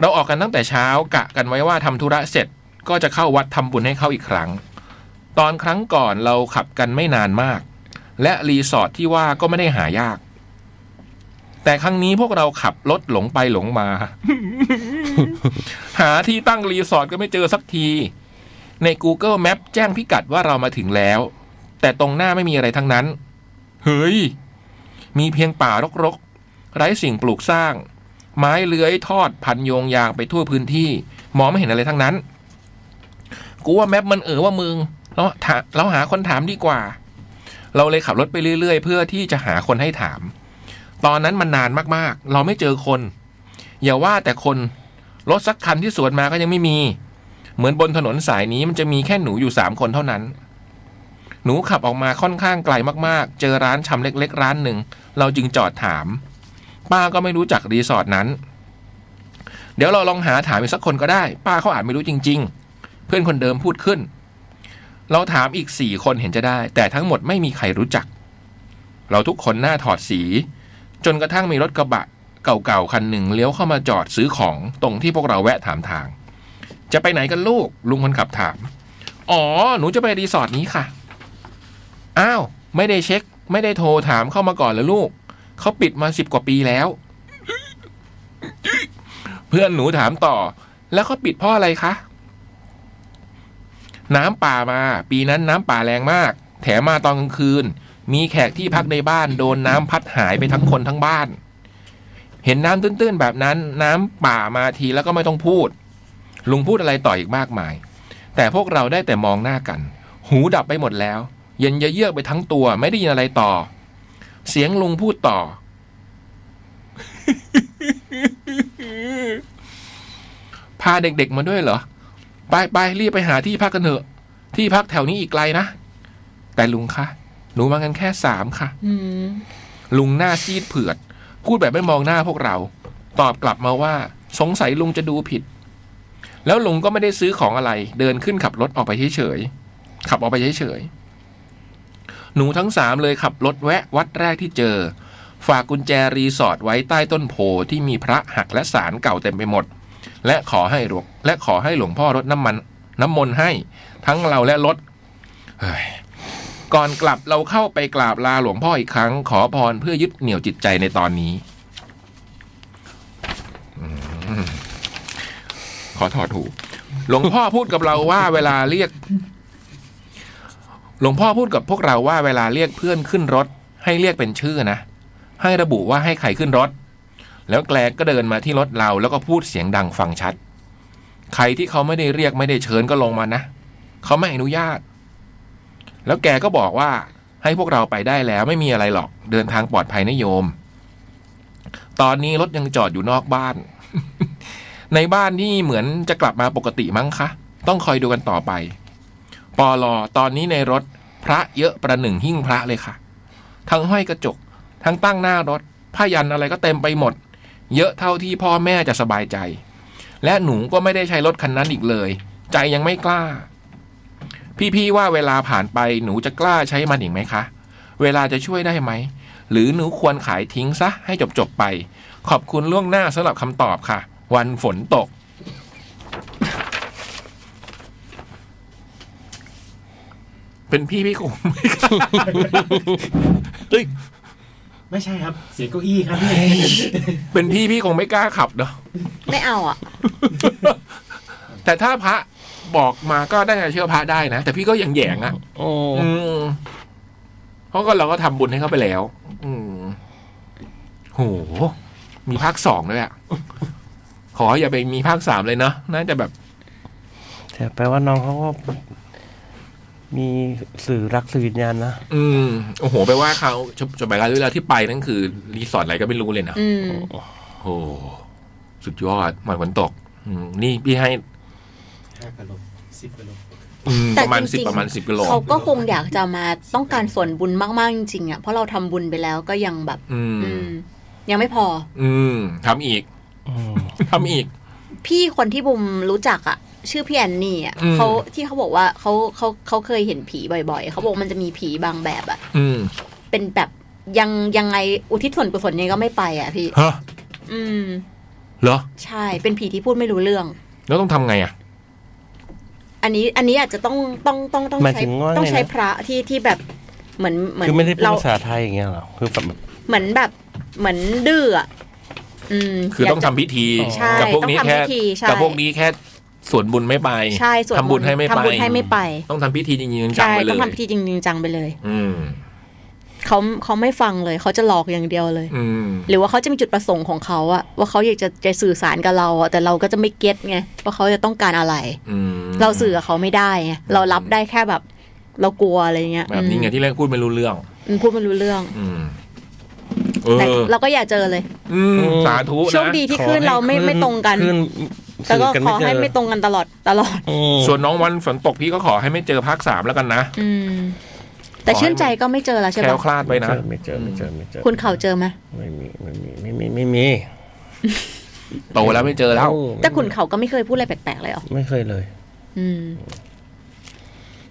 Speaker 1: เราออกกันตั้งแต่เช้ากะกันไว้ว่าทำธุระเสร็จก็จะเข้าวัดทำบุญให้เข้าอีกครั้ง ตอนครั้งก่อนเราขับกันไม่นานมาก และรีสอร์ทที่ว่าก็ไม่ได้หายาก แต่ครั้งนี้พวกเราขับรถหลงไปหลงมา [LAUGHS] หาที่ตั้งรีสอร์ทก็ไม่เจอสักที ใน Google Map แจ้งพิกัดว่าเรามาถึงแล้ว แต่ตรงหน้าไม่มีอะไรทั้งนั้น เฮ้ย มีเพียงป่ารกๆ ไร้สิ่งปลูกสร้าง ไม้เลื้อยทอดพันโยงยางไปทั่วพื้นที่ มองไม่เห็นอะไรทั้งนั้น กูว่าแมปมันเออว่ามึงเราถาเราหาคนถามดีกว่า เราเลยขับรถไปเรื่อยๆ เพื่อที่จะหาคนให้ถาม ตอนนั้นมันนานมากๆ เราไม่เจอคน อย่าว่าแต่คนรถสักคันที่สวนมาก็ยังไม่มี เหมือนบนถนนสายนี้มันจะมีแค่หนูอยู่สามคนเท่านั้น หนูขับออกมาค่อนข้างไกลมากๆ เจอร้านชำเล็ก ๆ ร้านหนึ่ง เราจึงจอดถาม ป้าก็ไม่รู้จักรีสอร์ทนั้น เดี๋ยวเราลองหาถามอีกสักคนก็ได้ ป้าเขาอาจไม่รู้จริง ๆ เพื่อนคนเดิมพูดขึ้น เราถามอีกสี่คนเห็นจะได้ แต่ทั้งหมดไม่มีใครรู้จัก เราทุกคนหน้าถอดสี จนกระทั่งมีรถกระบะ เก่าๆคันหนึ่งเลี้ยวเข้ามาจอดซื้อของตรงที่พวกเราแวะถามทาง จะไปไหนกันลูก ลุงคนขับถาม อ๋อ หนูจะไปรีสอร์ทนี้ค่ะ อ้าว ไม่ได้เช็ค ไม่ได้โทรถามเข้ามาก่อนแล้วลูก เขาปิดมาสิบกว่าปีแล้ว เพื่อนหนูถามต่อ แล้วเขาปิดเพราะอะไรคะ น้ำป่ามา ปีนั้นน้ำป่าแรงมาก แถมมาตอนกลางคืน มีแขกที่พักในบ้านโดนน้ำพัดหายไปทั้งคนทั้งบ้าน เห็นน้ำตื้นๆแบบนั้น น้ำป่ามาทีแล้วก็ไม่ต้องพูด ลุงพูดอะไรต่ออีกมากมาย แต่พวกเราได้แต่มองหน้ากัน หูดับไปหมดแล้ว เย็นเยือกไปทั้งตัวไม่ได้ยินอะไรต่อ เสียงลุงพูดต่อ [LAUGHS] พาเด็กๆมาด้วยเหรอ ไปไปรีบไปหาที่พักกันเถอะ ที่พักแถวนี้อีกไกลนะ แต่ลุงคะ หนูมากันแค่สามค่ะ
Speaker 2: อืม
Speaker 1: ลุงหน้าซีดเผือด พูดแบบไม่มองหน้าพวกเรา ตอบกลับมาว่า สงสัยลุงจะดูผิด แล้วลุงก็ไม่ได้ซื้อของอะไร เดินขึ้นขับรถออกไปเฉยๆขับออกไปเฉยๆหนูทั้งสามเลยขับรถแวะวัดแรกที่เจอ ฝากกุญแจรีสอร์ทไว้ใต้ต้นโพธิ์ที่มีพระหักและสารเก่าเต็มไปหมด และขอให้หลวงและขอให้หลวงพ่อรดน้ำมัน น้ำมนต์ให้ ทั้งเราและรถเฮ้ย ก่อนกลับเราเข้าไปกราบลาหลวงพ่ออีกครั้ง ขอพรเพื่อยึดเหนี่ยวจิตใจในตอนนี้อืมขอถอดหูหลวงพ่อพูดกับเราว่าเวลาเรียก หลวงพ่อพูดกับพวกเราว่าเวลาเรียกเพื่อนขึ้นรถ ให้เรียกเป็นชื่อนะ ให้ระบุว่าให้ใครขึ้นรถ แล้วแกลก็เดินมาที่รถเรา แล้วก็พูดเสียงดังฟังชัด ใครที่เขาไม่ได้เรียกไม่ได้เชิญก็ลงมานะเขาไม่อนุญาต แล้วแกก็บอกว่าให้พวกเราไปได้แล้วไม่มีอะไรหรอก เดินทางปลอดภัยนะโยม ตอนนี้รถยังจอดอยู่นอกบ้าน ในบ้านนี่เหมือนจะกลับมาปกติมั้งคะ ต้องคอยดูกันต่อไป ปอลอตอนนี้ในรถพระเยอะประหนึ่งหิ้งพระเลยค่ะ ทั้งห้อยกระจก ทั้งตั้งหน้ารถผ้ายันอะไรก็เต็มไปหมด เยอะเท่าที่พ่อแม่จะสบายใจ และหนูก็ไม่ได้ใช้รถคันนั้นอีกเลย ใจยังไม่กล้า พี่ๆว่าเวลาผ่านไปหนูจะกล้าใช้มันอีกไหมคะ เวลาจะช่วยได้ไหม หรือหนูควรขายทิ้งซะให้จบๆไป ขอบคุณล่วงหน้าสำหรับคำตอบค่ะ วันฝนตก เป็นพี่พี่คงไม่กล้า
Speaker 9: ไม่ใช่ครับ เสียงเก้าอี้ครับพี่
Speaker 1: เป็นพี่พี่คงไม่กล้าขับเนาะ
Speaker 2: ไม่เอาอ่ะ
Speaker 1: แต่ถ้าพระบอกมาก็ได้จะเชื่อพระได้นะ แต่พี่ก็ยังแหยงอ่ะ
Speaker 4: [LAUGHS] โอ้
Speaker 1: อืมเพราะก็เราก็ทำบุญให้เขาไปแล้ว อืมโห มีภาคสองด้วยอ่ะ ขออย่าไปมีภาคสามเลยเนาะ น่าจะแบบ
Speaker 4: แต่แปลว่าน้องเขาก็มีสื่อรักสื่อวิญญาณนะ
Speaker 1: อืม โอ้โห ไปว่าเขาจจบไปแล้วเวลาที่ไปนั่นคือ รีสอร์ทอะไรก็ไม่รู้เลยนะ
Speaker 2: อืม
Speaker 1: โอ้โห สุดยอดหมันฝนตก อืม นี่พี่ให้
Speaker 9: ห้ากิโลสิบกิโล
Speaker 1: อืม
Speaker 2: แต่
Speaker 1: ประมาณ
Speaker 2: จ
Speaker 1: สิบ
Speaker 2: ริงๆ
Speaker 1: ประมาณสิบกิโล
Speaker 2: เขาก็คงอยากจะมาต้องการส่วนบุญมาก ๆ จริงๆอ่ะเพราะเราทำบุญไปแล้วก็ยังแบบ
Speaker 1: อืม
Speaker 2: อืม ยังไม่พอ
Speaker 1: อืมทำอีก
Speaker 4: อืม
Speaker 1: ทำอีก
Speaker 2: พี่คนที่บุมรู้จักอะชื่อพี่แอนนี่อะ
Speaker 1: อืม
Speaker 2: เขาที่เขาบอกว่าเขาเขาเขาเคยเห็นผีบ่อยๆ เขาบอกมันจะมีผีบางแบบอะ
Speaker 1: อืม
Speaker 2: เป็นแบบยังยังไงอุทิศส่วนกุศลยังไงก็ไม่ไปอะพี่
Speaker 1: ฮะ
Speaker 2: อืม
Speaker 1: เหรอ
Speaker 2: ใช่เป็นผีที่พูดไม่รู้เรื่อง
Speaker 1: แล้วต้องทำไงอ่ะ
Speaker 2: อันนี้อันนี้อาจจะต้องต้องต้องต้อง
Speaker 4: หมาย
Speaker 2: ใช้
Speaker 4: ถึงว่า
Speaker 2: ต้อง
Speaker 4: ไง
Speaker 2: ใช้
Speaker 4: นะ
Speaker 2: พระที่ที่แบบเหมือนเหมือน
Speaker 4: คือไม่ได้พูด
Speaker 2: เรา
Speaker 4: ภาษาไทยอย่างเงี้ยเหรอคือแบบ
Speaker 2: เหมือนแบบเหมือนดื้ออะอืม
Speaker 1: คือต้อง
Speaker 2: ยาก
Speaker 1: ทำ
Speaker 2: จะ
Speaker 1: พิธี
Speaker 2: ใช่
Speaker 1: กัพวกนี้
Speaker 2: ต้อง
Speaker 1: แค่
Speaker 2: ทำพิธีใช่
Speaker 1: กับพวกนี้แค่ส่วนบุญไม่ไป
Speaker 2: ใช่ส่วน
Speaker 1: ทำบุญให้ไม่ไป
Speaker 2: ทำบุญให้ไม่ไป
Speaker 1: ต้องทำพิธีจริงๆจัง
Speaker 2: ใช่
Speaker 1: ๆไปเล
Speaker 2: ต้อย งทำพิธีจริงๆจังๆไปเลย
Speaker 1: อืม
Speaker 2: เขาเขาไม่ฟังเลยเขาจะหลอกอย่างเดียวเลย
Speaker 1: อืม
Speaker 2: หรือว่าเขาจะมีจุดประสงค์ของเขาอะว่าเขาอยากจะจะสื่อสารกับเราอะแต่เราก็จะไม่เก็ตไงว่าเขาจะต้องการอะไร
Speaker 1: อืม
Speaker 2: เราสื่อกับเขาไม่ได้ไงเรารับได้แค่แบบ เรากลัวอะไรเงี้ย
Speaker 1: แบบนี้ไงที่เรื่องพูดไม่รู้เรื่อง
Speaker 2: อืมพูดไม่รู้เรื่อง
Speaker 1: อืม โอ เอ
Speaker 2: แต่
Speaker 1: อ
Speaker 2: เราก็อย่าเจอเลย
Speaker 1: อืม
Speaker 4: สาธุนะ
Speaker 2: โชคดีที่ขึ้นเราไม่
Speaker 4: ขอให้
Speaker 2: ไม่ตรงกัน
Speaker 4: ขึ้
Speaker 2: แต่ก็
Speaker 4: สื่น
Speaker 2: ขอให้
Speaker 4: เจ
Speaker 2: ไม่ตรงกันตลอดตลอด
Speaker 4: อืม
Speaker 1: ส่วนน้องวันฝนตกพี่ก็ขอให้ไม่เจอภาคสามแล้วกันนะ
Speaker 2: อืม แต่ชื่นใจก็ไม่เจอแล้วใช่
Speaker 1: แค
Speaker 2: ปะ
Speaker 1: ล้วคลาดไปนะ
Speaker 4: ไม่เจอไม่เจอไม่เจอ
Speaker 2: คุณเข่าเจอไหม
Speaker 4: ไม่มีไม่มีไม่มีไม่มี
Speaker 1: โตแล้วไม่เจอแล้ว
Speaker 4: โอ้
Speaker 2: แต่คุณเข่าก็ไม่เคยพูดอะไรแปลกๆเลยเหรอ
Speaker 4: ไม่เคยเลย
Speaker 2: อืม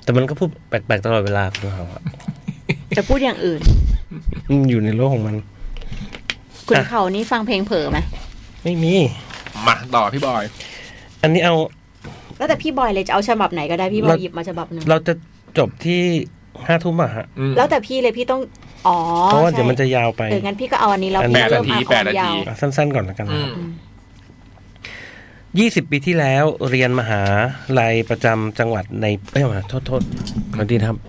Speaker 4: แต่มันก็พูดแปลกๆตลอดเวลาคุณเขาอะ
Speaker 2: จะพูดอย่างอื่น
Speaker 4: มันอยู่ในโลกของมัน
Speaker 2: คุณ
Speaker 4: อ่ะ
Speaker 2: เข่านี่ฟังเพลงเผลอไหม
Speaker 4: ไม่มี
Speaker 1: มาต่อพี่บอย
Speaker 4: อันนี้เอา
Speaker 2: แล้วแต่พี่บอยเลยจะเอาฉบับไหนก็ได้พี่บอ
Speaker 4: เรา
Speaker 2: ยหยิบมาฉบับหนึ่ง
Speaker 4: เราจะจบที่ห้าทุ่มอะฮะ
Speaker 1: อืม
Speaker 2: แล้วแต่พี่เลยพี่ต้องอ๋อ
Speaker 4: เพราะว่า
Speaker 2: ใช่
Speaker 4: เดี๋ยวมันจะยาวไป
Speaker 2: เอองั้นพี่ก็เอาอันนี้แล้ว
Speaker 4: อัน
Speaker 2: พี่
Speaker 1: แปด
Speaker 2: เริ่ม
Speaker 1: นาที
Speaker 2: เอาข
Speaker 1: แป
Speaker 2: อ
Speaker 1: ดนาย
Speaker 2: งา
Speaker 1: ที
Speaker 2: ว
Speaker 4: อ่ะสั้นๆก่อนแล้วกันนะ
Speaker 1: อื
Speaker 4: ครั
Speaker 1: ม
Speaker 4: บ ยี่สิบปีที่แล้วเรียนมหาลัยประจำจังหวัดในเอ้ยมหาโทษโทษขอดีนะครับ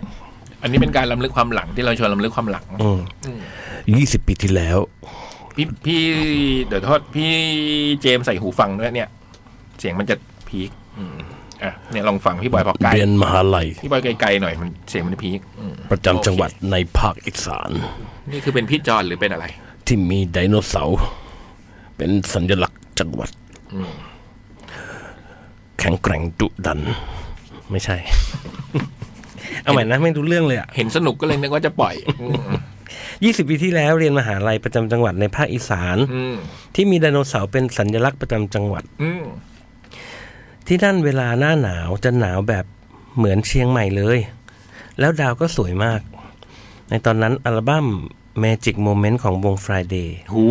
Speaker 1: อันนี้เป็นการลํำลึกความหลังที่เราชวนลํำลึกความหลัง
Speaker 4: อืมยี่สิบปีที่แล้ว
Speaker 1: พี่พี่เดี๋ยวโทษพี่เจมส์ใส่หูฟังด้วยเนี่ย เสียงมันจะพีคอืมอ่ะเนี่ยลองฟังพี่บอยพอไกล
Speaker 4: เรียนมหาลัย
Speaker 1: พี่บอยไกลๆหน่อยมันเสียงมันจะพีคอืม
Speaker 4: ประจำจังหวัดในภาคอีสาน
Speaker 1: นี่คือเป็นพี่จอนหรือเป็นอะไร
Speaker 4: ที่มีไดโนเสาร์เป็นสัญลักษณ์จังหวัด แข็งแกร่งดุดัน ไม่ใช่ เอาใหม่นะไม่รู้เรื่องเลยอ่ะ
Speaker 1: เห็นสนุกก็เลยนึกว่าจะปล่อย อืม
Speaker 4: ยี่สิบปีที่แล้วเรียนมหาลัยประจำจังหวัดในภาคอีสาน
Speaker 1: อืม
Speaker 4: ที่มีไดโนเสาร์เป็นสัญลักษณ์ประจำจังหวัด
Speaker 1: อืม
Speaker 4: ที่นั่นเวลาหน้าหนาวจะหนาวแบบเหมือนเชียงใหม่เลย แล้วดาวก็สวยมาก ในตอนนั้นอัลบั้ม Magic Moment ของวง Friday
Speaker 1: หู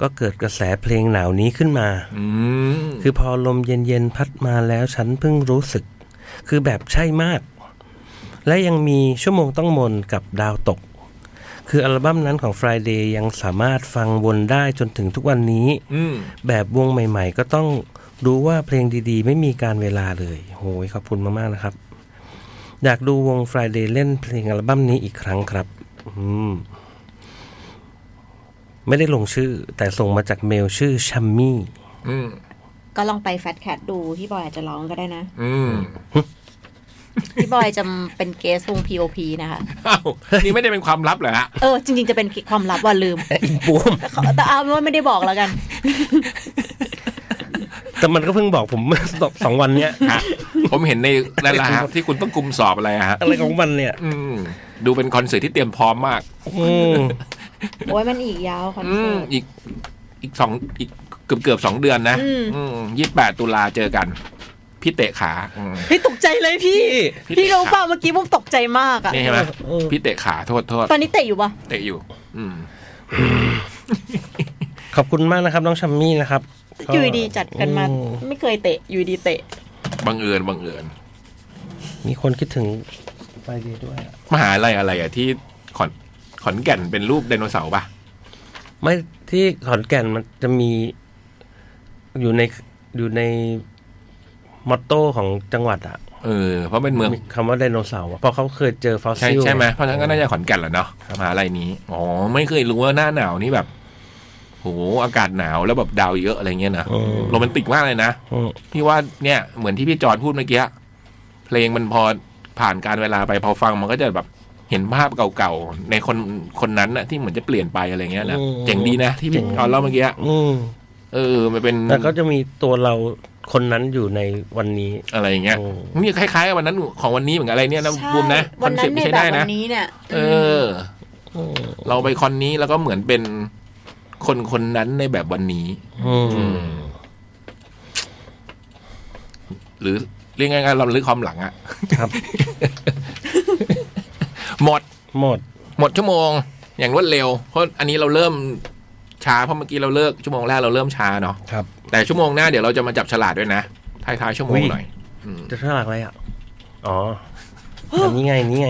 Speaker 4: ก็เกิดกระแสเพลงหนาวนี้ขึ้นมา
Speaker 1: อืม
Speaker 4: คือพอลมเย็นๆพัดมาแล้วฉันเพิ่งรู้สึก คือแบบใช่มาก และยังมีชั่วโมงต้องมนกับดาวตก คืออัลบั้มนั้นของ Friday ยังสามารถฟังวนได้จนถึงทุกวันนี้
Speaker 1: อืม
Speaker 4: แบบวงใหม่ๆ ก็ต้องรู้ว่าเพลงดีๆ ไม่มีการเวลาเลย โหยขอบคุณมากๆนะครับ อยากดูวง Friday เล่นเพลงอัลบั้มนี้อีกครั้งครับ อืม ไม่ได้ลงชื่อ แต่ส่งมาจากเมลชื่อชัมมี่
Speaker 1: อืม
Speaker 2: ก็ลองไปแฟตแคทดูพี่บอยอาจจะร้องก็ได้
Speaker 1: [LAUGHS]
Speaker 2: นะ
Speaker 1: อืม
Speaker 2: พี่บอยจะเป็นเกสวง POP นะคะ
Speaker 1: อ้าวนี่ไม่ได้เป็นความลับเหรอฮะ
Speaker 2: เออ จริง ๆ จะเป็นความลับว่าลืม
Speaker 4: อีกบูม
Speaker 2: แต่แต่เอาเป็นว่าไม่ได้บอกแล้วกัน
Speaker 4: แต่มันก็เพิ่งบอกผม [LAUGHS] เมื่อสองวันเนี้ย
Speaker 1: ฮะผมเห็นในนั่นแหละฮะที่คุณต้องกุมสอบอะไรอะฮะ
Speaker 4: อะไรของมันเนี่ย
Speaker 1: อืมดูเป็นคอนเสิร์ตที่เตรียมพร้อมมาก
Speaker 4: อืม
Speaker 2: โอ้ยมันอีกยาวคอน
Speaker 1: อืม
Speaker 2: เสิร์ต
Speaker 1: อีกอีกสองอีกเกือบเกือบสองเดือนนะ
Speaker 2: อืม
Speaker 1: ยี่สิบแปดตุลาเจอกัน พี่เตะขาอืม
Speaker 2: พี่ตกใจเลยพี่
Speaker 1: พี่
Speaker 2: พี่รู้
Speaker 1: เตะขา
Speaker 2: เปล่าเมื่อกี้ผมตกใจมากอ่ะ
Speaker 1: นี่ใช่ไหมพี่เตะขาโทษโทษ
Speaker 2: ตอนนี้เตะอยู่ปะ
Speaker 1: เตะอยู่ อืม
Speaker 4: ขอบคุณมากนะครับ น้องชัมมี่นะครับก็
Speaker 2: อยู่ดีๆจัดกันมา
Speaker 4: อื
Speaker 2: ไม่เคยเตะ อยู่ดีเตะ
Speaker 1: บังเอิญบังเอิญ
Speaker 4: มีคนคิดถึงไปดีด้วยอะ
Speaker 1: มหาลัยอะไรอะที่ขอนขอนแก่นเป็นรูปไดโนเสาร์ป่ะ
Speaker 4: ไม่ที่ขอนแก่นมันจะมี อยู่ในอยู่ในมอตโต้ของจังหวัดอ่ะ
Speaker 1: เออ เพราะเป็นเมือง
Speaker 4: มีคำว่าไดโนเสาร์อะเพราะเขาเคยเจอฟอส
Speaker 1: ใช่
Speaker 4: ซิล
Speaker 1: ใช่ไหมเพราะฉะนั้นก็น่าจะขอนแก่นแหละเนาะมหาลัยนี้อ๋อไม่เคยรู้ว่าหน้าหนาวนี่แบบโหอากาศหนาวแล้วแบบดาวเยอะอะไรเงี้ยนะโรแมนติกมากเลยนะ
Speaker 4: อืม
Speaker 1: พี่ว่าเนี่ยเหมือนที่พี่จอนพูดเมื่อกี้เพลงมันพอผ่านการเวลาไปพอฟังมันก็จะแบบเห็นภาพเก่าๆในคนคนนั้นน่ะที่เหมือนจะเปลี่ยนไปอะไรเงี้ยนะเจ๋งดีนะที่พี่จอนเล่าเมื่อกี้
Speaker 4: อืม
Speaker 1: เออมันเป็น
Speaker 4: แล้วก็จะมีตัวเราคนนั้นอยู่ในวันนี้
Speaker 1: อะไรอย่างเงี้ย
Speaker 4: โอ้
Speaker 1: นี่คล้ายๆกับวันนั้นของวันนี้เหมือนกันอะไรเนี่ยนะ
Speaker 2: ใช่
Speaker 1: บูมนะค
Speaker 2: วั
Speaker 1: อนน
Speaker 2: นั้
Speaker 1: เซ็ป
Speaker 2: น
Speaker 1: ต์
Speaker 2: เนี่ย
Speaker 1: ใช้
Speaker 2: แบ
Speaker 1: ได้
Speaker 2: บ
Speaker 1: นะ
Speaker 2: วันนี้เนี่ย
Speaker 1: เออ
Speaker 4: อืม
Speaker 1: เราไปคอนนี้แล้วก็เหมือนเป็นคนคนนั้นในแบบวันนี้
Speaker 4: อืม
Speaker 1: หรือเรียกง่ายๆเราลึกความหลังอะ
Speaker 4: ครับ
Speaker 1: หมด
Speaker 4: หมด
Speaker 1: หมดชั่วโมงอย่างรวดเร็ว เพราะอันนี้เราเริ่มช้าเพราะเมื่อกี้เราเลิกชั่วโมงแรกเราเริ่มช้าเนาะ
Speaker 4: ครับ
Speaker 1: แต่ชั่วโมงหน้าเดี๋ยวเราจะมาจับฉลาดด้วยนะท้ายท้ายๆชั่วโมงหน่อยอืม
Speaker 4: จะฉลากอะไรอ่ะ อ๋ออันนี้ไงนี่ไง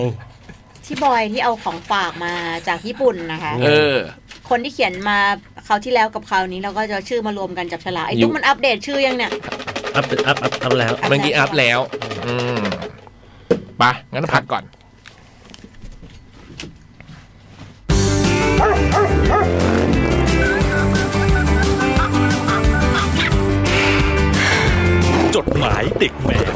Speaker 2: ที่บอยที่เอาของฝากมาจากญี่ปุ่นนะคะ
Speaker 4: อืม
Speaker 1: เออ
Speaker 2: คนที่เขียนมาคราวที่แล้วกับคราวนี้เราก็จะเอาชื่อมารวมกันจับฉลากไอ้
Speaker 1: อยู่
Speaker 2: ตุ๊กมันอัปเดตชื่อยังเนี่ย
Speaker 4: อัพอัพอัพอัพแล้ว
Speaker 1: เมื่อกี้อัพแล้ว อืมไปะงั้นพักก่อน
Speaker 5: จดหมายเด็กแมว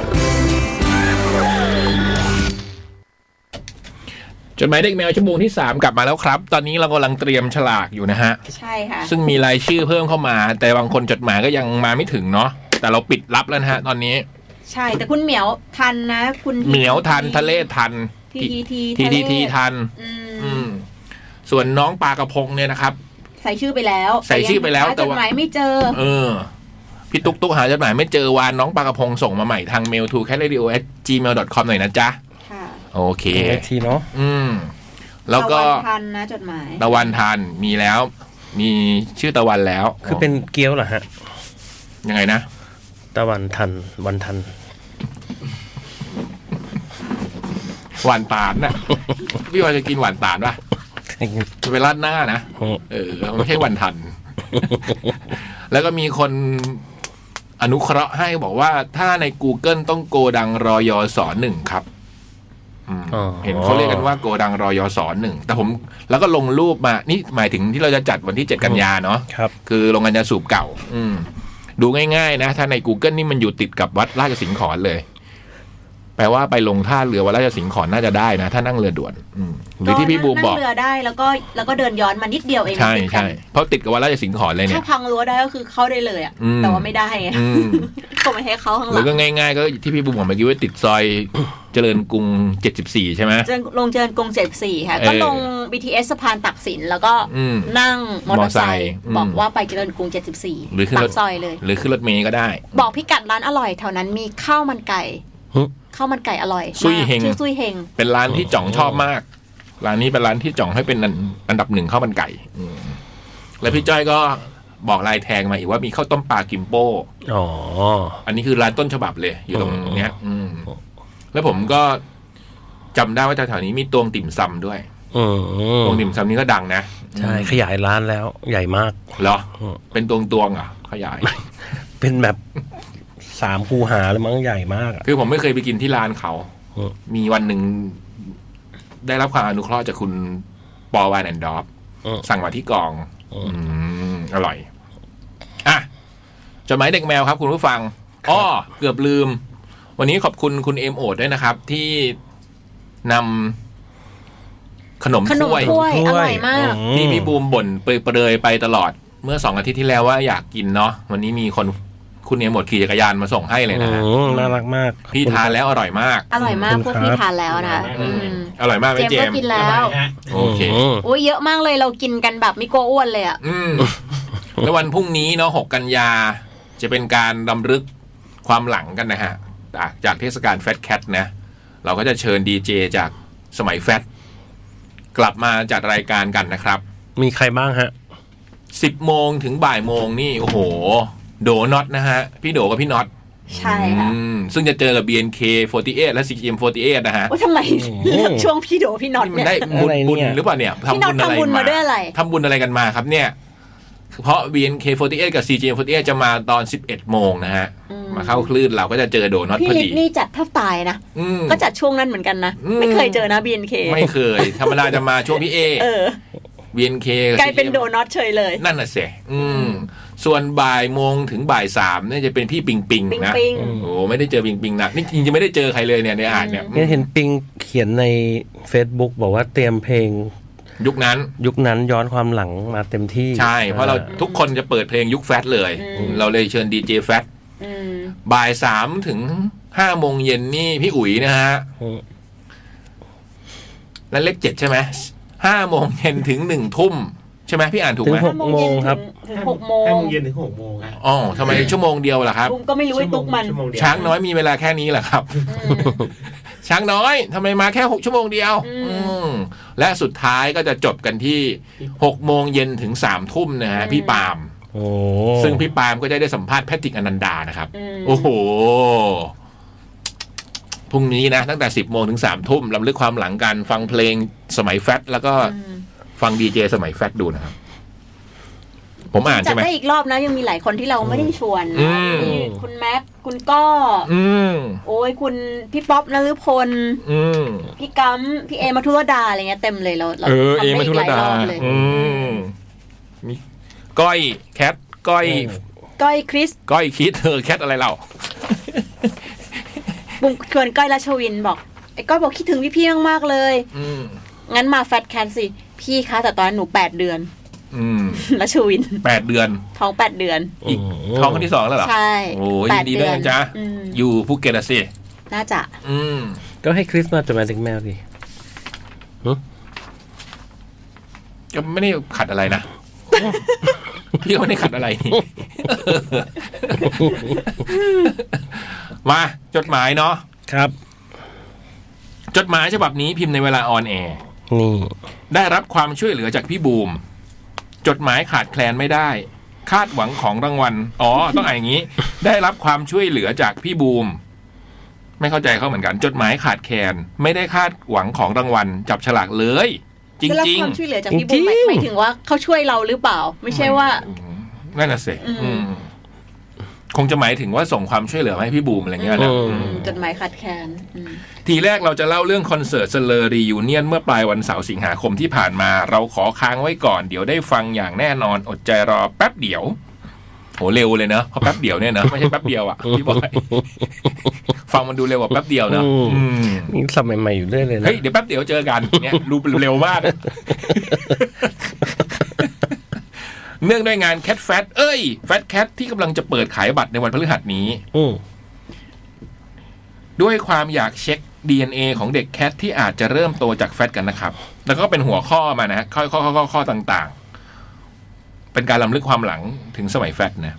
Speaker 1: จดหมายเด็กแมวชั่วโมงที่สามกลับมาแล้วครับ ตอนนี้เรากำลังเตรียมฉลากอยู่นะฮะ
Speaker 2: ใช่ค่ะ
Speaker 1: ซึ่งมีรายชื่อเพิ่มเข้ามา แต่บางคนจดหมายก็ยังมาไม่ถึงเนาะแต่เราปิดรับแล้วนะฮะ ตอนนี้
Speaker 2: ใช่แต่คุณเหมียวทันนะ คุณ
Speaker 1: เหมียวทันทะเลทัน
Speaker 2: ทีทีที
Speaker 1: ทีทีทีทัน
Speaker 2: อื
Speaker 1: อื
Speaker 2: ม
Speaker 1: ม ส่วนน้องปลากระพงเนี่ยนะครับ
Speaker 2: ใส่ชื่อไปแล้ว
Speaker 1: ใส่ชื่อไปแล้ว
Speaker 2: ต่ยัง
Speaker 1: แต่
Speaker 2: หาจ
Speaker 1: ว่า
Speaker 2: ดหมายไม่เจอ
Speaker 1: เออ พี่ตุ๊กตุ๊กหาจดหมายไม่เจอวานน้องปลากระพงส่งมาใหม่ทาง mail to cat radio gmail com หน่อยนะจ๊ะ
Speaker 2: ค่ะ
Speaker 1: โอเค
Speaker 4: เวทีเนาะ
Speaker 1: อืม แล้วก็
Speaker 2: ตะนทันนะจดหมาย
Speaker 1: ตะวันทันมีแล้ว มีชื่อตะวันแล้ว
Speaker 4: คือเป็นเกี๊ยวเหรอฮะ
Speaker 1: ยังไงนะ
Speaker 4: ตะวันทันวันทัน
Speaker 1: หวานตาลน่ะ [LAUGHS] พี่วอยจะกินหวานตาลป่ะจะไปราดหน้านะ เออไม่ใช่วัน
Speaker 4: [LAUGHS]
Speaker 1: ทัน แล้วก็มีคนอนุเคราะห์ให้บอกว่าถ้าใน Google ต้องโกดังรอยอสอหนึ่งครับอืม
Speaker 4: อ๋อ
Speaker 1: เห็นเขาเรียกกันว่าโกดังรอยอสอหนึ่งแต่ผมแล้วก็ลงรูปมา นี่หมายถึงที่เราจะจัดวันที่เจ็ดกันยาเนาะ
Speaker 4: ครับ
Speaker 1: คือโรงงานยาสูบเก่า อืม ดูง่ายๆนะ ถ้าใน Google นี่มันอยู่ติดกับวัดราชสิงห์ขอนเลย แปลว่าไปลงท่าเรือวัดราชสิงห์ขอนน่าจะได้นะ ถ้านั่งเรือด่วน อืมหรือที่พี่บูมบอก
Speaker 2: นั่งเรือได้แล้วก็แล้วก็เดินย้อนมานิดเดียวเอง
Speaker 1: ใช่
Speaker 2: ติดกัน
Speaker 1: ใช่เพราะติดกับวัดราชสิงห์ขอนเลยเนี่
Speaker 2: ถ้าย พังรั้วได้ก็คือเข้าได้เลยอ่ะ
Speaker 1: อืม
Speaker 2: แต่ว่าไม่ได้ไง
Speaker 1: อืม
Speaker 2: [LAUGHS] ก็ไม่ให้เข้าข้างห
Speaker 1: หรื
Speaker 2: ลั
Speaker 1: อง ก็ง่ายๆ ก็ที่พี่บูมบอกเมื่อกี้ว่าติดซอย [COUGHS] เจริญกรุง 74 ใช่ไหม
Speaker 2: เจนลงเจริญกรุงเจ็ดสี่ค่ะ
Speaker 1: เออ
Speaker 2: ก็ลง BTS สะพานตักสินแล้วก็
Speaker 1: อืม
Speaker 2: นั่งมอเตอร์ไซค์
Speaker 1: มอเตอร์ไซค์
Speaker 2: บอกว่าไปเจริญกรุงเจ็ดสิบสี่
Speaker 1: หรือขึ้น
Speaker 2: ปาร
Speaker 1: ถ
Speaker 2: กซอยเลย
Speaker 1: หรือขึ้นรถเมย์ก็ได้
Speaker 2: บอกพี่กัดร้านอร่อยแถวนั้นมีข้าวมันไก่
Speaker 4: หึ
Speaker 2: ข้าวมันไก่อร่อยมาก
Speaker 1: ซุยเฮง
Speaker 2: ชื่อซุยเฮง
Speaker 1: เป็นร้านที่จ่องชอบมาก ร้านนี้เป็นร้านที่จ่องให้เป็นอันอันดับหนึ่งข้าวมันไก่ อืมแล้วพี่จ้อยก็บอกลายแทงมาอีกว่ามีข้าวต้มปลากิมโป้
Speaker 4: อ๋อ
Speaker 1: อันนี้คือร้านต้นฉบับเลย อยู่ตรงเนี้ย อืม แล้วผมก็จำได้ว่าแถวๆนี้มีตวงติ่มซำด้วย
Speaker 4: อืม
Speaker 1: ตวงติ่มซำนี้ก็ดังนะ
Speaker 4: ใช่ขยายร้านแล้ว ใหญ่มาก
Speaker 1: เหรอ
Speaker 4: อืม
Speaker 1: เป็นตวงตวงๆเหรอ่ะขยาย
Speaker 4: เป็นแบบสามคูหาเลยมั้งใหญ่มากอะ
Speaker 1: คือผมไม่เคยไปกินที่ร้านเขา
Speaker 4: อืม
Speaker 1: มีวันหนึ่งได้รับความอนุเคราะห์จากคุณปอวานแอนดอฟ
Speaker 4: อืม
Speaker 1: สั่งมาที่กอง
Speaker 4: อืม
Speaker 1: อืม อร่อย อ่ะ จดหมายเด็กแมวครับ คุณผู้ฟัง อ้อ เกือบลืม วันนี้ขอบคุณคุณเอมโอดด้วยนะครับ ที่นำขนม
Speaker 2: ขนม
Speaker 1: ถ้วย
Speaker 2: ถ้วย
Speaker 4: ถ้วย
Speaker 2: อร่อยมาก
Speaker 1: ที่พี่บูมบ่นเปรยๆไปตลอด เมื่อสองอาทิตย์ที่แล้วว่าอยากกินเนาะวันนี้มีคนคุณเอมโอดขี่จักรยานมาส่งให้เลยนะฮะ
Speaker 4: อืมน่ารักมาก
Speaker 1: พี่ทานแล้วอร่อยมาก
Speaker 2: อร่อยมาก
Speaker 4: ขอบ
Speaker 2: พ
Speaker 4: คุ
Speaker 2: ว
Speaker 4: ณค
Speaker 2: ก
Speaker 4: รับ
Speaker 2: พี่ทานแล้วนะ
Speaker 9: อื
Speaker 2: อื
Speaker 9: ม
Speaker 2: ม
Speaker 1: อร่อยมากไหม
Speaker 2: เจมส์
Speaker 1: เจ
Speaker 2: ก็
Speaker 1: มส์
Speaker 2: กินแล้ว
Speaker 9: ฮะ
Speaker 1: โอเค
Speaker 4: อืม
Speaker 2: โอ้ยเยอะมากเลยเรากินกันแบบไม่กลัวอ้วนเลยอ่ะ
Speaker 1: อืม แล้ววันพรุ่งนี้เนาะหกกันยา จะเป็นการรำลึกความหลังกันนะฮะ จากจากเทศกาลแฟตแคทนะ เราก็จะเชิญดีเจจากสมัยแฟตกลับมาจัดรายการกันนะครับ
Speaker 4: มีใครบ้างฮะ
Speaker 1: สิบโมงถึงบ่ายโมงนี่ โอ้โห โดน็อตนะฮะ พี่โดกับพี่น็อต
Speaker 2: ใช่ค่ะ
Speaker 1: อืมซึ่งจะเจอกับ BNK48 และ CGM48 นะฮะ
Speaker 2: ว่าทำไมเลือกช่วงพี่โดพี่น็อต
Speaker 1: นี่มัน
Speaker 2: เนี่ย
Speaker 1: ได้บุ
Speaker 4: อะ
Speaker 1: ญ
Speaker 4: ไรเนี่ย
Speaker 1: บุญหรือเปล่าเนี่ย
Speaker 2: พี่น็อตทำบุญมาด้วยอะไร
Speaker 1: ทำบุญอะไรกันมาครับเนี่ย เพราะ BNK48 กับ CGM48 จะมาตอน 11 โมงนะฮะ มาเข้าคลื่นเราก็จะเจอโดน็อต
Speaker 2: พี่
Speaker 1: พอ
Speaker 2: ลิ
Speaker 1: ดี
Speaker 2: กนี่จัดแทับตายนะ
Speaker 1: อืม
Speaker 2: ก็จัดช่วงนั้นเหมือนกันนะ
Speaker 1: อืม
Speaker 2: ไม่เคยเจอนะ BNK
Speaker 1: ไม่เคย ธรรมดาจะมาช่วงพี่เอ
Speaker 2: เออ
Speaker 1: BNK บ
Speaker 2: กลายเป็น
Speaker 1: CGM
Speaker 2: โดนัทเฉยเลย
Speaker 1: นั่นน่ะเสียอืม ส่วนบ่ายโมงถึงบ่ายสามเนี่ยจะเป็นพี่ปิงปิง
Speaker 2: ปิง
Speaker 1: นะ
Speaker 2: ปิง
Speaker 1: โอ้ไม่ได้เจอปิงปิงนะนี่จริงๆจะไม่ได้เจอใครเลยเนี่ยในอ่านเนี่ย
Speaker 4: เนี่ยเห็นปิงเขียนใน Facebook บอกว่าเตรียมเพลง
Speaker 1: ยุคนั้น
Speaker 4: ยุคนั้นย้อนความหลังมาเต็มที่
Speaker 1: ใช่ เพราะเราทุกคนจะเปิดเพลงยุคแฟตเลย
Speaker 2: อืม
Speaker 1: เราเลยเชิญดีเจแฟต
Speaker 2: อืม
Speaker 1: บ่ายสามถึงห้าโมงเย็นนี่พี่อุ๋ยนะฮะ
Speaker 4: อืม
Speaker 1: นั่นเลขเจ็ดใช่ไหมห้าโมงเย็นถึงหนึ่งทุ่มใช่ไหมพี่อ่านถูก
Speaker 4: ถึง
Speaker 1: ไหม
Speaker 4: หกโมงครับ
Speaker 2: ถึงหกโมง
Speaker 9: ห้าโมงเย็นถึงหกโมงอะ
Speaker 1: อ๋อทำไมชั่วโมงเดียวล่ะครับ
Speaker 2: บุมก็ไม่รู้ไอ้ตุ๊กมัน
Speaker 9: ชั่วโเดีว
Speaker 1: ช้างน้อยมีเวลาแค่นี้แหละครับ
Speaker 2: อืม
Speaker 1: ช้างน้อยทำไมมาแค่หกชั่วโมงเดียว
Speaker 2: อืม
Speaker 1: อืมและสุดท้ายก็จะจบกันที่หกโมงเย็นถึงสามทุ่มนะฮะพี่ปาล์ม
Speaker 4: โอ้
Speaker 1: ซึ่งพี่ปาล์มก็จะได้สัมภาษณ์แพทริกอนันดานะครับ
Speaker 2: อืม
Speaker 1: โอ้โห พรุ่งนี้นะ ตั้งแต่ 10 โมงถึง 3 ทุ่มลำลึกความหลังกัน ฟังเพลงสมัยแฟตแล้วก็
Speaker 2: อืม
Speaker 1: ฟังดีเจสมัยแฟตดูนะครับ ผมอ่าน
Speaker 2: จัด
Speaker 1: ใช่ไหม
Speaker 2: ได้อีกรอบนะยังมีหลายคนที่เราไม่ได้ชวน
Speaker 1: อื
Speaker 2: นะ
Speaker 1: ม
Speaker 2: มีคุณแม็กซ์คุณก็
Speaker 1: อืม
Speaker 2: โอ้ยคุณพี่ป๊อปนฤพล
Speaker 1: อืม
Speaker 2: พี่กัมพี่เอมาทุรดาอะไรเงี้ยเต็มเลยเราเรา
Speaker 1: เออ
Speaker 2: ทำ
Speaker 1: เอ
Speaker 2: ได้
Speaker 1: มา
Speaker 2: อี
Speaker 1: ทุ
Speaker 2: ก
Speaker 1: ร
Speaker 2: หลาย
Speaker 1: ดาร
Speaker 2: อบเลย
Speaker 1: อืมมีก้อยแคทก้อย
Speaker 2: ก้อยคริส
Speaker 1: ก้อยคิดเธอแคทอะไรเรา
Speaker 2: บุมชวนก้อยราชวินบอกไอ้ก้อยบอกคิดถึงพี่พี่ๆมากๆเลย
Speaker 1: อืม
Speaker 2: งั้นมาแฟตแคนสิ พี่คะแต่ตอนนั้นหนูแปดเดือน [LAUGHS]
Speaker 1: อืม
Speaker 2: แล้วชูวิน
Speaker 1: แปดเดือน
Speaker 2: ท้องแปดเดือน
Speaker 1: อีกท้องคนที่สองแล้วเหรอ
Speaker 2: ใช่
Speaker 1: โอ้ย
Speaker 2: แป
Speaker 1: ยินดีด้วย
Speaker 2: เอ
Speaker 1: นะจ๊ะ
Speaker 2: อืม
Speaker 1: อยู่ภูเก็ตอะสิ
Speaker 2: น่าจะ
Speaker 1: อืม
Speaker 4: ก็ให้คริสมาแต่มาเด็กแมวดิ
Speaker 1: ก็ไม่ได้ขัดอะไรนะ พี่ก็ไม่ได้ขัดอะไรนี่ [LAUGHS] มาจดหมายเนาะ
Speaker 4: ครับ
Speaker 1: จดหมายฉบับนี้พิมพ์ในเวลาออนแอร์
Speaker 4: นี่
Speaker 1: ได้รับความช่วยเหลือจากพี่บูม จดหมายขาดแคลนไม่ได้ คาดหวังของรางวัล อ๋อ ต้องอ่านอย่างนี้ ได้รับความช่วยเหลือจากพี่บูม ไม่เข้าใจเขาเหมือนกัน จดหมายขาดแคลนไม่ได้คาดหวังของรางวัล จับฉลากเลย จ
Speaker 2: ได้รับ
Speaker 1: ริง
Speaker 2: ความช่วยเหลือจากพี่บุ๊คไหมหมายถึงว่าเขาช่วยเราหรือเปล่า ไม่ใช่ว่า
Speaker 1: ๆ นั่นน่ะสิ
Speaker 2: อืม
Speaker 1: อืมคงจะหมายถึงว่าส่งความช่วยเหลือมาให้พี่บูมอะไรอย่างเงี้ยนะอืม
Speaker 2: จดหมายขาดแคลนอืม
Speaker 1: ทีแรกเราจะเล่าเรื่องคอนเสิร์ตเซเลอรียูเนียนเมื่อปลายวันเสาร์สิงหาคมที่ผ่านมา เราขอค้างไว้ก่อนเดี๋ยวได้ฟังอย่างแน่นอนอดใจรอแป๊บเดียวโหเร็วเลยเนอะเพราะแป๊บเดียวเนี่ยเนอะไม่ใช่แป๊บเดียวอะพี่บอย ฟังมันดูเร็วกว่าแป๊บเดียวเนอะอืม
Speaker 4: นี่สับใหม่ๆอยู่เรื่อยเลยนะ
Speaker 1: เฮ้ยเดี๋ยวแป๊บเดียวเจอกันเนี่ยรูปเร็วมาก เนื่องด้วยงานแคทแฟตเอ้ยแฟตแคทที่กำลังจะเปิดขายบัตรในวันพฤหัสนี้
Speaker 4: อืม
Speaker 1: ด้วยความอยากเช็ค DNA ของเด็กแคทที่อาจจะเริ่มโตจากแฟตกันนะครับ แล้วก็เป็นหัวข้อมานะฮะข้อข้อข้อข้อข้อต่างๆ เป็นการลำลึกความหลังถึงสมัยแฟตนะ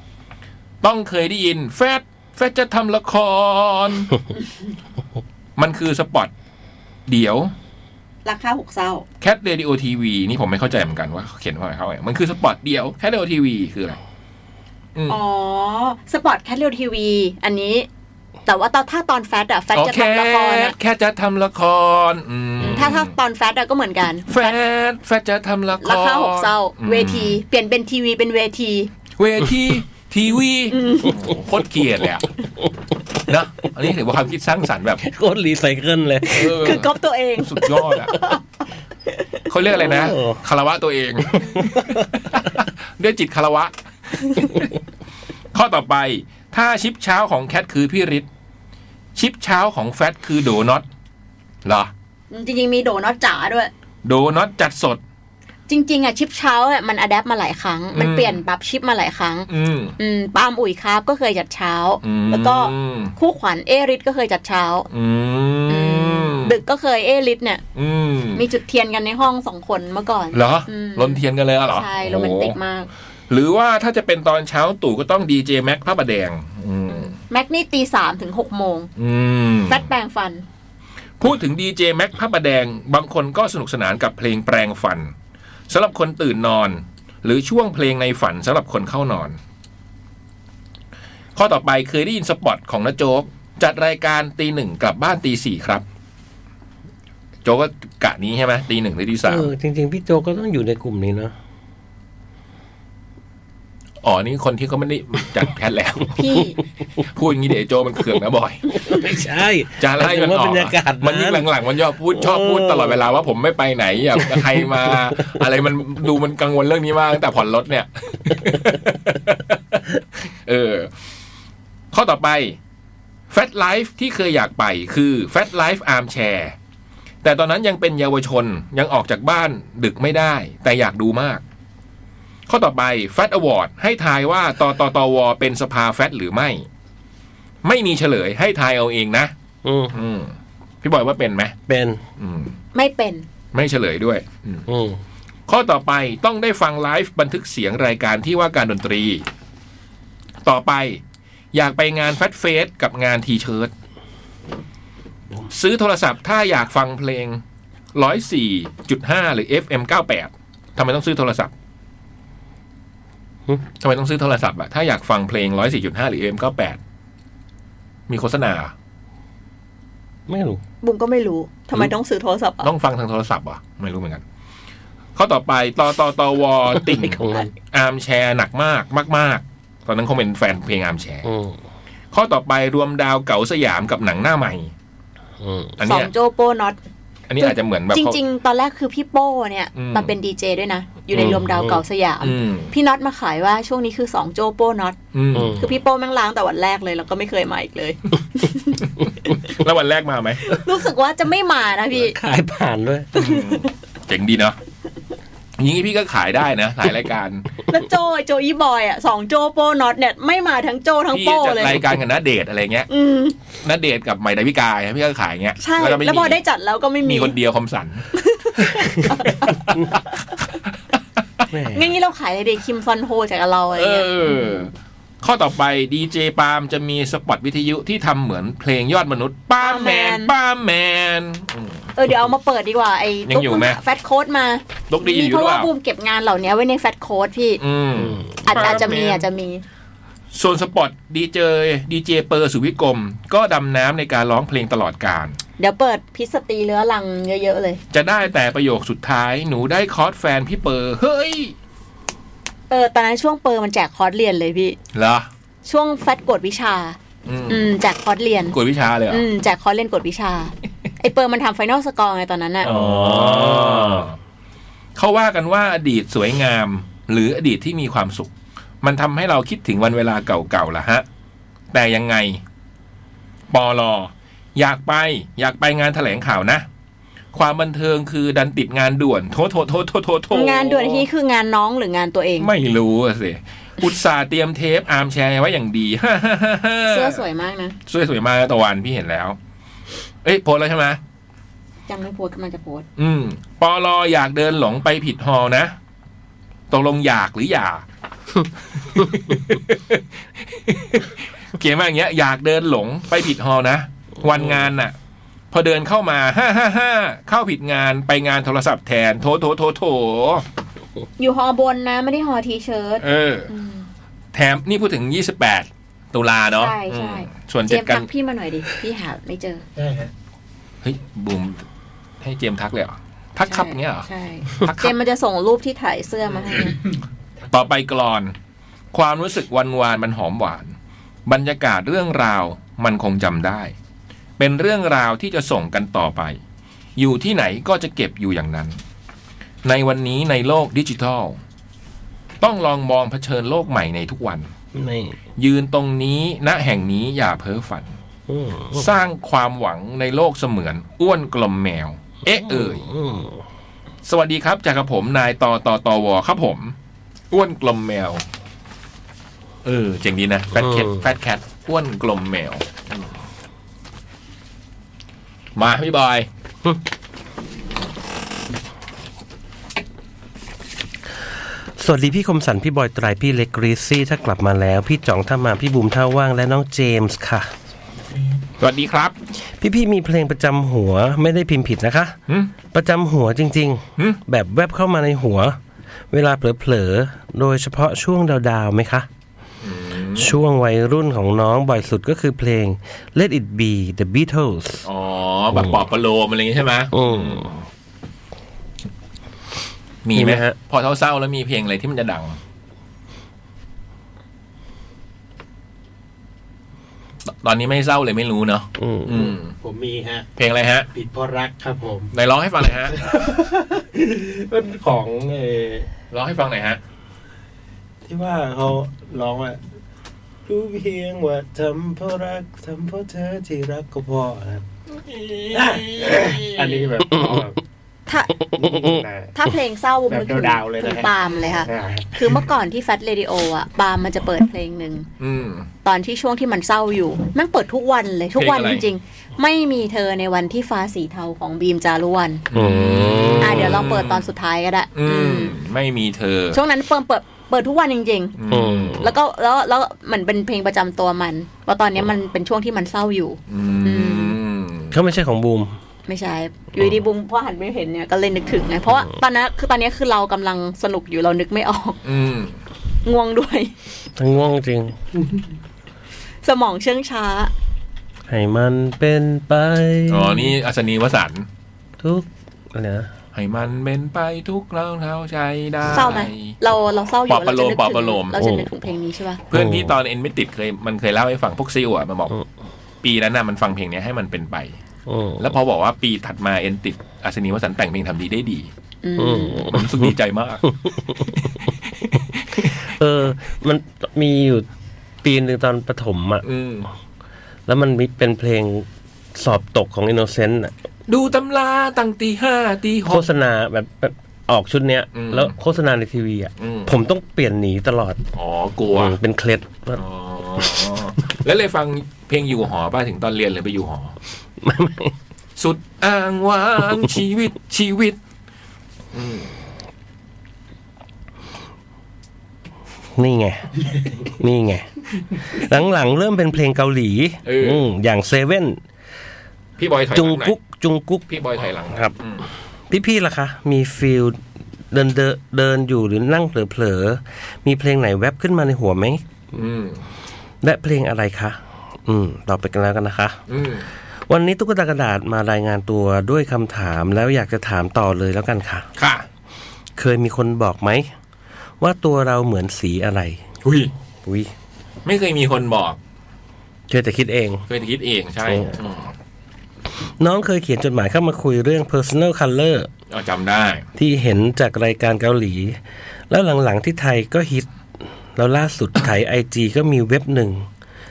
Speaker 1: ต้องเคยได้ยินแฟตแฟตจะทำละคร มันคือสปอต เดี๋ยว
Speaker 2: รักข้าหกเศร้า
Speaker 1: แคทเรดิโอทีวีนี่ผมไม่เข้าใจเหมือนกันว่าเขาเขียนว่าอะไรเขาไงมันคือสปอตเดียวแคทเรดิโอทีวีคืออะไรอืม
Speaker 2: อ๋อ สปอร์ตแคทเรียลทีวี อันนี้ แต่ว่าตอนถ้าตอนแฟตอะแฟตจะทำละคร
Speaker 1: แค่
Speaker 2: อะ
Speaker 1: แค่จะทำละครอืม
Speaker 2: ถ้าถ้าตอนแฟตอะก็เหมือนกัน
Speaker 1: แฟดแฟดจะทำละคร
Speaker 2: รักข้าหกเศร้า
Speaker 1: อืม
Speaker 2: เวที เปลี่ยนเป็นทีวีเป็นเวที
Speaker 1: เวทีทีวีโอ้โหโคตรเกลียดเลยอะนะอันนี้ถือว่าความคิดสร้างสรรค์แบบ
Speaker 4: โคตรรีไซเคิลเลย
Speaker 1: เออ
Speaker 2: คือก๊อปตัวเอง
Speaker 1: สุดยอดอ่ะเขาเรียกอะไรนะ
Speaker 4: โอ้
Speaker 1: คารวะตัวเอง
Speaker 4: [LAUGHS]
Speaker 1: ด้วยจิตคารวะ ข้อต่อไป ถ้าชิปเช้าของแคทคือพี่ฤทธิ์ชิปเช้าของแฟตคือโดน็อตเหรอ
Speaker 2: จริงๆมีโดนอตจ๋าด้วย
Speaker 1: โดน็อตจัดสด
Speaker 2: จริง ๆอะชิปเช้าอะมันอัดแอปมาหลายครั้ง มัน
Speaker 1: อืม
Speaker 2: เปลี่ยนบับชิปมาหลายครั้ง
Speaker 1: อืม
Speaker 2: อืมปาล์มอุ๋ยครับก็เคยจัดเช้า
Speaker 1: อืม
Speaker 2: แล้วก็ คู่ขวัญเอริสก็เคยจัดเช้า
Speaker 1: อืม
Speaker 2: ดึกก็เคยเอริสเนี่ย
Speaker 1: อืม
Speaker 2: มีจุดเทียนกันในห้องสองคนเมื่อก่อน
Speaker 1: เหรอ
Speaker 2: อืม
Speaker 1: ลนเทียนกันเลยเหรอ
Speaker 2: ใช่โรแมนติก
Speaker 1: โอ้โห
Speaker 2: มาก
Speaker 1: หรือว่าถ้าจะเป็นตอนเช้าตู่ก็ต้องดีเจแม็กพระประแดง อืม
Speaker 2: แม็กนี่ตีสามถึงหกโมง
Speaker 1: อืม
Speaker 2: แฟตแปลงฟัน
Speaker 1: พูดถึงดีเจแม็กพระประแดง บางคนก็สนุกสนานกับเพลงแปลงฝันสำหรับคนตื่นนอน หรือช่วงเพลงในฝันสำหรับคนเข้านอน ข้อต่อไปเคยได้ยินสปอตของนาโจ๊กจัดรายการตีหนึ่งกลับบ้านตีสี่ครับ โจ๊กก็กะนี้ใช่ไหมตีหนึ่งหรือตีสา
Speaker 4: เอ
Speaker 1: ม
Speaker 4: อจริงๆ พี่โจก็ต้องอยู่ในกลุ่มนี้เนาะ
Speaker 1: อ๋อ นี่คนที่เขาไม่ได้จัดแคทแล้ว [LAUGHS]
Speaker 2: พี่
Speaker 1: พูดอย่างนี้เดี๋ยวไอ้โจมันเขื่องนะบอย
Speaker 4: ไม่ใช่
Speaker 1: จะไล่
Speaker 4: หายถึ
Speaker 1: มัน
Speaker 4: ง
Speaker 1: อ
Speaker 4: ว่า
Speaker 1: อก
Speaker 4: บรรยากาศ
Speaker 1: มันยิ่งหลังๆ มันยอบพูดชอบพูดตลอดเวลาว่าผมไม่ไปไหนอย่าใครมา อะไรมันดูมันกังวลเรื่องนี้มากตั้งแต่ผ่อนรถ
Speaker 4: [LAUGHS]
Speaker 1: เนี่ย เออ ข้อต่อไป แฟตไลฟ์ที่เคยอยากไปคือแฟตไลฟ์อาร์มแชร์แต่ตอนนั้นยังเป็นเยาวชนยังออกจากบ้านดึกไม่ได้ แต่อยากดูมาก ข้อต่อไปแฟตอวอร์ดให้ทายว่าตตตว เป็นสภาแฟตหรือไม่ ไม่มีเฉลยให้ทายเอาเองนะ
Speaker 4: อืม
Speaker 1: อืมพี่บอยว่าเป็นไหม
Speaker 4: เป็น
Speaker 1: อืม
Speaker 2: ไม่เป็น
Speaker 1: ไม่เฉลยด้วย
Speaker 4: อืม
Speaker 1: ข้อต่อไปต้องได้ฟังไลฟ์บันทึกเสียงรายการที่ว่าการดนตรี ต่อไป อยากไปงานแฟตเฟสกับงานทีเชิร์ตซื้อโทรศัพท์ถ้าอยากฟังเพลง 104.5 หรือ FM 98ทำไมต้องซื้อโทรศัพท์ทำไมต้องซื้อโทรศัพท์อะถ้าอยากฟังเพลง 104.5 หรือ FM 98มีโฆษณาเหรอ
Speaker 4: ไม่รู้
Speaker 2: บุ้งก็ไม่รู้ทำไมต้องซื้อโทรศัพท์อ่ะ
Speaker 1: ต้องฟังทางโทรศัพท์เหรอไม่รู้เหมือนกัน ข้อต่อไปตอตอตอวอติ่ง
Speaker 4: ไอ้ของมัน
Speaker 1: อาร์มแชร์หนักมากมาก ๆ ตอนนั้นคงเป็นแฟนเพลงอาร์มแชร์
Speaker 4: อืม
Speaker 1: ข้อต่อไปรวมดาวเก๋าสยามกับหนังหน้าใหม่
Speaker 4: อืม
Speaker 1: อัน
Speaker 2: สอ
Speaker 1: เนี้
Speaker 2: ง
Speaker 1: ย
Speaker 2: โจโปน็อต
Speaker 1: อันนี้อาจจะเหมือนแบบ
Speaker 2: จ
Speaker 1: เขา
Speaker 2: ริง ๆ ตอนแรกคือพี่โป้เนี่ย
Speaker 1: อืม
Speaker 2: มาเป็นดีเจด้วยนะ อยู่ในรวมดาวเก่าสยาม
Speaker 1: อืม
Speaker 2: พี่น็อตมาขายว่าช่วงนี้คือสองโจโป้น็อต
Speaker 1: อืม
Speaker 4: อืม
Speaker 2: คือพี่โป้แม่งล้างแต่วันแรกเลยแล้วก็ไม่เคยมาอีกเลย
Speaker 1: [LAUGHS] แล้ววันแรกมาไหม
Speaker 2: รู้สึกว่าจะไม่มานะพี่
Speaker 4: ขายผ่านด้วย
Speaker 1: อืม เจ๋งดีเนาะอย่างนี้พี่ก็ขายได้นะหลายรายการ
Speaker 2: แล้วโจโจอีบอยอ่ะสองโจโปน็อตเนี่ยไม่มาทั้งโจทั้ง
Speaker 1: พี่
Speaker 2: โป
Speaker 1: จัด
Speaker 2: เลย
Speaker 1: รายการกับนัดเดทอะไรเงี้ย
Speaker 2: อืม
Speaker 1: นัดเดทกับใหม่ดาวิกาพี่ก็ขายเงี้ย
Speaker 2: ใช่
Speaker 1: ก็ไม่
Speaker 2: แล้วพอได้จัดแล้วก็ไม่
Speaker 1: มีคนเดียวคมสัน
Speaker 4: แหม่
Speaker 2: งั้นงี้เราขายอะไรดีคิมซอนโฮจากเราอะไร
Speaker 1: เอ
Speaker 2: เงี้ย
Speaker 1: อ ข้อต่อไปดีเจปาล์มจะมีสปอตวิทยุที่ทำเหมือนเพลงยอดมนุษย์ป้าล์มแมนป้าล์มแมนอืม
Speaker 2: เออเดี๋ยวเอามาเปิดดีกว่าไอ้
Speaker 1: ยัง
Speaker 2: ตุ๊ก
Speaker 1: อยู่ไหม
Speaker 2: แฟตโค้ดมา
Speaker 1: ตกดีอยู่
Speaker 2: เพ
Speaker 1: หรือ
Speaker 2: ราะ
Speaker 1: เป
Speaker 2: ว่า
Speaker 1: ล่า
Speaker 2: บูมเก็บงานเหล่านี้ไว้ในแฟตโค้ดพี่
Speaker 1: อืม
Speaker 2: อาจอาจจะมี
Speaker 1: ครับ
Speaker 2: อาจจะมี
Speaker 1: ส่วนสปอตดีเจดีเจเปอร์สุวิกรม ก็ดำน้ำในการร้องเพลงตลอดการ
Speaker 2: เดี๋ยวเปิดพิษสตรีเรื้อรังเยอะๆเลย
Speaker 1: จะได้แต่ประโยคสุดท้ายหนูได้คอร์สแฟนพี่เปอร์เฮ้ย
Speaker 2: เออตอนนั้นช่วงเปิดมันแจกคอร์สเรียนเลยพี่
Speaker 1: เหรอ
Speaker 2: ช่วงแฟตกวดวิชา
Speaker 1: อืม
Speaker 2: อืมแจกคอร์สเรียน
Speaker 1: กวดวิชาเลยเหรอ
Speaker 2: อืมแจกคอร์สเรียนกวดวิชา ไอเปิร์มันทำไฟนอลสกอร์ไงตอนนั้นอะ
Speaker 1: อ๋อเขาว่ากันว่าอดีตสวยงาม หรืออดีตที่มีความสุข มันทำให้เราคิดถึงวันเวลาเก่าๆละฮะ แต่ยังไง ปอลออยากไป อยากไปงานแถลงข่าวนะ ความบันเทิงคือดันติดงานด่วนโทโทโทโทโทโท
Speaker 2: งานด่วนที่คืองานน้องหรืองานตัวเอง
Speaker 1: ไม่รู้อะสิ อุตส่าห์เตรียมเทปอาร์มแชร์ไว้อย่างดี [LAUGHS]
Speaker 2: เสื้อสวยมากนะ
Speaker 1: สวยสวยมากนะตะวันพี่เห็นแล้ว เอ้ยโพสแล้วใช่ไหม
Speaker 2: ยังไม่โพสต์กำลังจะโพสต์
Speaker 1: อืมปอลออยากเดินหลงไปผิดฮอลล์นะตกลงอยากหรืออย่า [LAUGHS] เขียนมาอย่างเงี้ย อยากเดินหลงไปผิดฮอลล์นะ วันงานน่ะ พอเดินเข้ามา ฮ่าฮ่าฮ่าเข้าผิดงานไปงานโทรศัพท์แทนโถโถโถโถ
Speaker 2: อยู่ฮอบนนะไม่ได้ฮอทีเชิ้ต
Speaker 1: เออ
Speaker 2: อืม
Speaker 1: แถมนี่พูดถึง 28 ตุลาเนาะ
Speaker 2: ใช่ใช่
Speaker 1: อืมส่วน
Speaker 2: เจ
Speaker 1: เจ็ด
Speaker 2: มส์
Speaker 1: กั
Speaker 2: ทั
Speaker 1: น
Speaker 2: กพี่มาหน่อยดิ พี่หาไม่เจอ
Speaker 9: ได้ฮะ
Speaker 1: เฮ้ยบูมให้เจมส์ทักเลยเหรอ ทักครับอย่างเงี้ยเหรอ
Speaker 2: ใช่
Speaker 1: ทักค
Speaker 2: เจ
Speaker 1: รับ
Speaker 2: มส์มันจะส่งรูปที่ถ่ายเสื้อมาให้นะ
Speaker 1: ต่อไปกรอน ความรู้สึกวันวานมันหอมหวาน บรรยากาศเรื่องราวมันคงจำได้ เป็นเรื่องราวที่จะส่งกันต่อไป อยู่ที่ไหนก็จะเก็บอยู่อย่างนั้น ในวันนี้ในโลกดิจิทัล ต้องลองมองเผชิญโลกใหม่ในทุกวัน
Speaker 4: ไม่
Speaker 1: ยืนตรงนี้ณแห่งนี้อย่าเพ้อฝัน
Speaker 4: อืม
Speaker 1: สร้างความหวังในโลกเสมือน อ้วนกลมแมว เอ๊ะเอ่ย
Speaker 4: อืม
Speaker 1: สวัสดีครับจากกับผมนายตอตอตอวอครับผม อ้วนกลมแมว เออเจ๋งดีนะแฟตแคทแฟตแคทอ้วนกลมแมวอืมมาพี่บอย
Speaker 4: สวัสดีพี่คมสันพี่บอยตรายพี่เล็กกรีซี่ถ้ากลับมาแล้ว พี่จ่องถ้ามาพี่บุ๋มถ้าว่างและน้องเจมส์ค่ะ
Speaker 1: สวัสดีครับ
Speaker 4: พี่พี่ๆมีเพลงประจำหัวไม่ได้พิมพ์ผิดนะคะ
Speaker 1: หึ
Speaker 4: ประจำหัวจริง
Speaker 1: หึ
Speaker 4: ๆ แบบแวบเข้ามาในหัว เวลาเผลอๆ โดยเฉพาะช่วงดาวๆไหมคะ ช่วงวัยรุ่นของน้องบ่อยสุดก็คือเพลง Let It Be The Beatles
Speaker 1: อ๋อแบบปอบประโลมอะไรอย่างงี้ใช่ไหม
Speaker 4: อืม
Speaker 1: มี
Speaker 4: มี
Speaker 1: ไห
Speaker 4: ไห
Speaker 1: ม
Speaker 4: ม
Speaker 1: ฮะ
Speaker 4: ฮะ
Speaker 1: พอเศร้าๆแล้วมีเพลงอะไรที่มันจะดัง ตอนนี้ไม่เศร้าเลยไม่รู้เนาะ
Speaker 4: อืม
Speaker 1: อืม
Speaker 9: ผมมีฮะ
Speaker 1: เพลงอะไรฮะ
Speaker 9: ผิดเพราะรักครับผม
Speaker 1: ไหนร้องให้ฟังหน่อยฮะ
Speaker 9: เป็นของเออ
Speaker 1: ร้องให้ฟังหน่อยฮะ
Speaker 9: ที่ว่าเขาร้องว่ารู้เพียงว่าทำเพราะรักทำเพราะเธอที่รักก็พอ
Speaker 1: [COUGHS]
Speaker 9: ครับอ่ะอันนี้แบบเอาแบบ
Speaker 2: ถ้า
Speaker 9: นิ่งๆนะ
Speaker 2: ถ้าเพลงเศร้า
Speaker 9: แบบ
Speaker 2: มันคือ
Speaker 9: ดาวๆเลยนะ
Speaker 2: คือปาล์มเลยค่ะ
Speaker 9: อ่ะ
Speaker 2: คือเมื่อก่อนที่แฟตเรดิโออ่ะปาล์มมันจะเปิดเพลงหนึ่ง
Speaker 1: อืม
Speaker 2: ตอนที่ช่วงที่มันเศร้าอยู่แมันเปิดทุกวันเลยทุกวัน
Speaker 1: เพลง
Speaker 2: จ
Speaker 1: อะไร
Speaker 2: ริงๆ ไม่มีเธอในวันที่ฟ้าสีเทาของบีมจารุวัน
Speaker 4: อืม
Speaker 2: อ่าเดี๋ยวลองเปิดตอนสุดท้ายก็ได้
Speaker 1: อื
Speaker 2: อื
Speaker 1: ม
Speaker 2: ม
Speaker 1: ไม่มีเธอ
Speaker 2: ช่วงนั้นเปิดเปิดเปิดทุกวันจริง
Speaker 1: อืม
Speaker 2: ๆ แล้วก็แล้วแล้วเหมือนเป็นเพลงประจำตัวมันว่าะตอนเนี้ยมันเป็นช่วงที่มันเศร้าอยู่
Speaker 1: อืม
Speaker 4: เขาไม่ใช่ของบูม
Speaker 2: ไม่ใช่อยู่ดีๆบุมพอหันไปเห็นเนี่ยก็เลยนึกถึงไงเพราะว่าตอนนั้นคือตอนเนี้ยคือเรากำลังสนุกอยู่เรานึกไม่ออก
Speaker 1: อืม
Speaker 2: ง่วงด้วย
Speaker 4: ทั้งง่วงจริง
Speaker 2: สมองเชื่องช้า
Speaker 4: ให้มันเป็นไป
Speaker 1: อ๋อ นี่อัศนีวสันต์
Speaker 4: ทุกอะไรนะ
Speaker 1: ให้มันเป็นไปทุกเรื่องเท้าใจได้
Speaker 2: เศร้าไหมเราเราเศร้าอ
Speaker 1: ปอยู่ บประ
Speaker 2: เรา
Speaker 1: โล
Speaker 2: จะ
Speaker 1: ม
Speaker 2: นึก
Speaker 1: ปอบ
Speaker 2: ถึ
Speaker 1: ประโลม
Speaker 2: งเราจะนึกถึงเพลงนี้ใช่ป่ะ
Speaker 1: เพื่อนพี่ตอนเอ็นไม่ติดเคย มันเคยเล่าให้ฟังพวกซิวอ่ะ มันบอก ปีนั้นน่ะมันฟังเพลงเนี้ยให้มันเป็นไป
Speaker 4: อืม
Speaker 1: แล้วพอบอกว่าปีถัดมาเอ็นติดอัศนีวสันต์แต่งเพลงทำดีได้ดี
Speaker 2: อืม
Speaker 4: อืม
Speaker 1: มันรู้สึกดีใจมาก
Speaker 4: เออ มันมีอยู่ปีหนึ่งตอนประถมอ่ะ
Speaker 1: อืม
Speaker 4: แล้วมันมีเป็นเพลง สอบตกของ Innocent อินโนเซนต์
Speaker 1: ดูตำราตั้งตีห้าตีห
Speaker 4: โฆ
Speaker 1: ก
Speaker 4: ษณาแบบแบบออกชุดเนี้ย
Speaker 1: อืม
Speaker 4: แล้วโฆษณาในทีวีอ่ะ
Speaker 1: อืม
Speaker 4: ผมต้องเปลี่ยนหนีตลอด
Speaker 1: อ๋อกลัว
Speaker 4: อืมเป็นเคล็ดว่า
Speaker 1: อ๋อแล้วเลยฟังเพลงอยู่หอป่ะถึงตอนเรียนหรือไปอยู่หอ
Speaker 4: ไม่ไม่
Speaker 1: สุดอ้างว้างชีวิต [LAUGHS] ชีวิต อืม
Speaker 4: นี่
Speaker 1: [LAUGHS]
Speaker 4: ไง นี่ไง หลังๆ เริ่มเป็นเพลงเกาหลีอืมอย่างเซเว่น
Speaker 1: พี่บอยถอยห
Speaker 4: จุง
Speaker 1: ลังหน่อ
Speaker 4: กุ๊
Speaker 1: ย
Speaker 4: กจุงกุ๊ก
Speaker 1: พี่บอยถอยหลัง
Speaker 4: ครับ
Speaker 1: อืม
Speaker 4: พี่ๆล่ะคะ มีฟิลเดินเดินเดินอยู่หรือนั่งเผลอๆมีเพลงไหนแวบขึ้นมาในหัวไหม
Speaker 1: อืม
Speaker 4: และเพลงอะไรคะ อืมตอบไปกันแล้วกันนะคะ
Speaker 1: อืม
Speaker 4: วันนี้ตุ๊กตากระดาษมารายงานตัวด้วยคำถามแล้วอยากจะถามต่อเลยแล้วกันค่ะ
Speaker 1: ค่ะ
Speaker 4: เคยมีคนบอกไหม ว่าตัวเราเหมือนสีอะไร
Speaker 1: อุ้ย
Speaker 4: อุ้ย
Speaker 1: ไม่เคยมีคนบอก
Speaker 4: เคยแต่คิดเอง
Speaker 1: เคยคิดเองใช่อืม
Speaker 4: น้องเคยเขียนจดหมายเข้ามาคุยเรื่อง personal color
Speaker 1: เอาจำได้
Speaker 4: ที่เห็นจากรายการเกาหลี แล้วหลังๆที่ไทยก็ฮิต แล้วล่าสุด ขายไอจีก็มีเว็บหนึ่ง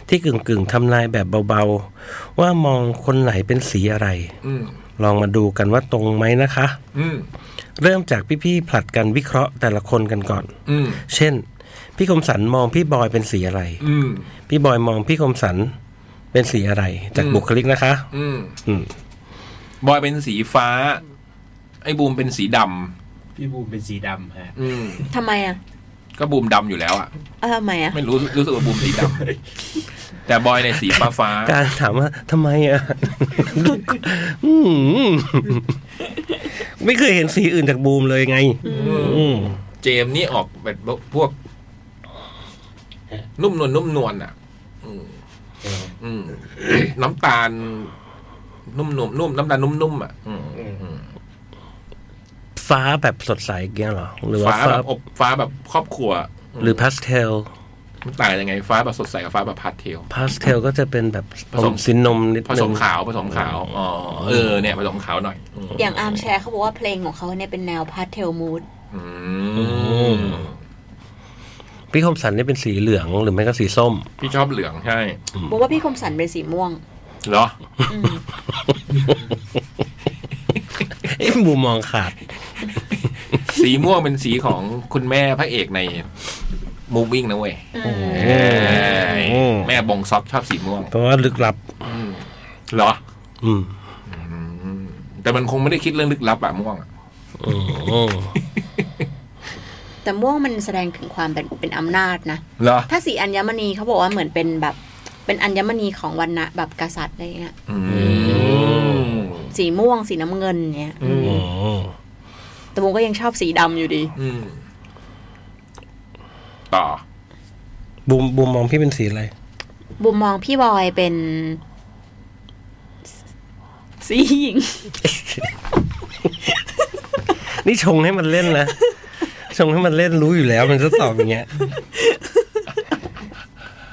Speaker 4: ที่กึ่งๆทำนายแบบเบาๆ ว่ามองคนไหนเป็นสีอะไร
Speaker 1: อืม
Speaker 4: ลองมาดูกันว่าตรงไหมนะคะ
Speaker 1: อืม
Speaker 4: เริ่มจากพี่ๆผลัดกันวิเคราะห์แต่ละคนกันก่อน
Speaker 1: อืม
Speaker 4: เช่น พี่คมสันมองพี่บอยเป็นสีอะไร
Speaker 1: อืม
Speaker 4: พี่บอยมองพี่คมสันเป็นสีอะไร จากบุคลิกนะคะ
Speaker 1: อืม
Speaker 4: อืม
Speaker 1: บอยเป็นสีฟ้า ไอ้บูมเป็นสีดำ
Speaker 9: พี่บูมเป็นสีดำฮะ
Speaker 1: อืม
Speaker 2: ทำไมอ่ะ
Speaker 1: ก็บูมดำอยู่แล้วอ่ะ
Speaker 2: เออทำไมอ่ะ
Speaker 1: ไม่รู้รู้สึกว่าบูมสีดำแต่บอยในยสีฟ้าฟ้า
Speaker 4: การถามว่าทำไมอ่ะ [LAUGHS] อืมไม่เคยเห็นสีอื่นจากบูมเลยไง [LAUGHS] อืม
Speaker 1: เจมส์นี่ออกแบบพวก นุ่มนวลนุ่มนวลอ่ะ อืมอืมน้ำตาล นุ่มนวลนุ่มน้ำตาลนุ่มนุ่มๆอ่ะอืมอืม
Speaker 4: ฟ้าแบบสดใสอย่างเงี้ยเหรอ หรือว่า
Speaker 1: ฟ้า
Speaker 4: ฟ้า
Speaker 1: แบบอบฟ้าแบบครอบครัว
Speaker 4: หรือพาสเทล
Speaker 1: มันต่างยังไง ฟ้าแบบสดใสกับฟ้าแบบพาสเทล
Speaker 4: พาสเทลก็จะเป็นแบบ
Speaker 1: ผสม
Speaker 4: สีนมนิด
Speaker 1: ผ
Speaker 4: นึ
Speaker 1: สม
Speaker 4: ง
Speaker 1: ขาวผสมขาวอ๋อเออเนี่ยผสมขาวหน่อยอืม
Speaker 2: อย่างอาร์มแชร์เขาบอกว่าเพลงของเขาเนี่ยเป็นแนวพาสเทลมูด
Speaker 1: อืม
Speaker 4: พี่คมสันนี่เป็นสีเหลืองหรือไม่ก็สีส้ม
Speaker 1: พี่ชอบเหลืองใช่
Speaker 2: บอกว่าพี่คมสันเป็นสีม่วง
Speaker 1: เหรอ
Speaker 2: อืม
Speaker 4: เอ๊ะมุมมองขาด
Speaker 1: สีม่วงเป็นสีของคุณแม่พระเอกในมูวิ่งนะเว้ยเอ้ยแม่บงซอกชอบสีม่วง
Speaker 4: เพราะว่าลึกลับ
Speaker 1: เหรอ
Speaker 4: อืม
Speaker 1: แต่มันคงไม่ได้คิดเรื่องลึกลับอะม่วงอะ
Speaker 4: อืมอืม
Speaker 2: แต่ม่วงมันแสดงถึงความเป็นเป็นอำนาจนะ
Speaker 1: เหรอ
Speaker 2: ถ้าสีอัญมณีเขาบอกว่าเหมือนเป็นแบบ เป็นอัญมณีของวันนะแบบกษัตริย์อะไรเงี้ย
Speaker 1: อืม
Speaker 2: สีม่วงสีน้ำเงินเนี่ย
Speaker 1: อืม
Speaker 4: อืม
Speaker 2: แต่วงก็ยังชอบสีดำอยู่ดี
Speaker 1: อืมต่อ
Speaker 4: บูมบูมมองพี่เป็นสีอะไร
Speaker 2: บุมมองพี่บอยเป็น สีหญิง
Speaker 4: นี่ชงให้มันเล่นนะ [LAUGHS] ชงให้มันเล่นรู้อยู่แล้ว มันจะตอบอย่างเงี้ย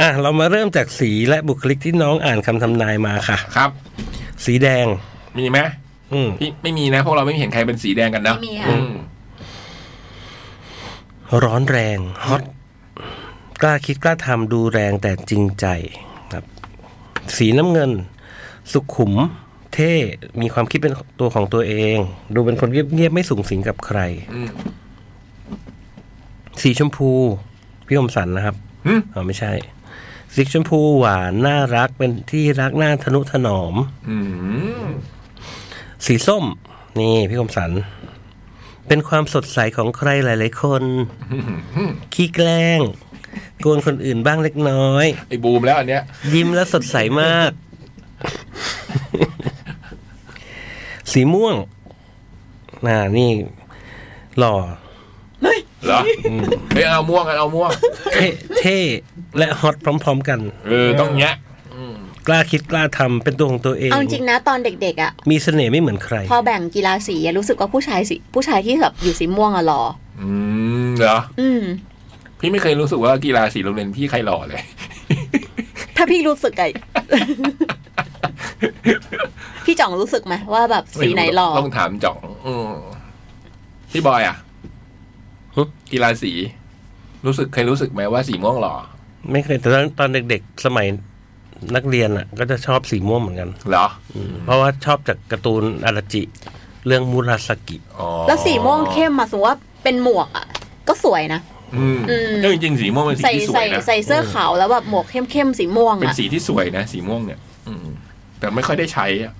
Speaker 4: อ่ะ เรามาเริ่มจากสีและบุคลิกที่น้องอ่านคำทำนายมาค่ะ
Speaker 1: ครับ
Speaker 4: สีแดง
Speaker 1: มีไหม
Speaker 4: อืม
Speaker 1: พี่ไม่มีนะพวกเราไม่เห็นใครเป็นสีแดงกันนะ
Speaker 2: ไม่มีอะ
Speaker 1: อืม
Speaker 4: ร้อนแรงฮอตกล้าคิดกล้าทำดูแรงแต่จริงใจครับ สีน้ำเงิน สุขุม เท่ มีความคิดเป็นตัวของตัวเอง ดูเป็นคนเงียบๆไม่สูงสิงกับใคร
Speaker 1: อืม
Speaker 4: สีชมพูพี่คมสันนะครับ
Speaker 1: หึ
Speaker 4: อ๋อไม่ใช่ สีชมพูหวานน่ารักเป็นที่รักน่าทนุถนอม
Speaker 1: อืม
Speaker 4: สีส้ม นี่พี่คมสัน เป็นความสดใสของใครหลาย ๆ คน ขี้แกล้งโกวนคนอื่นบ้างเล็กน้อย
Speaker 1: ไอ้บูมแล้วอันเนี้ย
Speaker 4: ยิ้มแล้วสดใสมาก สีม่วงน่านี่ หล่อ
Speaker 1: เหรอเฮ้ยเอาม่วงกันเอาม่วง
Speaker 4: เท่เท่และฮอตพร้อม ๆ กัน
Speaker 1: เออต้องแงะ
Speaker 4: กล้าคิดกล้าทำเป็นตัวของตัวเอง
Speaker 2: เอาจริงนะตอนเด็กๆอะ่ะ
Speaker 4: มีเสน่ห์ไม่เหมือนใคร
Speaker 2: พอแบ่งกีฬาสีอะรู้สึกว่าผู้ชายสีผู้ชายที่แบบอยู่สีม่วงอะหล่อ
Speaker 1: อืมเหรอ
Speaker 2: อืม
Speaker 1: พี่ไม่เคยรู้สึกว่ากีฬาสีโรงเรียนพี่ใครหล่อเลย
Speaker 2: ถ้าพี่รู้สึกไอ
Speaker 1: [LAUGHS]
Speaker 2: พี่จ่องรู้สึกไหมว่าแบบสีไหนหล่อ
Speaker 1: ต้องถามจ่องอืมพี่บอยอ่ะ
Speaker 4: ฮะ
Speaker 1: กีฬาสี รู้สึกเคยรู้สึกไหมว่าสีม่วงหล่อ
Speaker 4: ไม่เคยแต่ตอนตอนเด็กๆ สมัย นักเรียนอ่ะ ก็จะชอบสีม่วงเหมือนกัน
Speaker 1: เหรอ
Speaker 4: อืมเพราะว่าชอบจากการ์ตูนอาราจิ เรื่องมูราสกิ
Speaker 1: อ๋อ
Speaker 2: แล้วสีม่วงเข้มอะสมมติว่าเป็นหมวกอะก็สวยนะ
Speaker 1: อืม
Speaker 2: อืม
Speaker 1: ก็จริงๆสีม่วงเป็นสี
Speaker 2: ใส่
Speaker 1: ที่สว
Speaker 2: ใส่
Speaker 1: ยนะ
Speaker 2: ใส่เสื้อขาวแล้วแบบหมวกเข้มเข้มๆสีม่วง
Speaker 1: เป็น
Speaker 2: อะ
Speaker 1: สีที่สวยนะ สีม่วงเนี่ย อืมแต่ไม่ค่อยได้ใช้อ่ะ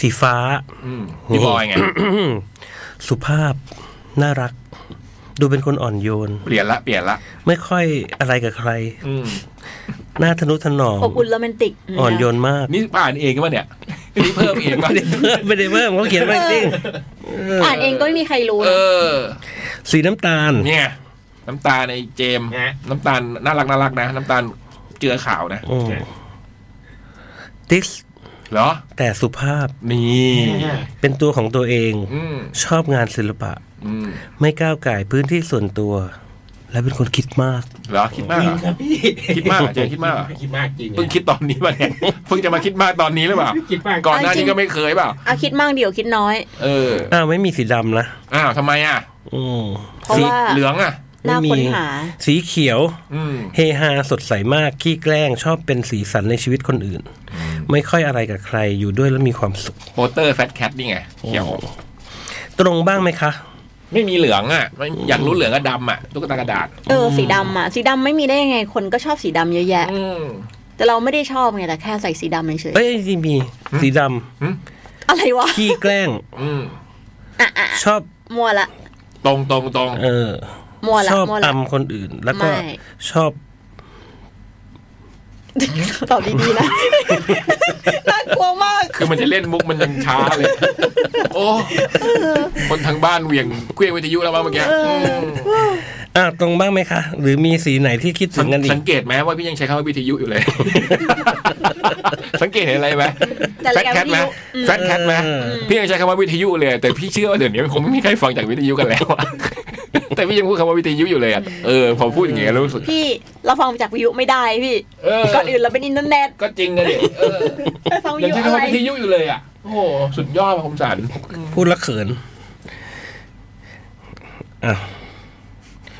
Speaker 4: สีฟ้า
Speaker 1: อืมพี่บอยไง
Speaker 4: สุภาพ น่ารัก ดูเป็นคนอ่อนโยน
Speaker 1: เปลี่ยนละเปลี่ยนละ
Speaker 4: ไม่ค่อยอะไรกับใคร
Speaker 1: อืม
Speaker 4: หน้าทนุถนอม
Speaker 2: อบอุ่นโรแมนติกม
Speaker 4: อ่อนโยนมาก
Speaker 1: นี่อ่านเองกันปะเนี่ยนี่เพิ่มเองปะ
Speaker 4: ไม่ได้เพิ่มไม่ได้เพิ่มเขาเขียนมาจริง
Speaker 2: อ่านเองก็ไม่มีใครรู้
Speaker 1: เอ
Speaker 2: นะ
Speaker 1: อ
Speaker 4: สีน้ำตาล
Speaker 1: เนี่ยน้ำตาลในเจมส์น้ำตาลน่ารักน่ารักนะ น้ำตาลเจือขาวนะ
Speaker 4: อืมติ๊ก
Speaker 1: เหรอ
Speaker 4: แต่สุภาพ
Speaker 1: นี่
Speaker 4: เป็นตัวของตัวเอง
Speaker 1: อืม
Speaker 4: ชอบงานศิลปะ
Speaker 1: อืม
Speaker 4: ไม่ก้าวไก่ายพื้นที่ส่วนตัว และเป็นคนคิดมาก
Speaker 1: เหรอคิดมาก
Speaker 9: จ
Speaker 1: เห
Speaker 9: ริ
Speaker 1: รง อ
Speaker 9: ครับพี่
Speaker 1: คิดมากเหรอเจมส์คิดมากเหรอ
Speaker 9: คิดมากจริง
Speaker 1: เพิ่งคิดตอนนี้ป่ะเนี่ยเพิ่งจะมาคิดมากตอนนี้หรือเปล่า
Speaker 9: คิดมาก
Speaker 1: ก่อนหน้านี้ก็ไม่เคยเปล่า
Speaker 2: อ่ะคิดมากเดี๋ยวคิดน้อย
Speaker 1: เออ
Speaker 4: อ้าวไม่มีสีดำนะ
Speaker 1: อ้าวทำไมอ่ะ
Speaker 4: อืม
Speaker 2: เพราะ
Speaker 4: สี
Speaker 2: ว่า
Speaker 1: เหลืองอ่ะ
Speaker 2: หน้าค้นหา
Speaker 4: สีเขียว
Speaker 1: อืม
Speaker 4: เฮฮาสดใสมากขี้แกล้งชอบเป็นสีสันในชีวิตคนอื่น ไม่ค่อยอะไรกับใครอยู่ด้วยแล้วมีความสุข
Speaker 1: โปเตอร์แฟตแคทนี่ไงเขียว
Speaker 4: ตรงบ้างไหมคะ
Speaker 1: ไม่มีเหลืองอ่ะไม่อยากรู้เหลืองกับดำอ่ะตุ๊กตากระดาษ
Speaker 2: เออสีดำอะสีดำไม่มีได้ยังไงคนก็ชอบสีดำเยอะแยะ
Speaker 1: อืม
Speaker 2: แต่เราไม่ได้ชอบไงแต่แค่ใส่สีดำเฉย
Speaker 4: เอ้ยมีสีด
Speaker 2: ๆอะไรวะ
Speaker 4: ำขี้แกล้ง
Speaker 1: อืม
Speaker 2: อ่ะอ่ะ
Speaker 4: ชอบ
Speaker 2: มัวละ
Speaker 1: ตรงตรงตรง
Speaker 4: เออ
Speaker 2: มัวละ
Speaker 4: ชอบ
Speaker 2: มัวละ
Speaker 4: ตำคนอื่น แล้วก็
Speaker 2: ไม่
Speaker 4: ชอบ
Speaker 2: ตอบดีๆนะ น่ากลัวมาก
Speaker 1: คือมันจะเล่นมุกมันยังช้าเลย โอ้คนทางบ้านเหวียงเครื่องวิทยุแล้วมั้งเมื่อกี้ม
Speaker 4: อ่าตรงบ้างไหมคะ หรือมีสีไหนที่คิดถึ
Speaker 1: สั
Speaker 4: งกันอี
Speaker 1: สั
Speaker 4: ก
Speaker 1: งเกตไหมว่าพี่ยังใช้คำว่าวิทยุ [LAUGHS] อยู่เลย สังเกตเห็นอะไรไหม
Speaker 2: แต่
Speaker 1: แฟ
Speaker 2: ราย
Speaker 1: ต
Speaker 2: การ
Speaker 1: แคทไหม
Speaker 2: วิทยุ
Speaker 1: แฟตแคทไหมพี่ยังใช้คำว่าวิทยุเลย แต่พี่เชื่อว่าเดี๋ยวนี้คงไม่มีใครฟังจากวิทยุกัน [LAUGHS] แล้วอะแต่พี่ยังพูดคำว่าวิทยุอยู่เลยอะเออพอพูดอย่างเงี้ยรู้สึก
Speaker 2: พี่เราฟังจากวิทยุไม่ได้พี่
Speaker 1: เออ
Speaker 2: ก่อนอื่นเราเป็นอินเทอร์เน็ต
Speaker 1: ก็จริงนะเดี๋ยวเออ
Speaker 2: ไปฟังวิท
Speaker 1: ยัง
Speaker 2: ยุ
Speaker 1: ใช้
Speaker 2: อะ
Speaker 1: คำ
Speaker 2: ไร
Speaker 1: ว่าวิทยุอยู่เลยอ่ะโอ้โหสุดยอดคมสัน
Speaker 4: พูดและเขินอ่ะ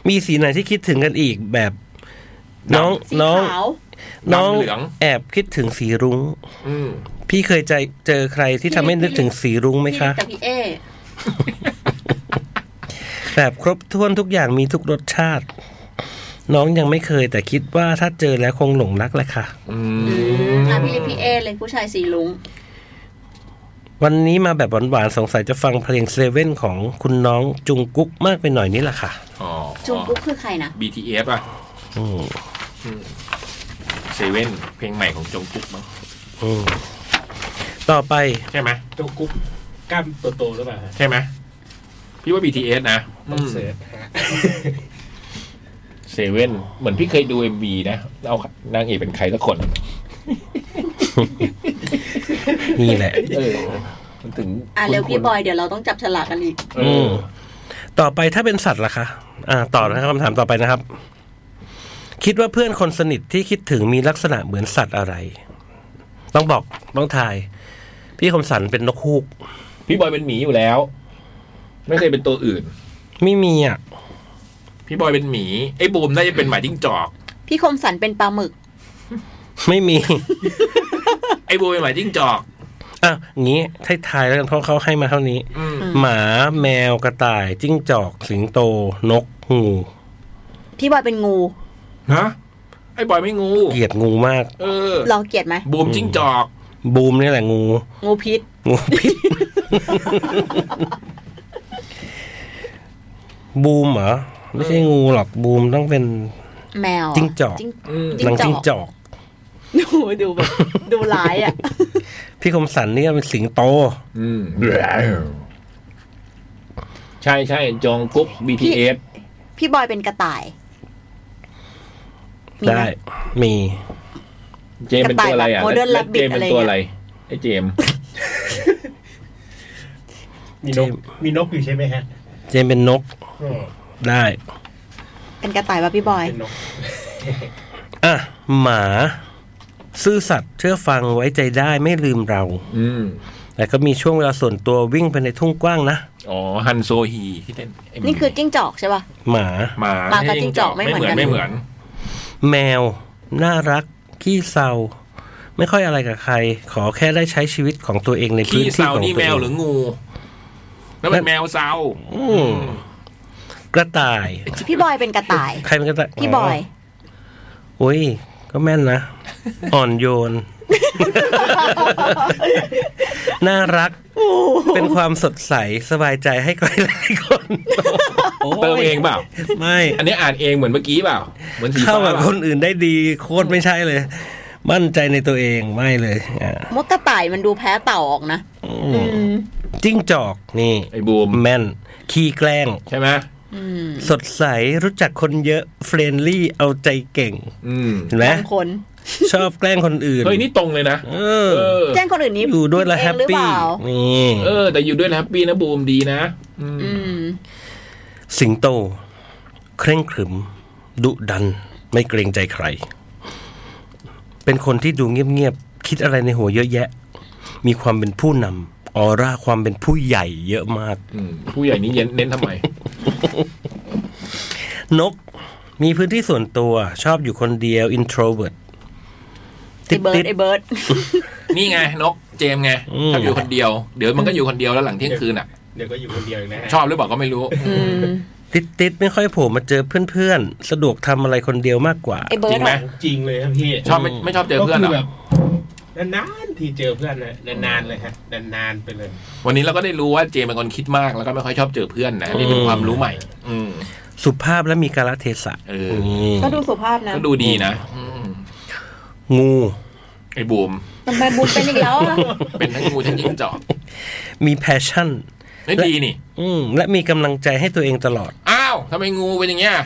Speaker 4: มีสีไหนที่คิดถึงกันอีกแบบ น้อง
Speaker 2: สี
Speaker 4: น้อง
Speaker 2: ขาว
Speaker 4: น้อง
Speaker 1: ดำเหลือง
Speaker 4: แอบคิดถึงสีรุ้ง
Speaker 1: อืม
Speaker 4: พี่เคยใจเจอใครที่ทำให้นึกถึงสีรุ้งไหม
Speaker 2: พี่
Speaker 4: คะ
Speaker 2: กับพี่เอ
Speaker 4: แบบครบถ้วนทุกอย่างมีทุกรสชาติ น้องยังไม่เคยแต่คิดว่าถ้าเจอแล้วคงหลงรักแหละค่ะ
Speaker 1: อืม
Speaker 2: อ่ะพี่พี่เอเลยผู้ชายสีลุง
Speaker 4: วันนี้มาแบบหวานๆสงสัยจะฟังเพลงเซเว่นของคุณน้องจุงกุ๊กมากไปหน่อยนี่แหละค่ะ
Speaker 1: อ๋อ
Speaker 2: จุงกุ๊กคือใครนะ
Speaker 1: BTF อ่ะ
Speaker 4: อืม
Speaker 1: เซเว่นเพลงใหม่ของจงกุ๊กมั้ง
Speaker 4: อืมต่อไป
Speaker 1: ใช่ไหม
Speaker 9: ตัวกุ๊กกล้ามโตๆหรือเปล่าฮะ
Speaker 1: ใช่ไหมพี่ว่า BTS นะ
Speaker 9: ต้องเสิร์ชหา
Speaker 1: เซเว่นเหมือนพี่เคยดู MV นะเอานางเอกเป็นใครสักคน
Speaker 4: นี่แหละ
Speaker 1: เออมันถึง
Speaker 2: อ่ะเร็ว
Speaker 1: คุ้นๆ
Speaker 2: พี่บอยเดี๋ยวเราต้องจับฉลากกันอีก
Speaker 1: เอ
Speaker 4: อื
Speaker 1: อ
Speaker 4: มต่อไปถ้าเป็นสัตว์ล่ะคะ อ่า ต่อนะครับคำถามต่อไปนะครับ คิดว่าเพื่อนคนสนิทที่คิดถึงมีลักษณะเหมือนสัตว์อะไร ต้องบอกต้องทาย พี่คมสันเป็นนกฮูก
Speaker 1: พี่บอยเป็นหมีอยู่แล้ว ไม่เคยเป็นตัวอื่น
Speaker 4: ไม่มีอ่ะ
Speaker 1: พี่บอยเป็นหมีไอ้บูมน่าจะเป็นหมาจิ้งจอก
Speaker 2: พี่คมสันเป็นปลาหมึก
Speaker 4: ไม่มี [LAUGHS]
Speaker 1: ไอ้บูมเป็นหมาจิ้งจอก
Speaker 4: อ่ะงี้ให้ทายแล้วกันเพราะเขาให้มาเท่านี้
Speaker 1: อืม
Speaker 2: อืม
Speaker 4: หมาแมวกระต่าย จิ้งจอก สิงโต นกงู
Speaker 2: พี่บอยเป็นงู
Speaker 1: ฮะไอ้บอยไม่งู
Speaker 4: เกลียดงูมาก
Speaker 1: เออ
Speaker 2: เราเกลียดไหม
Speaker 1: บูมจิ้งจอก
Speaker 4: บูมนี่แหละงู
Speaker 2: งูพิษ
Speaker 4: งูพิษ บูมเหรอ ไม่ใช่งูหรอกบูมต้องเป็น
Speaker 2: แมว
Speaker 4: จิ้งจอก
Speaker 2: จิ้ง
Speaker 1: อืม
Speaker 2: จริง
Speaker 4: นางจิ้งจอก
Speaker 2: ดูดูแบบดูร้าย
Speaker 4: [LAUGHS]
Speaker 2: อ่ะ
Speaker 4: พี่คมสันนี่เป็นสิงโต
Speaker 1: อืมใช่ใช่จองกุ๊ก BTS
Speaker 2: พี่บอยเป็นกระต่ายมีหม
Speaker 4: ได้ มี
Speaker 1: เจมเป็นตัวอะไรอ่ะ
Speaker 2: กระต่ายแบบ Modern
Speaker 1: แล้ว
Speaker 2: Rabbit
Speaker 1: เจมเป็นตัวอะไรไอ้เจม
Speaker 9: มีนกมีนกอยู่ใช่ไหมฮะ
Speaker 4: เจมเป็นนก
Speaker 9: อ๋อ
Speaker 4: ได้
Speaker 2: เป็นกระต่ายป่ะพี่บอย
Speaker 9: เป็นนก
Speaker 4: อ่ะ หมา ซื่อสัตย์เชื่อฟังไว้ใจได้ไม่ลืมเรา
Speaker 1: อืม
Speaker 4: แต่ก็มีช่วงเวลาส่วนตัววิ่งไปในทุ่งกว้างนะ
Speaker 1: อ๋อฮันโซฮีที่เล่น MV
Speaker 2: นี่คือจิ้งจอกใช่ป่ะ
Speaker 4: หมา
Speaker 1: หมา
Speaker 2: หมากับจิ้งจอกไม่เหมือนกัน
Speaker 1: ไม่เหมือน
Speaker 4: แมว น่ารัก ขี้เศร้าไม่ค่อยอะไรกับใคร ขอแค่ได้ใช้ชีวิตของตัวเองในพื้
Speaker 1: ขี้
Speaker 4: นที่
Speaker 1: เซา
Speaker 4: ของ
Speaker 1: นี่
Speaker 4: ตัว
Speaker 1: แม
Speaker 4: เอ
Speaker 1: วหรือง งูแล้วเป็
Speaker 4: นั่
Speaker 1: น
Speaker 4: น
Speaker 1: แมวเซา
Speaker 4: อืมกระต่าย
Speaker 2: พี่บอยเป็นกระต่าย
Speaker 4: ใครเป็นกระ
Speaker 2: [LAUGHS]
Speaker 4: ต่าย
Speaker 2: พี่บอย
Speaker 4: โอ้ยก็แม่นนะ อ่อนโยน [LAUGHS] น่ารัก เป็นความสดใสสบายใจให้ใครหลายคน
Speaker 1: เติมเองเปล่า
Speaker 4: ไม่
Speaker 1: อันนี้อ่านเองเหมือนเมื่อกี้เปล่า เหมือนสี
Speaker 4: เข้ากั
Speaker 1: ฟ้า
Speaker 4: บ
Speaker 1: เปล่า
Speaker 4: คนอื่นได้ดี โคตรไม่ใช่เลย มั่นใจในตัวเองไม่เลยอ่ะ
Speaker 2: ว่ากระต่ายมันดูแพ้เต่าออกนะ
Speaker 4: จิ้งจอกนี่
Speaker 1: ไอ้บูม
Speaker 4: แม่น ขี้แกล้ง
Speaker 1: ใช่ไหม
Speaker 2: อืม
Speaker 4: สดใสรู้จักคนเยอะเฟรนลี่เอาใจเก่ง
Speaker 1: อืม
Speaker 4: เห็น
Speaker 2: [LAUGHS]
Speaker 4: ไหม
Speaker 2: บางคน
Speaker 4: ชอบแกล้งคนอื่น
Speaker 1: เฮ้ยนี่ตรงเลยนะ
Speaker 4: เออ
Speaker 1: เออ
Speaker 2: แจ้งคนอื่นนี้
Speaker 4: อยู่ด้วยแล้ว
Speaker 2: เอ
Speaker 4: แฮ
Speaker 2: ง
Speaker 4: ป
Speaker 2: หรือเป
Speaker 4: ปี้
Speaker 2: ล่า
Speaker 4: นี่
Speaker 1: เออ แต่อยู่ด้วยแล้วแฮปปี้นะบูมดีนะอืม
Speaker 2: อืม
Speaker 4: สิงโต เคร่งขรึม ดุดัน ไม่เกรงใจใคร เป็นคนที่ดูเงียบๆ คิดอะไรในหัวเยอะแยะ มีความเป็นผู้นำออร่าความเป็นผู้ใหญ่เยอะมาก
Speaker 1: อืมผู้ใหญ่นี้เย็นเน้นทำไม
Speaker 4: นก มีพื้นที่ส่วนตัว ชอบอยู่คนเดียว introvert
Speaker 2: ไอเบิร์ดไอเบิร์ด
Speaker 1: นี่ไงนกเจมส์ไง
Speaker 4: อืม
Speaker 1: ถ้าอยู่คนเดียว เดี๋ยวมันก็อยู่คนเดียวแล้วหลังเที่ยงคืนอ่ะ
Speaker 9: เดี๋ยวก็อยู่คนเดียวอีกนะฮะ
Speaker 1: ชอบหรือเปล่าก็ไม่รู้
Speaker 2: อืม
Speaker 4: ติดติดๆไม่ค่อยโผล่มาเจอเพื่อนๆ สะดวกทำอะไรคนเดียวมากกว่า
Speaker 2: ไอเบิ
Speaker 1: จ
Speaker 2: ร์
Speaker 1: ริ
Speaker 2: ด
Speaker 1: งไหม
Speaker 2: อะ
Speaker 9: จริงเลยครับพี่
Speaker 1: ชอบไม่ไม่ชอบเจอเพื่อน
Speaker 9: ก็คืแบ
Speaker 1: เหรอ่ะ
Speaker 9: บนานๆที่เจอเพื่อนนะนานๆเลยฮะนานๆไปเลย
Speaker 1: วันนี้เราก็ได้รู้ว่าเจมส์เป็นคนคิดมากแล้วก็ไม่ค่อยชอบเจอเพื่อนนะนี่เป็นความรู้ใหม่ อืม
Speaker 4: สุภาพและมีกาลเทศะ
Speaker 1: เออ
Speaker 4: นี่
Speaker 2: ก็ดูสุภาพนะ
Speaker 1: ก็ดูดีนะอืม
Speaker 4: งู
Speaker 1: ไอ้บูม
Speaker 2: ทำไมบูมเป็นอีกแล้วอะ
Speaker 1: เป็นทั้งงูทั้งจิ้งจอก
Speaker 4: มีแพชชั่น
Speaker 1: นี่ดีนี่
Speaker 4: อืมและมีกำลังใจให้ตัวเองตลอด
Speaker 1: อ้าวทำไมงูเป็นอย่างเงี้ย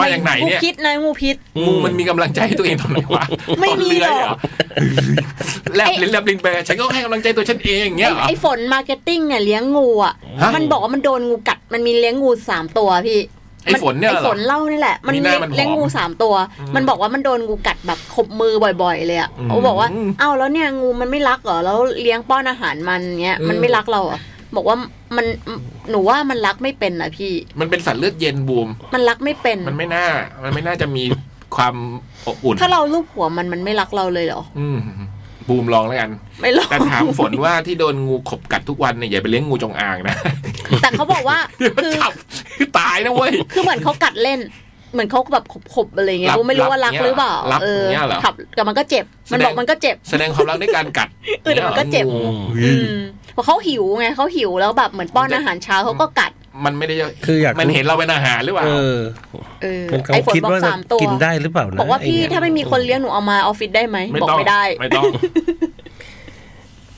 Speaker 1: มาจากไหน
Speaker 2: งู
Speaker 1: เนี่ย
Speaker 2: พิษนะงูพิษ
Speaker 1: งูมันมีกำลังใจให้ตัวเองตอนไหนวะ
Speaker 2: ไม่มี
Speaker 1: ตอนเลื้อย
Speaker 2: ห
Speaker 1: เห
Speaker 2: รอก
Speaker 1: รอแลบลิ้นแลบลิ้นไปฉันก็ให้กำลังใจตัวฉันเองอย่างเงี้ยเหรอ
Speaker 2: ไอฝนมาร์เก็ตติ้งเนี่ยเลี้ยงงูอ่ะ
Speaker 1: ฮะ
Speaker 2: มันบอกว่ามันโดนงูกัด มันมีเลี้ยงงูสามตัวพี่
Speaker 1: ไอ้ฝนเนี่ยเหรอ
Speaker 2: ไอฝนเล่านี่แหละ มัน
Speaker 1: มีห
Speaker 2: เลี้
Speaker 1: น้าย
Speaker 2: ง
Speaker 1: มันหอม
Speaker 2: เลี้ยงงูสามตัว มันบอกว่ามันโดนงูกัดแบบขบมือบ่อยๆเลยอ่ะ
Speaker 1: อืม
Speaker 2: เขาบอกว่า เอ้าแล้วเนี่ยงูมันไม่รักเหรอ แล้วเลี้ยงป้อนอาหารมันเงี้ย
Speaker 1: อืม
Speaker 2: มันไม่รักเราเหรอ่ะ บอกว่ามันหนูว่ามันรักไม่เป็นอ่ะพี่
Speaker 1: มันเป็นสัตว์เลือดเย็นบูม
Speaker 2: มันรักไม่เป็น
Speaker 1: มันไม่น่า มันไม่น่าจะมีความอบอุ่น
Speaker 2: ถ้าเราลูบหัวมันมันไม่รักเราเลยเหรอ
Speaker 1: อืมบูมลองแล้วกัน
Speaker 2: ไม่รัก
Speaker 1: แต่ถามฝนว่าที่โดนงูขบกัดทุกวันเนี่ยอย่าไปเลี้ยงงูจงอางนะ
Speaker 2: แต่เขาบอกว่าคือ
Speaker 1: จับตายนะเว้ย
Speaker 2: คือเหมือนเขากัดเล่น เหมือนเขาแบบขบๆอะไรเงี้
Speaker 1: รั
Speaker 2: ย
Speaker 1: บ
Speaker 2: กูไม่รู้ว่ารัก
Speaker 1: รับ
Speaker 2: หรือเปล่า
Speaker 1: รับ
Speaker 2: เออ
Speaker 1: เงี้ยเหรอ
Speaker 2: ขับแต่มันก็เจ็บ มัน
Speaker 1: แสดง
Speaker 2: บอกมันก็เจ็บ
Speaker 1: แสดงความรักด้วยการกัด
Speaker 2: เออแต่มันก็เจ็บ
Speaker 1: งู
Speaker 2: อืมเพราะเขาหิวไงเขาหิวแล้วแบบเหมือนป้อนอาหารเช้าเขาก็กัด
Speaker 1: มันไม่ได้จะ
Speaker 4: คืออยากรู้
Speaker 1: มันเห็นเราเป็นอาหารหรือเปล่า
Speaker 4: เออ
Speaker 2: เออ
Speaker 4: มัน
Speaker 2: ไอ้
Speaker 4: กำ
Speaker 2: ฝน
Speaker 4: คิด
Speaker 2: บอก
Speaker 4: ว่าจะ
Speaker 2: สามตัว
Speaker 4: กินได้หรือเปล่านะ
Speaker 2: บอกว่าพี่
Speaker 4: ไเนี่ย
Speaker 2: ถ้าไม่มีคนเลี้ยงหนูเอามาออฟฟิศได้ไหมบอก
Speaker 1: ต้อง
Speaker 2: ไม่ได้
Speaker 1: ไม่ต้อง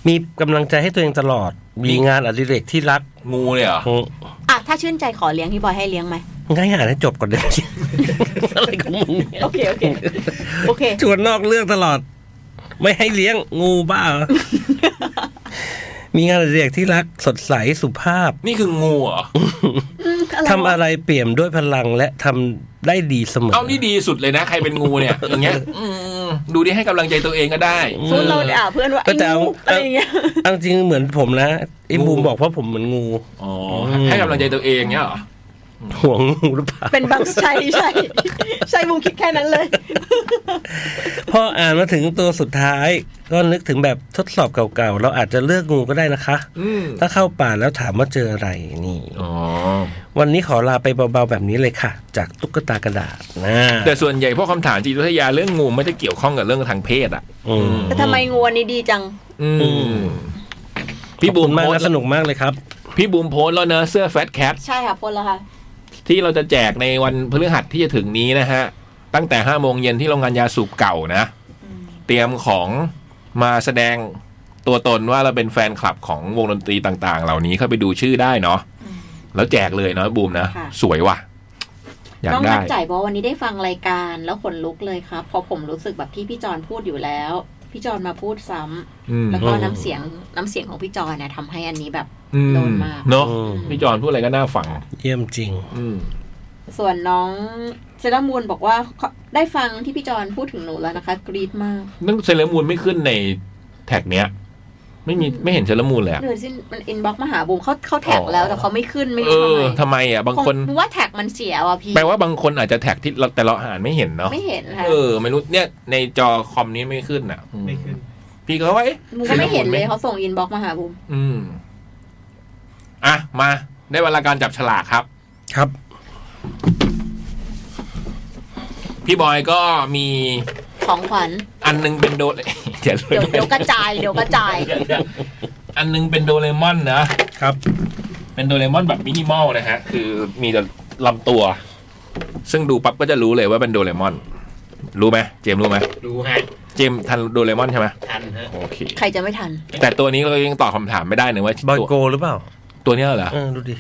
Speaker 4: มีกำลังใจให้ตัวเองตลอด มีงานอดิเรกที่รัก
Speaker 1: งูเลยเหรอ
Speaker 4: อืม
Speaker 2: อ่ะถ้าชื่นใจขอเลี้ยงพี่บอยให้เลี้ยงไหม
Speaker 4: ง่ายอ่านให้จบก่อนเลย อะไรของมึงเนี่ย
Speaker 2: โอเคโอเคโอเค
Speaker 4: ชวนนอกเรื่องตลอด ไม่ให้เลี้ยงงูบ้าเหรอ มีงานอดิเรกที่รักสดใสสุภาพ
Speaker 1: นี่คืองูเหรอ
Speaker 4: ทำอะไรเปี่ยมด้วยพลังและทำได้ดีเสมอ
Speaker 1: เอานี่ดีสุดเลยนะ ใครเป็นงูเนี่ย อย่างเงี้ย อืมดูดิให้กำลังใจตัวเองก็ได้
Speaker 2: สมมติเราด่าเพื่อนว่า
Speaker 4: ก็
Speaker 2: ไอ้
Speaker 4: จะเอา
Speaker 2: งูอะไรอย่างเงี้ย
Speaker 4: เอาจริงเหมือนผมนะไอ้
Speaker 1: งู
Speaker 4: บูมบอกว่าผมเหมือนงู
Speaker 1: อ๋อให้กำลังใจตัวเองเงี้ยเหรอ
Speaker 4: ห่วงงูหรือเปล่า
Speaker 2: เป็นบางใช่ใช่ใช่บุมคิดแค่นั้นเลย
Speaker 4: พออ่านมาถึงตัวสุดท้าย ก็นึกถึงแบบทดสอบเก่าๆ เราอาจจะเลือกงูก็ได้นะคะ
Speaker 1: อืม
Speaker 4: ถ้าเข้าป่าแล้วถามว่าเจออะไรนี่
Speaker 1: อ๋อ
Speaker 4: วันนี้ขอลาไปเบาๆแบบนี้เลยค่ะ จากตุ๊กตากระดาษนะ
Speaker 1: แต่ส่วนใหญ่พวกคำถามจิตวิทยาเรื่องงูไม่ได้เกี่ยวข้องกับเรื่องทางเพศอ่ะ
Speaker 4: อืม
Speaker 2: แต่ทำไมงูอันนี้ดีจัง
Speaker 1: อืม
Speaker 4: พี่
Speaker 1: พี่
Speaker 4: บู
Speaker 1: บู
Speaker 4: ม
Speaker 1: ม
Speaker 4: มาก
Speaker 1: โพส
Speaker 4: นะ
Speaker 1: ต์
Speaker 4: สนุกมากเลยครับ
Speaker 1: พี่บูมโพสต์แล้วเนอะเสื้อแฟตแคท
Speaker 2: ใช่ค่ะพลแล้วค่ะ
Speaker 1: ที่เราจะแจกในวันพฤหัสที่จะถึงนี้นะฮะ ตั้งแต่ห้าโมงเย็นที่โรงงานยาสูบเก่านะ เตรียมของมาแสดงตัวตนว่าเราเป็นแฟนคลับของวงดนตรีต่างๆ เหล่านี้เข้าไปดูชื่อได้เนาะแล้วแจกเลยเนาะบูมนะ
Speaker 2: ค่ะ
Speaker 1: สวยว่ะ อยาก
Speaker 2: น้อง
Speaker 1: ได้
Speaker 2: มัดใจบอกว่าวันนี้ได้ฟังรายการแล้วขนลุกเลยครับเพอผมรู้สึกแบบที่พี่จอนพูดอยู่แล้ว พี่จอนมาพูดซ้ำ
Speaker 1: อืม
Speaker 2: แล้วก็น้ำเสียงน้ำเสียงของพี่จอนเนี่ยทำให้อันนี้แบบ
Speaker 1: อืม
Speaker 2: โดนมาก
Speaker 1: เนาะ
Speaker 4: อืม
Speaker 1: พี่จอนพูดอะไรก็น่าฟัง
Speaker 4: เยี่ยมจริง
Speaker 1: อืม
Speaker 2: ส่วนน้องเซรามูนบอกว่าได้ฟังที่พี่จอนพูดถึงหนูแล้วนะคะ กรี๊ดมาก
Speaker 1: นั่นเซเลอร์มูนไม่ขึ้นในแท็กเนี้ย ไม่มีไม่เห็นเชลมูลเลยอะ
Speaker 2: หรือสิมันอินบ็อกมาหาบูมเขาเขาแท็กแล้วแต่เขาไม่ขึ้นไม่
Speaker 1: เอ
Speaker 2: รู้
Speaker 1: อ
Speaker 2: ทำ
Speaker 1: ทำ
Speaker 2: ไม
Speaker 1: ไมอ่ะบางคน
Speaker 2: ผมว่าแท็กมันเสียว่ะพี่
Speaker 1: แปลว่าบางคนอาจจะแท็กที่เราแต่เราอ่านไม่เห็นเนาะ
Speaker 2: ไม่เห็นค่ะ
Speaker 1: เออไม่รู้เนี่ยในจอคอมนี้ไม่ขึ้นอ่ะอื
Speaker 9: ไม่ขึ้น
Speaker 1: พี่ก็ว่าเอ๊ะ
Speaker 2: บูมก็ไม่เห็นเล
Speaker 1: ชล
Speaker 2: ย
Speaker 1: มูลไหม
Speaker 2: เขาส่งอินบ็อกมาหาบูม
Speaker 1: อืมอ่ะมาได้เวลาการจับฉลากครับ
Speaker 4: ครับ
Speaker 1: พี่บอยก็มี
Speaker 2: ของขวัญ
Speaker 1: อันหนึงเป็นโด [LAUGHS] เลยอย่าเล
Speaker 2: เดี๋ยวย เดี๋ยวกระจายเดี๋ยวกระจาย
Speaker 1: อันนึงเป็นโดเรมอนนะครับ เป็นโดเรมอนแบบมินิมอลนะฮะ คือมีแต่ลำตัว ซึ่งดูปั๊บก็จะรู้เลยว่าเป็นโดเรมอน รู้ไหมเจมส์รู้ไหม
Speaker 10: ดูฮะ
Speaker 1: เจมส์ทันโดเรมอนใช่ไหม
Speaker 10: ทันฮะ
Speaker 1: โอเค
Speaker 2: ใครจะไม่ทัน
Speaker 1: แต่ตัวนี้เรายังตอบคำถามไม่ได้เลยว่า
Speaker 4: บอย
Speaker 1: ตัว
Speaker 4: โกหรือเปล่า
Speaker 1: ตัวเนี้ยเหรอ
Speaker 4: เออดูดิ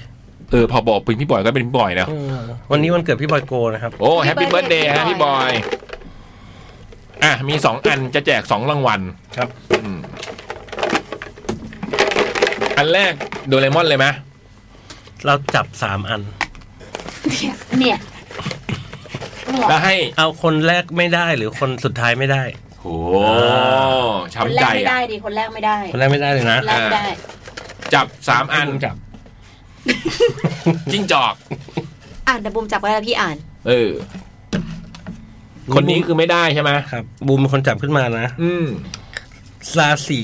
Speaker 1: เออพอบอกเป็นพี่บอยก็เป็นพี่บอยนะ
Speaker 4: เออวันนี้วันเกิดพี่บอยโกนะครับ
Speaker 1: โอ้แฮป
Speaker 2: Happy
Speaker 1: ปี้เบิร์ดเดย์
Speaker 2: birthday
Speaker 1: ฮะ
Speaker 2: พี่
Speaker 1: พี่บบ อ
Speaker 2: อย ย
Speaker 1: อ่ะมีสองอันจะแจกสองรางวัล
Speaker 4: ครับ
Speaker 1: อืมอันแรกโดเรมอนเลยไหม
Speaker 4: เราจับสามอัน
Speaker 2: เนี่ย
Speaker 1: แล้วให้
Speaker 4: เอาคนแรกไม่ได้หรือคนสุดท้ายไม่ได้
Speaker 1: โอ้
Speaker 2: คน
Speaker 1: ช้ำ
Speaker 2: แร
Speaker 1: ใจ
Speaker 2: กไม่
Speaker 1: อ่ะ
Speaker 2: ได้ดิคนแรกไม่ได้
Speaker 4: คนแรกไม่ได้เลยนะ
Speaker 2: แรกไม่ได้
Speaker 1: จับสามอัน
Speaker 4: จับ
Speaker 1: จิ้งจอก
Speaker 2: อ่านแต่บูมจับไว้แล้วพี่อ่าน
Speaker 1: เออ คนนี้คือไม่ได้ใช่ไหม
Speaker 4: ครับ บูมเป็นคนจับขึ้นมานะ
Speaker 1: อืม
Speaker 4: ซาสี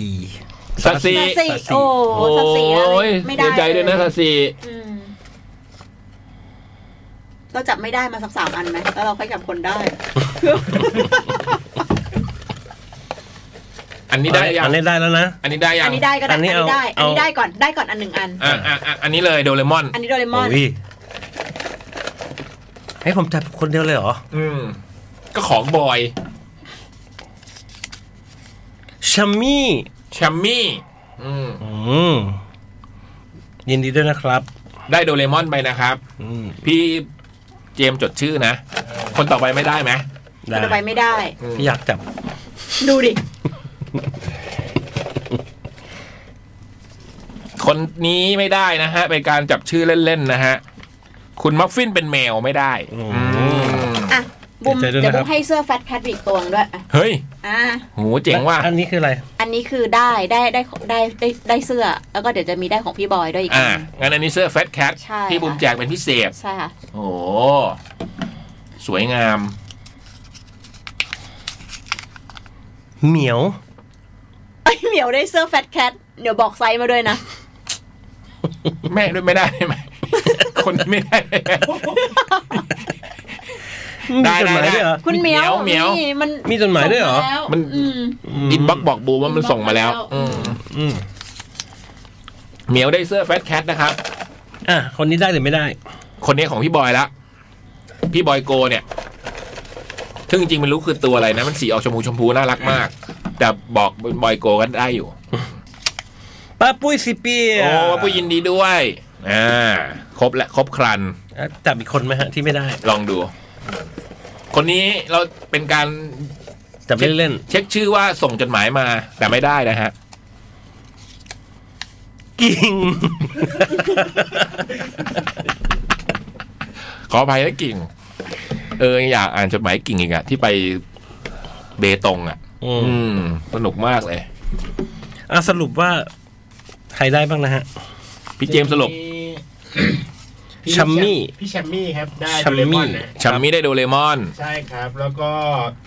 Speaker 1: สัตว์สี
Speaker 2: ซาซิโอ้โหซาซิอะไร
Speaker 1: โอ้ย
Speaker 2: ไม่
Speaker 1: เสี
Speaker 2: ได้
Speaker 1: ยใจด้วยนะสัตว์สี
Speaker 2: อืมเราจับไม่ได้มาสักสามอันไหมแล้วเราค่อยจับคนได้
Speaker 1: อันนี้ได้ยัง
Speaker 4: อันนี้ได้แล้วนะ
Speaker 1: อันนี้ได้ยั
Speaker 2: อั
Speaker 1: ง
Speaker 2: นนี้ได้ก็
Speaker 4: อั
Speaker 2: ได้อั
Speaker 4: น
Speaker 2: น
Speaker 4: นี้
Speaker 2: นี้
Speaker 4: เอา
Speaker 2: ได้ อันนี้
Speaker 4: เอา
Speaker 2: ได้ก่อนได้ก่อนอันหนึ่งอัน
Speaker 1: อ่ะอ่ะอ่ะอันนี้เลยโดเรมอน
Speaker 2: อันนี้โดเรมอน
Speaker 4: โอ้ยให้ผมจับคนเดียวเลยเหรอ
Speaker 1: อืม ก็ของบอย
Speaker 4: ชัมมี่
Speaker 1: แชมมี่ อืม
Speaker 4: อืมยินดีด้วยนะครับ
Speaker 1: ได้โดเรมอนไปนะครับ
Speaker 4: อืม
Speaker 1: พี่เจมส์จดชื่อนะ คนต่อไปไม่ได้ไหม
Speaker 4: ได้
Speaker 2: ต่อไปไม่ได้
Speaker 1: อืม
Speaker 4: พี่อยากจับ
Speaker 2: ดูดิ
Speaker 1: คนนี้ไม่ได้นะฮะ เป็นการจับชื่อเล่นๆนะฮะ คุณมัฟฟินเป็นแมวไม่ได้
Speaker 4: อืม
Speaker 1: อืม
Speaker 2: อ่ะบุม
Speaker 4: เสียใจด้วย
Speaker 2: เดี๋ยว
Speaker 4: นะครับ
Speaker 2: บุมให้เสื้อแฟตแคทอีกตัวหนึ่งด้วยอ่ะ
Speaker 1: เฮ้ย
Speaker 2: อ่ะ
Speaker 1: โหเจ๋งว่ะ
Speaker 4: อันนี้คืออะไร
Speaker 2: อันนี้คือได้ได้ได้ได้ได้ได้เสื้อ แล้วก็เดี๋ยวจะมีได้ของพี่บอยด้วยอีก
Speaker 1: อ่า
Speaker 2: อัน
Speaker 1: งั้นอันนี้เสื้อแฟตแคท
Speaker 2: ใช่
Speaker 1: ที่
Speaker 2: ค่ะ
Speaker 1: บุมแจกเป็นพิเศษ
Speaker 2: ใช่ค่ะ
Speaker 1: โอ้โหสวยงาม
Speaker 4: เหมียว
Speaker 2: ไอยเหมียวได้เสื้อแฟตแคทเดี๋ยวบอกไซส์มาด้วยนะ
Speaker 1: แม่ด้วยไม่ได้ไหม [LAUGHS] คนไม่
Speaker 4: [LAUGHS]
Speaker 1: ได้ ได้
Speaker 4: มีจดหมาย
Speaker 1: ได้
Speaker 4: ด้วยเหรอ
Speaker 2: คุณเหมียว
Speaker 1: เหมียวเหมียว
Speaker 2: นี่มัน
Speaker 4: มีจดหมายด้วยเหรอ
Speaker 2: ส่งาแล้ว
Speaker 1: มัน
Speaker 2: อืม
Speaker 1: อินบ็อกบอกบูมว่ามันส่งมาแล้วอื
Speaker 2: อืม
Speaker 1: ม
Speaker 4: อืม
Speaker 1: เหมียวได้เสื้อแฟตแคทนะครับ
Speaker 4: อ่ะคนนี้ได้หรือไม่ได้
Speaker 1: คนนี้ของพี่บอยละพี่บอยโกเนี่ย ซึ่งจริงๆมันรู้คือตัวอะไรนะ มันสีออกชมพูชมพูน่ารักมาก แต่บอกบอยโกก็ได้อยู่
Speaker 4: ป้าปุ้ยสิเปีย
Speaker 1: โอ้ผู้ยินดีด้วยอ่าครบและครบครัน
Speaker 4: อ่ะจับอีกคนไหมฮะที่ไม่ได้
Speaker 1: ลองดู คนนี้เราเป็นการ
Speaker 4: จับเล่น
Speaker 1: เช็คชื่อว่าส่งจดหมายมา แต่ไม่ได้นะฮะ
Speaker 4: ๆกิ่ง
Speaker 1: [LAUGHS] ขออภัยนะกิ่ง เอออยากอ่านจดหมายกิ่งอีกอะที่ไปเบตงอะ
Speaker 4: อืม
Speaker 1: อืมสนุกมากเลย
Speaker 4: อ่ะสรุปว่า ใครได้บ้างนะฮะ
Speaker 1: พี่เจมส์สรุป
Speaker 10: พี่
Speaker 4: ชัมมี่
Speaker 10: พี่แชมมี่ครับ ได้ชั
Speaker 4: ชัม
Speaker 10: ม
Speaker 4: มี่
Speaker 10: มี่นะ
Speaker 1: ชัมมี่ได้โดเรมอน
Speaker 10: ใช่ครับ แล้วก็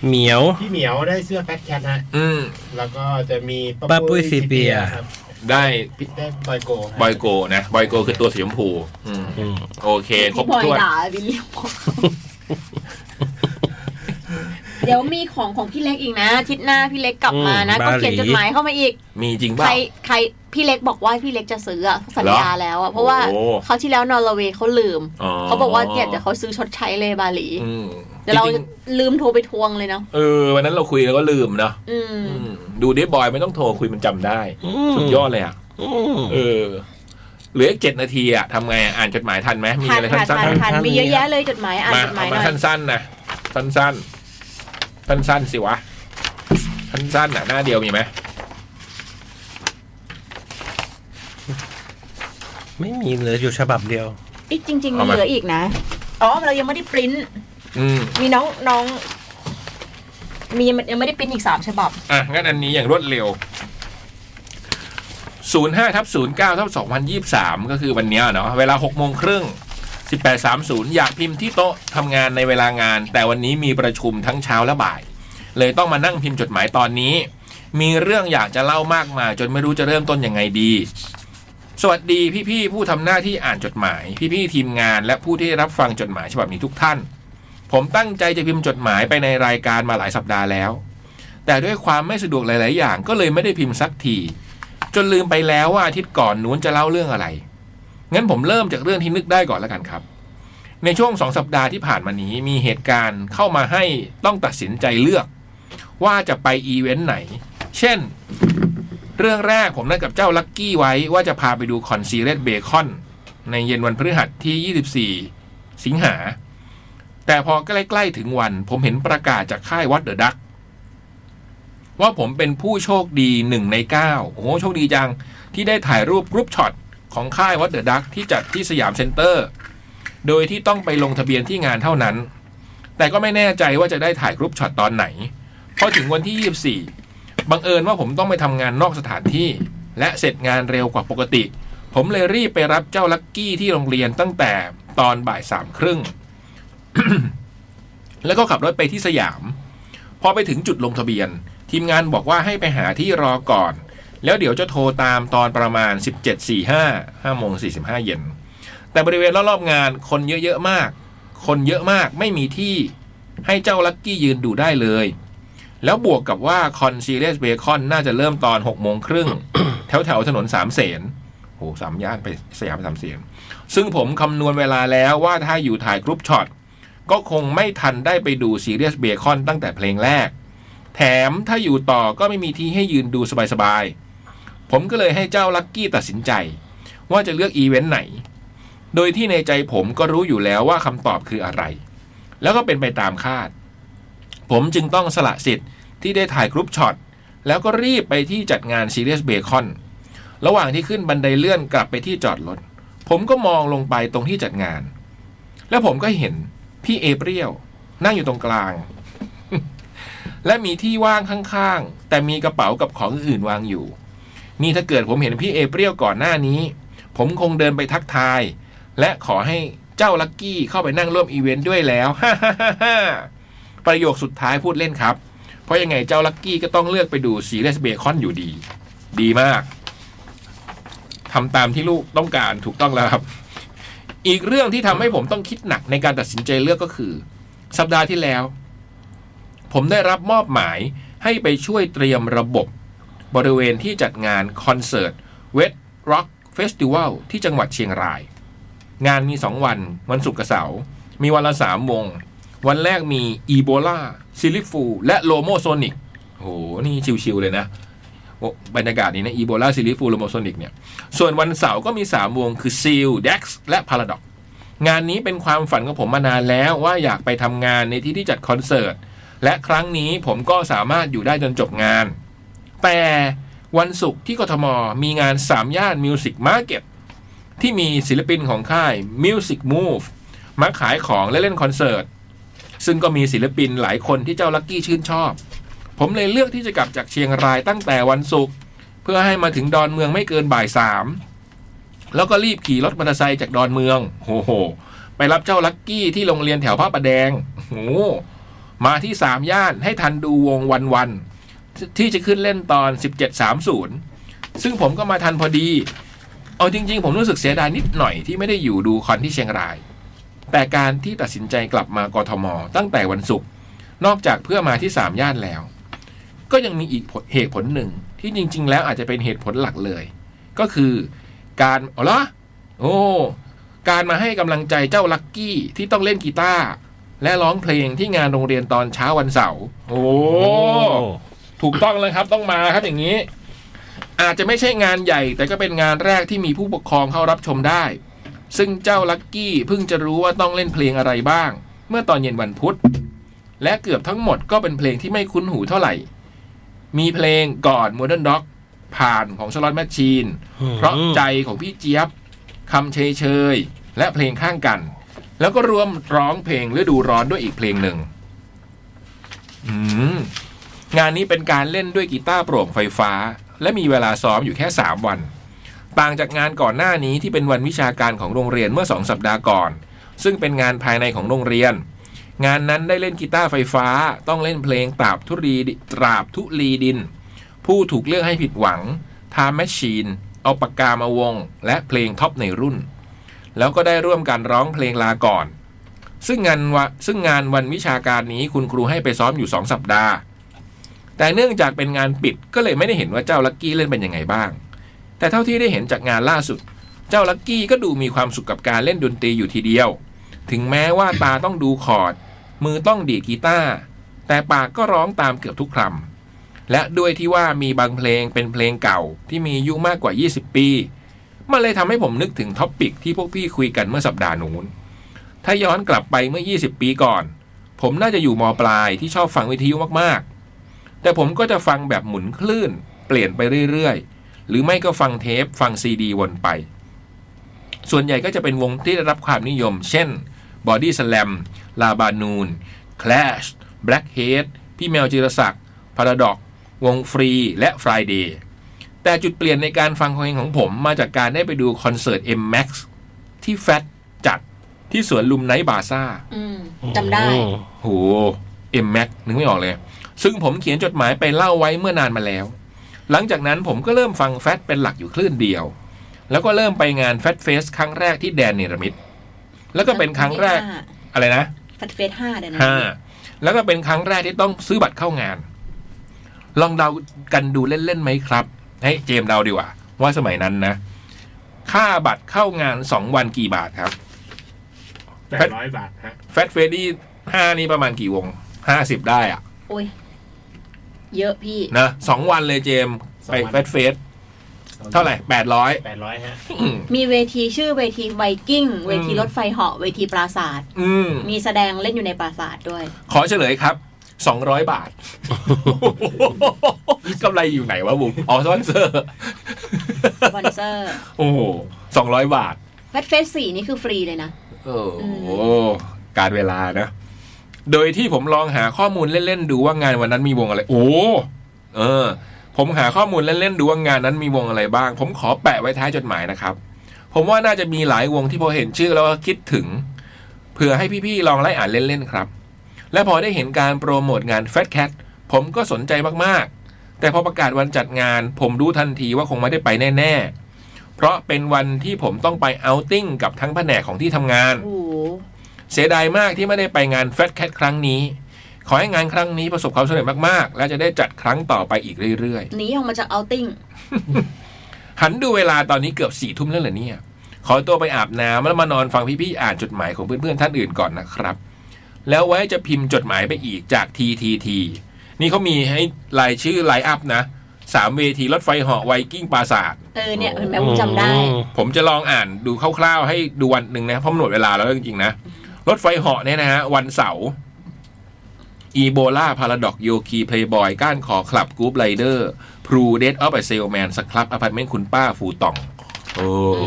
Speaker 4: เหมียว
Speaker 10: พี่เหมียวได้เสื้อแฟตแคทฮะ
Speaker 1: อืม
Speaker 10: แล้วก็จะมี
Speaker 4: ป้าปุ้ยซีเปีย
Speaker 10: ครับ
Speaker 1: ได้พี่
Speaker 10: ได้บอยโกฮะ
Speaker 1: บอยโกนะบอยโกคือตัวสีชมพู อืม
Speaker 4: อืม
Speaker 1: โอเค ครบ
Speaker 2: พี่บอย
Speaker 1: ถ้วน
Speaker 2: ด่าวิลเลียมบอก [LAUGHS] เดี๋ยวมีของของพี่เล็กอีกนะอาทิศหน้าพี่เล็กกลับมานะ ก็เขียนจดหมายเข้ามาอีก
Speaker 1: มีจริง
Speaker 2: ใค
Speaker 1: เป
Speaker 2: ร
Speaker 1: ล่า
Speaker 2: ใครพี่เล็กบอกว่าพี่เล็กจะซื้ออะสัญญา
Speaker 1: เหรอ
Speaker 2: แล้วอะเพราะว่า
Speaker 1: โอ้
Speaker 2: เขาวที่แล้วนอร์เวย์เขาลืม เขาบอกว่าเนี่ยเดี๋ยวเขาซื้อชดใช้เลยบาหลี
Speaker 1: อืม
Speaker 2: เดี๋ยวเรา
Speaker 1: จง
Speaker 2: ลืมโทรไปทวงเลยเนาะ
Speaker 1: ๆเออวันนั้นเราคุยแล้วก็ลืมเนาะ
Speaker 2: อืม
Speaker 1: อืมดูดิบอยไม่ต้องโทรคุยมันจำได้ สุดยอดเลยอ่ะ เออ เหลืออีกเจ็ดนาทีอ่ะทำไงอะอ่านจดหมายทันไหมมี
Speaker 2: ผ่าน
Speaker 1: อะไร
Speaker 2: ผ่าน
Speaker 1: สั้นๆ
Speaker 2: ผ่านผ่านมีเยอะแยะเลยจดหมายอ่าน
Speaker 1: มา
Speaker 2: จดหมา
Speaker 1: เอา
Speaker 2: ยห
Speaker 1: มา
Speaker 2: น่อย
Speaker 1: สั้นๆนะสั้นๆสั้นๆสิวะสั้นๆน่ะหน้าเดียวมีไหม
Speaker 4: ไม่มีเหลืออยู่ฉบับเดียว
Speaker 2: อีกจริงๆมันเหลืออีกนะอ๋อเรายังไม่ได้ปริ้น
Speaker 1: อืม
Speaker 2: มีน้องน้อง มียังไม่ได้ปริ้นอีกสามฉบับ
Speaker 1: อ่ะงั้นอันนี้อย่างรวดเร็ว ศูนย์ห้าทับศูนย์เก้าทับสองพันยี่สามก็คือวันเนี้ยเนาะเวลาหกโมงครึ่งสิบแปดสามศูนย์อยากพิมพ์ที่โต๊ะทำงานในเวลางาน แต่วันนี้มีประชุมทั้งเช้าและบ่าย เลยต้องมานั่งพิมพ์จดหมายตอนนี้ มีเรื่องอยากจะเล่ามากมายจนไม่รู้จะเริ่มต้นยังไงดี สวัสดีพี่ๆผู้ทำหน้าที่อ่านจดหมาย พี่ๆทีมงาน และผู้ที่รับฟังจดหมายฉบับนี้ทุกท่าน ผมตั้งใจจะพิมพ์จดหมายไปในรายการมาหลายสัปดาห์แล้ว แต่ด้วยความไม่สะดวกหลาย ๆ อย่างก็เลยไม่ได้พิมพ์สักที จนลืมไปแล้วว่าอาทิตย์ก่อนนู้นจะเล่าเรื่องอะไร งั้นผมเริ่มจากเรื่องที่นึกได้ก่อนแล้วกันครับ ในช่วงสองสัปดาห์ที่ผ่านมานี้มีเหตุการณ์เข้ามาให้ต้องตัดสินใจเลือก ว่าจะไปอีเวนต์ไหน เช่น เรื่องแรกผมนัดกับเจ้าลักกี้ไว้ว่าจะพาไปดูคอนซีเรตเบคอนในเย็นวันพฤหัสที่ 24 สิงหา แต่พอใกล้ ๆ ถึงวัน ผมเห็นประกาศจากค่ายวัดเดอะดัก ว่าผมเป็นผู้โชคดีหนึ่งใน 9 โอ้โหโชคดีจัง ที่ได้ถ่ายรูปกรุ๊ปช็อตของค่ายวัดเดอะดักที่จัดที่สยามเซ็นเตอร์ โดยที่ต้องไปลงทะเบียนที่งานเท่านั้น แต่ก็ไม่แน่ใจว่าจะได้ถ่ายกรุ๊ปช็อตตอนไหน พอถึงวันที่ 24 บังเอิญว่าผมต้องไปทำงานนอกสถานที่ และเสร็จงานเร็วกว่าปกติ ผมเลยรีบไปรับเจ้าลักกี้ที่โรงเรียนตั้งแต่ตอนบ่ายสามครึ่ง [COUGHS] แล้วก็ขับรถไปที่สยาม พอไปถึงจุดลงทะเบียน ทีมงานบอกว่าให้ไปหาที่รอก่อน แล้วเดี๋ยวจะโทรตามตอนประมาณ 17.45 5โมง45 เย็น แต่บริเวณรอบๆงานคนเยอะๆมาก คนเยอะมากไม่มีที่ให้เจ้าลักกี้ยืนดูได้เลย แล้วบวกกับว่าคอนซีเรียสเบคอนน่าจะเริ่มตอน6กโมงครึ่ง [COUGHS] แถวแถวๆถนนสามเสนโอ้โหสามย่านไปสยามสามเสนซึ่งผมคำนวณเวลาแล้วว่าถ้าอยู่ถ่ายกรุ๊ปช็อต ก็คงไม่ทันได้ไปดูซีเรียสเบคอนตั้งแต่เพลงแรก แถมถ้าอยู่ต่อก็ไม่มีที่ให้ยืนดูสบายๆ ผมก็เลยให้เจ้าลักกี้ตัดสินใจ ว่าจะเลือกอีเวนต์ไหน โดยที่ในใจผมก็รู้อยู่แล้วว่าคำตอบคืออะไร แล้วก็เป็นไปตามคาด ผมจึงต้องสละสิทธิ์ที่ได้ถ่ายกรุ๊ปช็อต แล้วก็รีบไปที่จัดงานซีเรียสเบคอนระหว่างที่ขึ้นบันไดเลื่อนกลับไปที่จอดรถผมก็มองลงไปตรงที่จัดงาน แล้วผมก็เห็นพี่เอเปรียว นั่งอยู่ตรงกลาง [LAUGHS] และมีที่ว่างข้างๆ แต่มีกระเป๋ากับของอื่นวางอยู่ นี่ถ้าเกิดผมเห็นพี่เอเปรียวก่อนหน้านี้ ผมคงเดินไปทักทาย และขอให้เจ้าลักกี้เข้าไปนั่งร่วมอีเวนต์ด้วยแล้ว [LAUGHS] ฮ่าฮ่าฮ่าฮ่าประโยคสุดท้ายพูดเล่นครับ เพราะยังไงเจ้าลักกี้ก็ต้องเลือกไปดูซีเรสเบคอนอยู่ดี ดีมากทำตามที่ลูกต้องการถูกต้องแล้วครับ อีกเรื่องที่ทำให้ผมต้องคิดหนักในการตัดสินใจเลือกก็คือ สัปดาห์ที่แล้ว ผมได้รับมอบหมายให้ไปช่วยเตรียมระบบบริเวณที่จัดงานคอนเสิร์ตเวทร็อกเฟสติวัลที่จังหวัดเชียงราย งานมี 2 วัน วันศุกร์กับเสาร์มีวันละสามวง วันแรกมีอีโบลาซิลิฟูและโลโมโซนิกโหนี่ชิวๆเลยนะโอ้บรรยากาศนี้นะอีโบลาซิลิฟูโลโมโซนิกเนี่ย ส่วนวันเสาร์ก็มี 3 วงคือซิลเด็กและพาราดอกงานนี้เป็นความฝันของผมมานานแล้วว่าอยากไปทำงานในที่ที่จัดคอนเสิร์ต และครั้งนี้ผมก็สามารถอยู่ได้จนจบงาน แต่วันศุกร์ที่กทม มีงานสามย่านมิวสิกมาร์เก็ตที่มีศิลปินของค่าย Music Move มาขายของและเล่นคอนเสิร์ต ซึ่งก็มีศิลปินหลายคนที่เจ้าลักกี้ชื่นชอบ ผมเลยเลือกที่จะกลับจากเชียงรายตั้งแต่วันศุกร์ เพื่อให้มาถึงดอนเมืองไม่เกินบ่ายสาม แล้วก็รีบขี่รถมอเตอร์ไซค์จากดอนเมือง โหโห ไปรับเจ้าลักกี้ที่โรงเรียนแถวพระประแดงโหมาที่สามย่านให้ทันดูวงวันวันๆที่จะขึ้นเล่นตอน 17.30 ซึ่งผมก็มาทันพอดี เอาจริง ๆ ผมรู้สึกเสียดายนิดหน่อยที่ไม่ได้อยู่ดูคอนที่เชียงราย แต่การที่ตัดสินใจกลับมากทม ตั้งแต่วันศุกร์ นอกจากเพื่อมาที่สามย่านแล้ว ก็ยังมีอีกผลเหตุผลหนึ่งที่จริง ๆ แล้วอาจจะเป็นเหตุผลหลักเลย ก็คือการอ๋อเหรอโอ้การมาให้กำลังใจเจ้าลักกี้ที่ต้องเล่นกีตาร์และร้องเพลงที่งานโรงเรียนตอนเช้าวันเสาร์โอ้ ถูกต้องเลยครับต้องมาครับอย่างนี้ อาจจะไม่ใช่งานใหญ่ แต่ก็เป็นงานแรกที่มีผู้ปกครองเข้ารับชมได้ ซึ่งเจ้าลักกี้เพิ่งจะรู้ว่าต้องเล่นเพลงอะไรบ้าง เมื่อตอนเย็นวันพุธ และเกือบทั้งหมดก็เป็นเพลงที่ไม่คุ้นหูเท่าไหร่ มีเพลงก่อน Modern Dog ผ่านของ Slot Machine เพราะใจของพี่เจี๊ยบคำเชยเชยและเพลงข้างกัน แล้วก็รวมร้องเพลงฤดูร้อนด้วยอีกเพลงหนึ่งอืมงานนี้เป็นการเล่นด้วยกีตาร์โปร่งไฟฟ้า และมีเวลาซ้อมอยู่แค่ 3 วัน ต่างจากงานก่อนหน้านี้ที่เป็นวันวิชาการของโรงเรียนเมื่อสองสัปดาห์ก่อน ซึ่งเป็นงานภายในของโรงเรียน งานนั้นได้เล่นกีตาร์ไฟฟ้า ต้องเล่นเพลงตราบทุรีตราบทุลีดิน ผู้ถูกเลือกให้ผิดหวังทาแมชชีน เอาปากกามาวง และเพลงท็อปในรุ่น แล้วก็ได้ร่วมกันร้องเพลงลาก่อน ซึ่งงานวะซึ่งงานวันวิชาการนี้คุณครูให้ไปซ้อมอยู่สองสัปดาห์ แต่เนื่องจากเป็นงานปิดก็เลยไม่ได้เห็นว่าเจ้าลักกี้เล่นเป็นยังไงบ้าง แต่เท่าที่ได้เห็นจากงานล่าสุด เจ้าลักกี้ก็ดูมีความสุขกับการเล่นดนตรีอยู่ทีเดียว ถึงแม้ว่าตาต้องดูคอร์ด มือต้องดีดกีตาร์แต่ปากก็ร้องตามเกือบทุกคำและด้วยที่ว่ามีบางเพลงเป็นเพลงเก่าที่มีอายุมากกว่า 20 ปี มันเลยทำให้ผมนึกถึงท็อปปิกที่พวกพี่คุยกันเมื่อสัปดาห์นู้น ถ้าย้อนกลับไปเมื่อ 20 ปีก่อน ผมน่าจะอยู่มปลายที่ชอบฟังวิทยุมากๆ แต่ผมก็จะฟังแบบหมุนคลื่น เปลี่ยนไปเรื่อยๆ หรือไม่ก็ฟังเทปฟังซีดีวนไป ส่วนใหญ่ก็จะเป็นวงที่ได้รับความนิยม เช่น Body Slam ลาบานูน Clash Blackhead พี่แมวจิรศักดิ์ Paradox วงฟรีและ Friday แต่จุดเปลี่ยนในการฟังเพลงของผมมาจากการได้ไปดูคอนเสิร์ต M Max ที่แฟตจัดที่สวนลุมไนท์บาซ่า
Speaker 2: อืมจำได้
Speaker 1: โหเอ็มแม็กนึกไม่ออกเลย ซึ่งผมเขียนจดหมายไปเล่าไว้เมื่อนานมาแล้ว หลังจากนั้นผมก็เริ่มฟังแฟตเป็นหลักอยู่คลื่นเดียว แล้วก็เริ่มไปงานแฟตเฟสครั้งแรกที่แดนเนรมิต แล้วก็เป็นครั้งแรกอะไรนะ
Speaker 2: ฟัดเฟสห้าเดี๋ยวนะ
Speaker 1: ห้าแล้วก็เป็นครั้งแรกที่ต้องซื้อบัตรเข้างาน ลองเดากันดูเล่นๆไหมครับ ให้เจมส์เดาดีกว่า ว่าสมัยนั้นนะ ค่าบัตรเข้างานสองวันกี่บาทครับ
Speaker 10: แปดร้อยบาทฮะ
Speaker 1: แฟตเฟสที่ห้านี่ประมาณกี่วงห้าสิบได้อะ
Speaker 2: โอ้ย เยอะพี่
Speaker 1: นะสองวันเลยเจมส์ไปแฟตเฟสเท่าไหร่แปดร้อย
Speaker 10: แปดร้อยฮะ
Speaker 2: มีเวทีชื่อเวทีไวกิ้ง เวที
Speaker 1: อืม
Speaker 2: รถไฟเหาะเวทีปราสาท
Speaker 1: อืม
Speaker 2: มีแสดงเล่นอยู่ในปราสาทด้วย
Speaker 1: ขอเฉลยครับสองร้อย
Speaker 10: [LAUGHS]
Speaker 1: บาทกำไรอยู่ไหนวะบุ๋มอ๋อสปอนเซอร์
Speaker 2: สปอนเซอร์
Speaker 1: โอ้โหสองร้อยบาท
Speaker 2: ฟัดเฟสสี่นี่คือฟรีเลยนะ
Speaker 1: โอ้โหการเวลานะ โดยที่ผมลองหาข้อมูลเล่น ๆ ดูว่างานวันนั้นมีวงอะไร โอ้เออ ผมหาข้อมูลเล่น ๆ ดูว่างานนั้นมีวงอะไรบ้าง ผมขอแปะไว้ท้ายจดหมายนะครับ ผมว่าน่าจะมีหลายวงที่พอเห็นชื่อแล้วก็คิดถึง เผื่อให้พี่ ๆ ลองไล่อ่านเล่น ๆ ครับ และพอได้เห็นการโปรโมทงาน Fat Cat ผมก็สนใจมากๆ แต่พอประกาศวันจัดงาน ผมรู้ทันทีว่าคงไม่ได้ไปแน่ ๆ เพราะเป็นวันที่ผมต้องไปเอาท์ติ้งกับทั้งแผนกของที่ทำงาน
Speaker 2: โอ้โห
Speaker 1: เสียดายมากที่ไม่ได้ไปงานแฟตแคทครั้งนี้ ขอให้งานครั้งนี้ประสบความสำเร็จมากๆ และจะได้จัดครั้งต่อไปอีกเรื่อย
Speaker 2: หนีออกมาจากเอาติ้ง
Speaker 1: ๆ หันดูเวลาตอนนี้เกือบสี่ทุ่มแล้วเหรอเนี่ย ขอตัวไปอาบน้ำแล้วมานอนฟังพี่ๆอ่านจดหมายของเพื่อนๆท่านอื่นก่อนนะครับ แล้วไว้จะพิมพ์จดหมายไปอีกจาก TTT นี่เขามีให้รายชื่อไลน์อัพนะสามเวทีรถไฟเหาะไวกิ้งปราสาท
Speaker 2: เออเนี่ยเห็นไหมผมจำได้
Speaker 1: ผมจะลองอ่านดูคร่าวๆ ให้ดูวันหนึ่งนะเพราะมันหมดเวลาแล้วจริงๆนะ รถไฟเหาะเนี่ยนะฮะ วันเสาร์อีโบลาพาราดอกโยคีเพลย์บอยก้านคอคลับกรุ๊ปไรเดอร์พรูเดทออฟไอเซลแมนสครับอพาร์ตเมนต์คุณป้าฟูตอง โอ้โ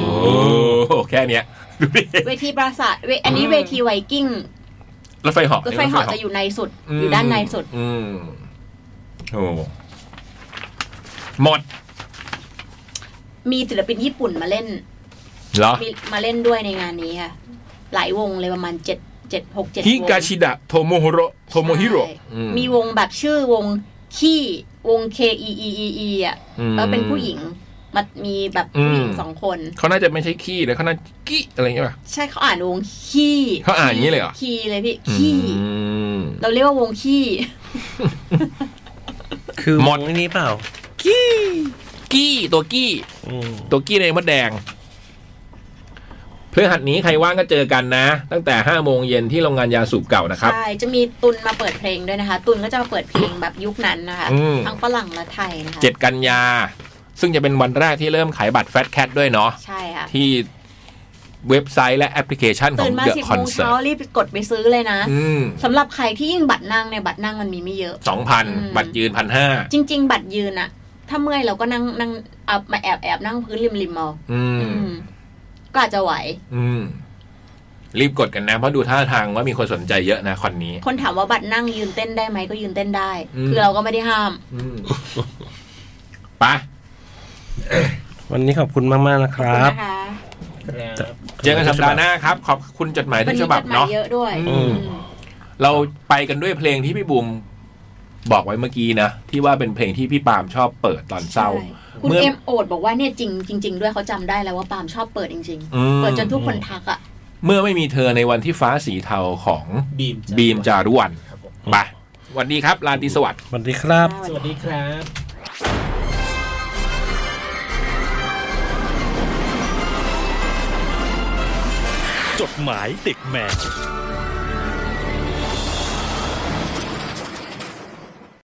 Speaker 1: หแค่เนี้ยดูดิ
Speaker 2: เวทีปราสาทเวอันนี้เวทีไวกิ้ง
Speaker 1: รถไฟเหาะ
Speaker 2: รถไฟเหาะจะอยู่ในสุด อยู่ด้านในสุด
Speaker 1: อืมโอ้หมด
Speaker 2: มีศิลปินญี่ปุ่นมาเล่น
Speaker 1: เหรอ
Speaker 2: มีมาเล่นด้วยในงานนี้ค่ะ หลายวงเลยประมาณเจ็ดเจ็ดหกเจ็ดวง
Speaker 1: ฮิกาชิดะโทโมโฮโรโทโมฮิโร
Speaker 2: ใช่มีวงแบบชื่อวงคี้วง K E E E E อ่ะ
Speaker 1: อืม
Speaker 2: แล้วเป็นผู้หญิงมันมีแบบผู้หญิง
Speaker 1: อืม
Speaker 2: สองคน
Speaker 1: เขาน่าจะไม่ใช่ขี้นะเขาน่ากี้อะไรอย่างเงี้ยป่ะ
Speaker 2: ใช่เขาอ่านวงคี้
Speaker 1: เขาอ่านอย่างนี้เลยเหรอ
Speaker 2: คี้เลยพี่คี้
Speaker 1: อืม
Speaker 2: เราเรียกว่าวงคี้
Speaker 4: คือ
Speaker 1: หมด
Speaker 4: วงนี้เปล่า
Speaker 1: กี้กี้ตัวกี้
Speaker 4: อืม
Speaker 1: ตัวกี้ในมดแดงเพื่อหัดนี้ใครว่างก็เจอกันนะ ตั้งแต่ห้าโมงเย็นที่โรงงานยาสูบเก่านะครับ
Speaker 2: ใช่ จะมีตุนมาเปิดเพลงด้วยนะคะ ตุนก็จะมาเปิดเพลงแบบยุคนั้นนะคะ
Speaker 1: อืม
Speaker 2: ทั้งฝรั่งและไทยนะคะ
Speaker 1: เจ็ดกันยา ซึ่งจะเป็นวันแรกที่เริ่มขายบัตรแฟตแคทด้วยเนาะ
Speaker 2: ใช่ค่ะ
Speaker 1: ที่เว็บไซต์และแอปพลิเคชันขอ
Speaker 2: ตื่
Speaker 1: ง
Speaker 2: นมา
Speaker 1: เดอะ
Speaker 2: สิบ
Speaker 1: คอ
Speaker 2: โม
Speaker 1: น
Speaker 2: ง
Speaker 1: เสิ
Speaker 2: เช้า
Speaker 1: ร์ต
Speaker 2: รีบกดไปซื้อเลยนะสำหรับใครที่ยิ่งบัตรนั่งเนี่ยบัตรนั่งมันมีไม่เยอะ
Speaker 1: สองพัน
Speaker 2: อืม
Speaker 1: บัตรยืนพันห้า
Speaker 2: จริง ๆ บัตรยืนอะถ้าเมื่อยเราก็นั่งนั่งเอามาแอบแอบนั่งพื้นริมริมๆเอา
Speaker 1: อืม
Speaker 2: อืมก็อาจจะไหว
Speaker 1: อืม รีบกดกันนะ เพราะดูท่าทางว่ามีคนสนใจเยอะนะคอนนี้
Speaker 2: คนถามว่าบัตรนั่งยืนเต้นได้ไหมก็ยืนเต้นได้
Speaker 1: อืม
Speaker 2: คือเราก็ไม่ได้ห้าม
Speaker 1: อืมไป
Speaker 4: วันนี้ขอบคุณมากมากๆนะค
Speaker 2: ขอบ
Speaker 4: รับ
Speaker 2: คุณนะคะ
Speaker 1: เจอกันสัปดาห์หน้าครับ ขอบคุณจดหมาย
Speaker 2: วั
Speaker 1: ทุก
Speaker 2: นนี้
Speaker 1: ฉ
Speaker 2: จ
Speaker 1: บับ
Speaker 2: ดหมา
Speaker 1: เนาะ
Speaker 2: ยเยอะด้วย
Speaker 1: อืมเราไปกันด้วยเพลงที่พี่บูมบอกไว้เมื่อกี้นะ ที่ว่าเป็นเพลงที่พี่ปาล์มชอบเปิดตอนเศร้า
Speaker 2: ใช่คุณ
Speaker 1: เมื่อ
Speaker 2: เอ็มโอดบอกว่าเนี่ยจริงจริง ๆ ด้วยเขาจำได้แล้วว่าปาล์มชอบเปิดจริง
Speaker 1: อืม
Speaker 2: ๆ เปิดจนทุกคนทักอ่ะ
Speaker 1: เมื่อไม่มีเธอในวันที่ฟ้าสีเทาของ
Speaker 10: บีม
Speaker 1: บีมจารุวันไปสวัสดีครับลาตรีสวัสดิ
Speaker 4: สวัสดีครับ
Speaker 10: สวัสดีครับ
Speaker 5: จดหมายเด็กแมว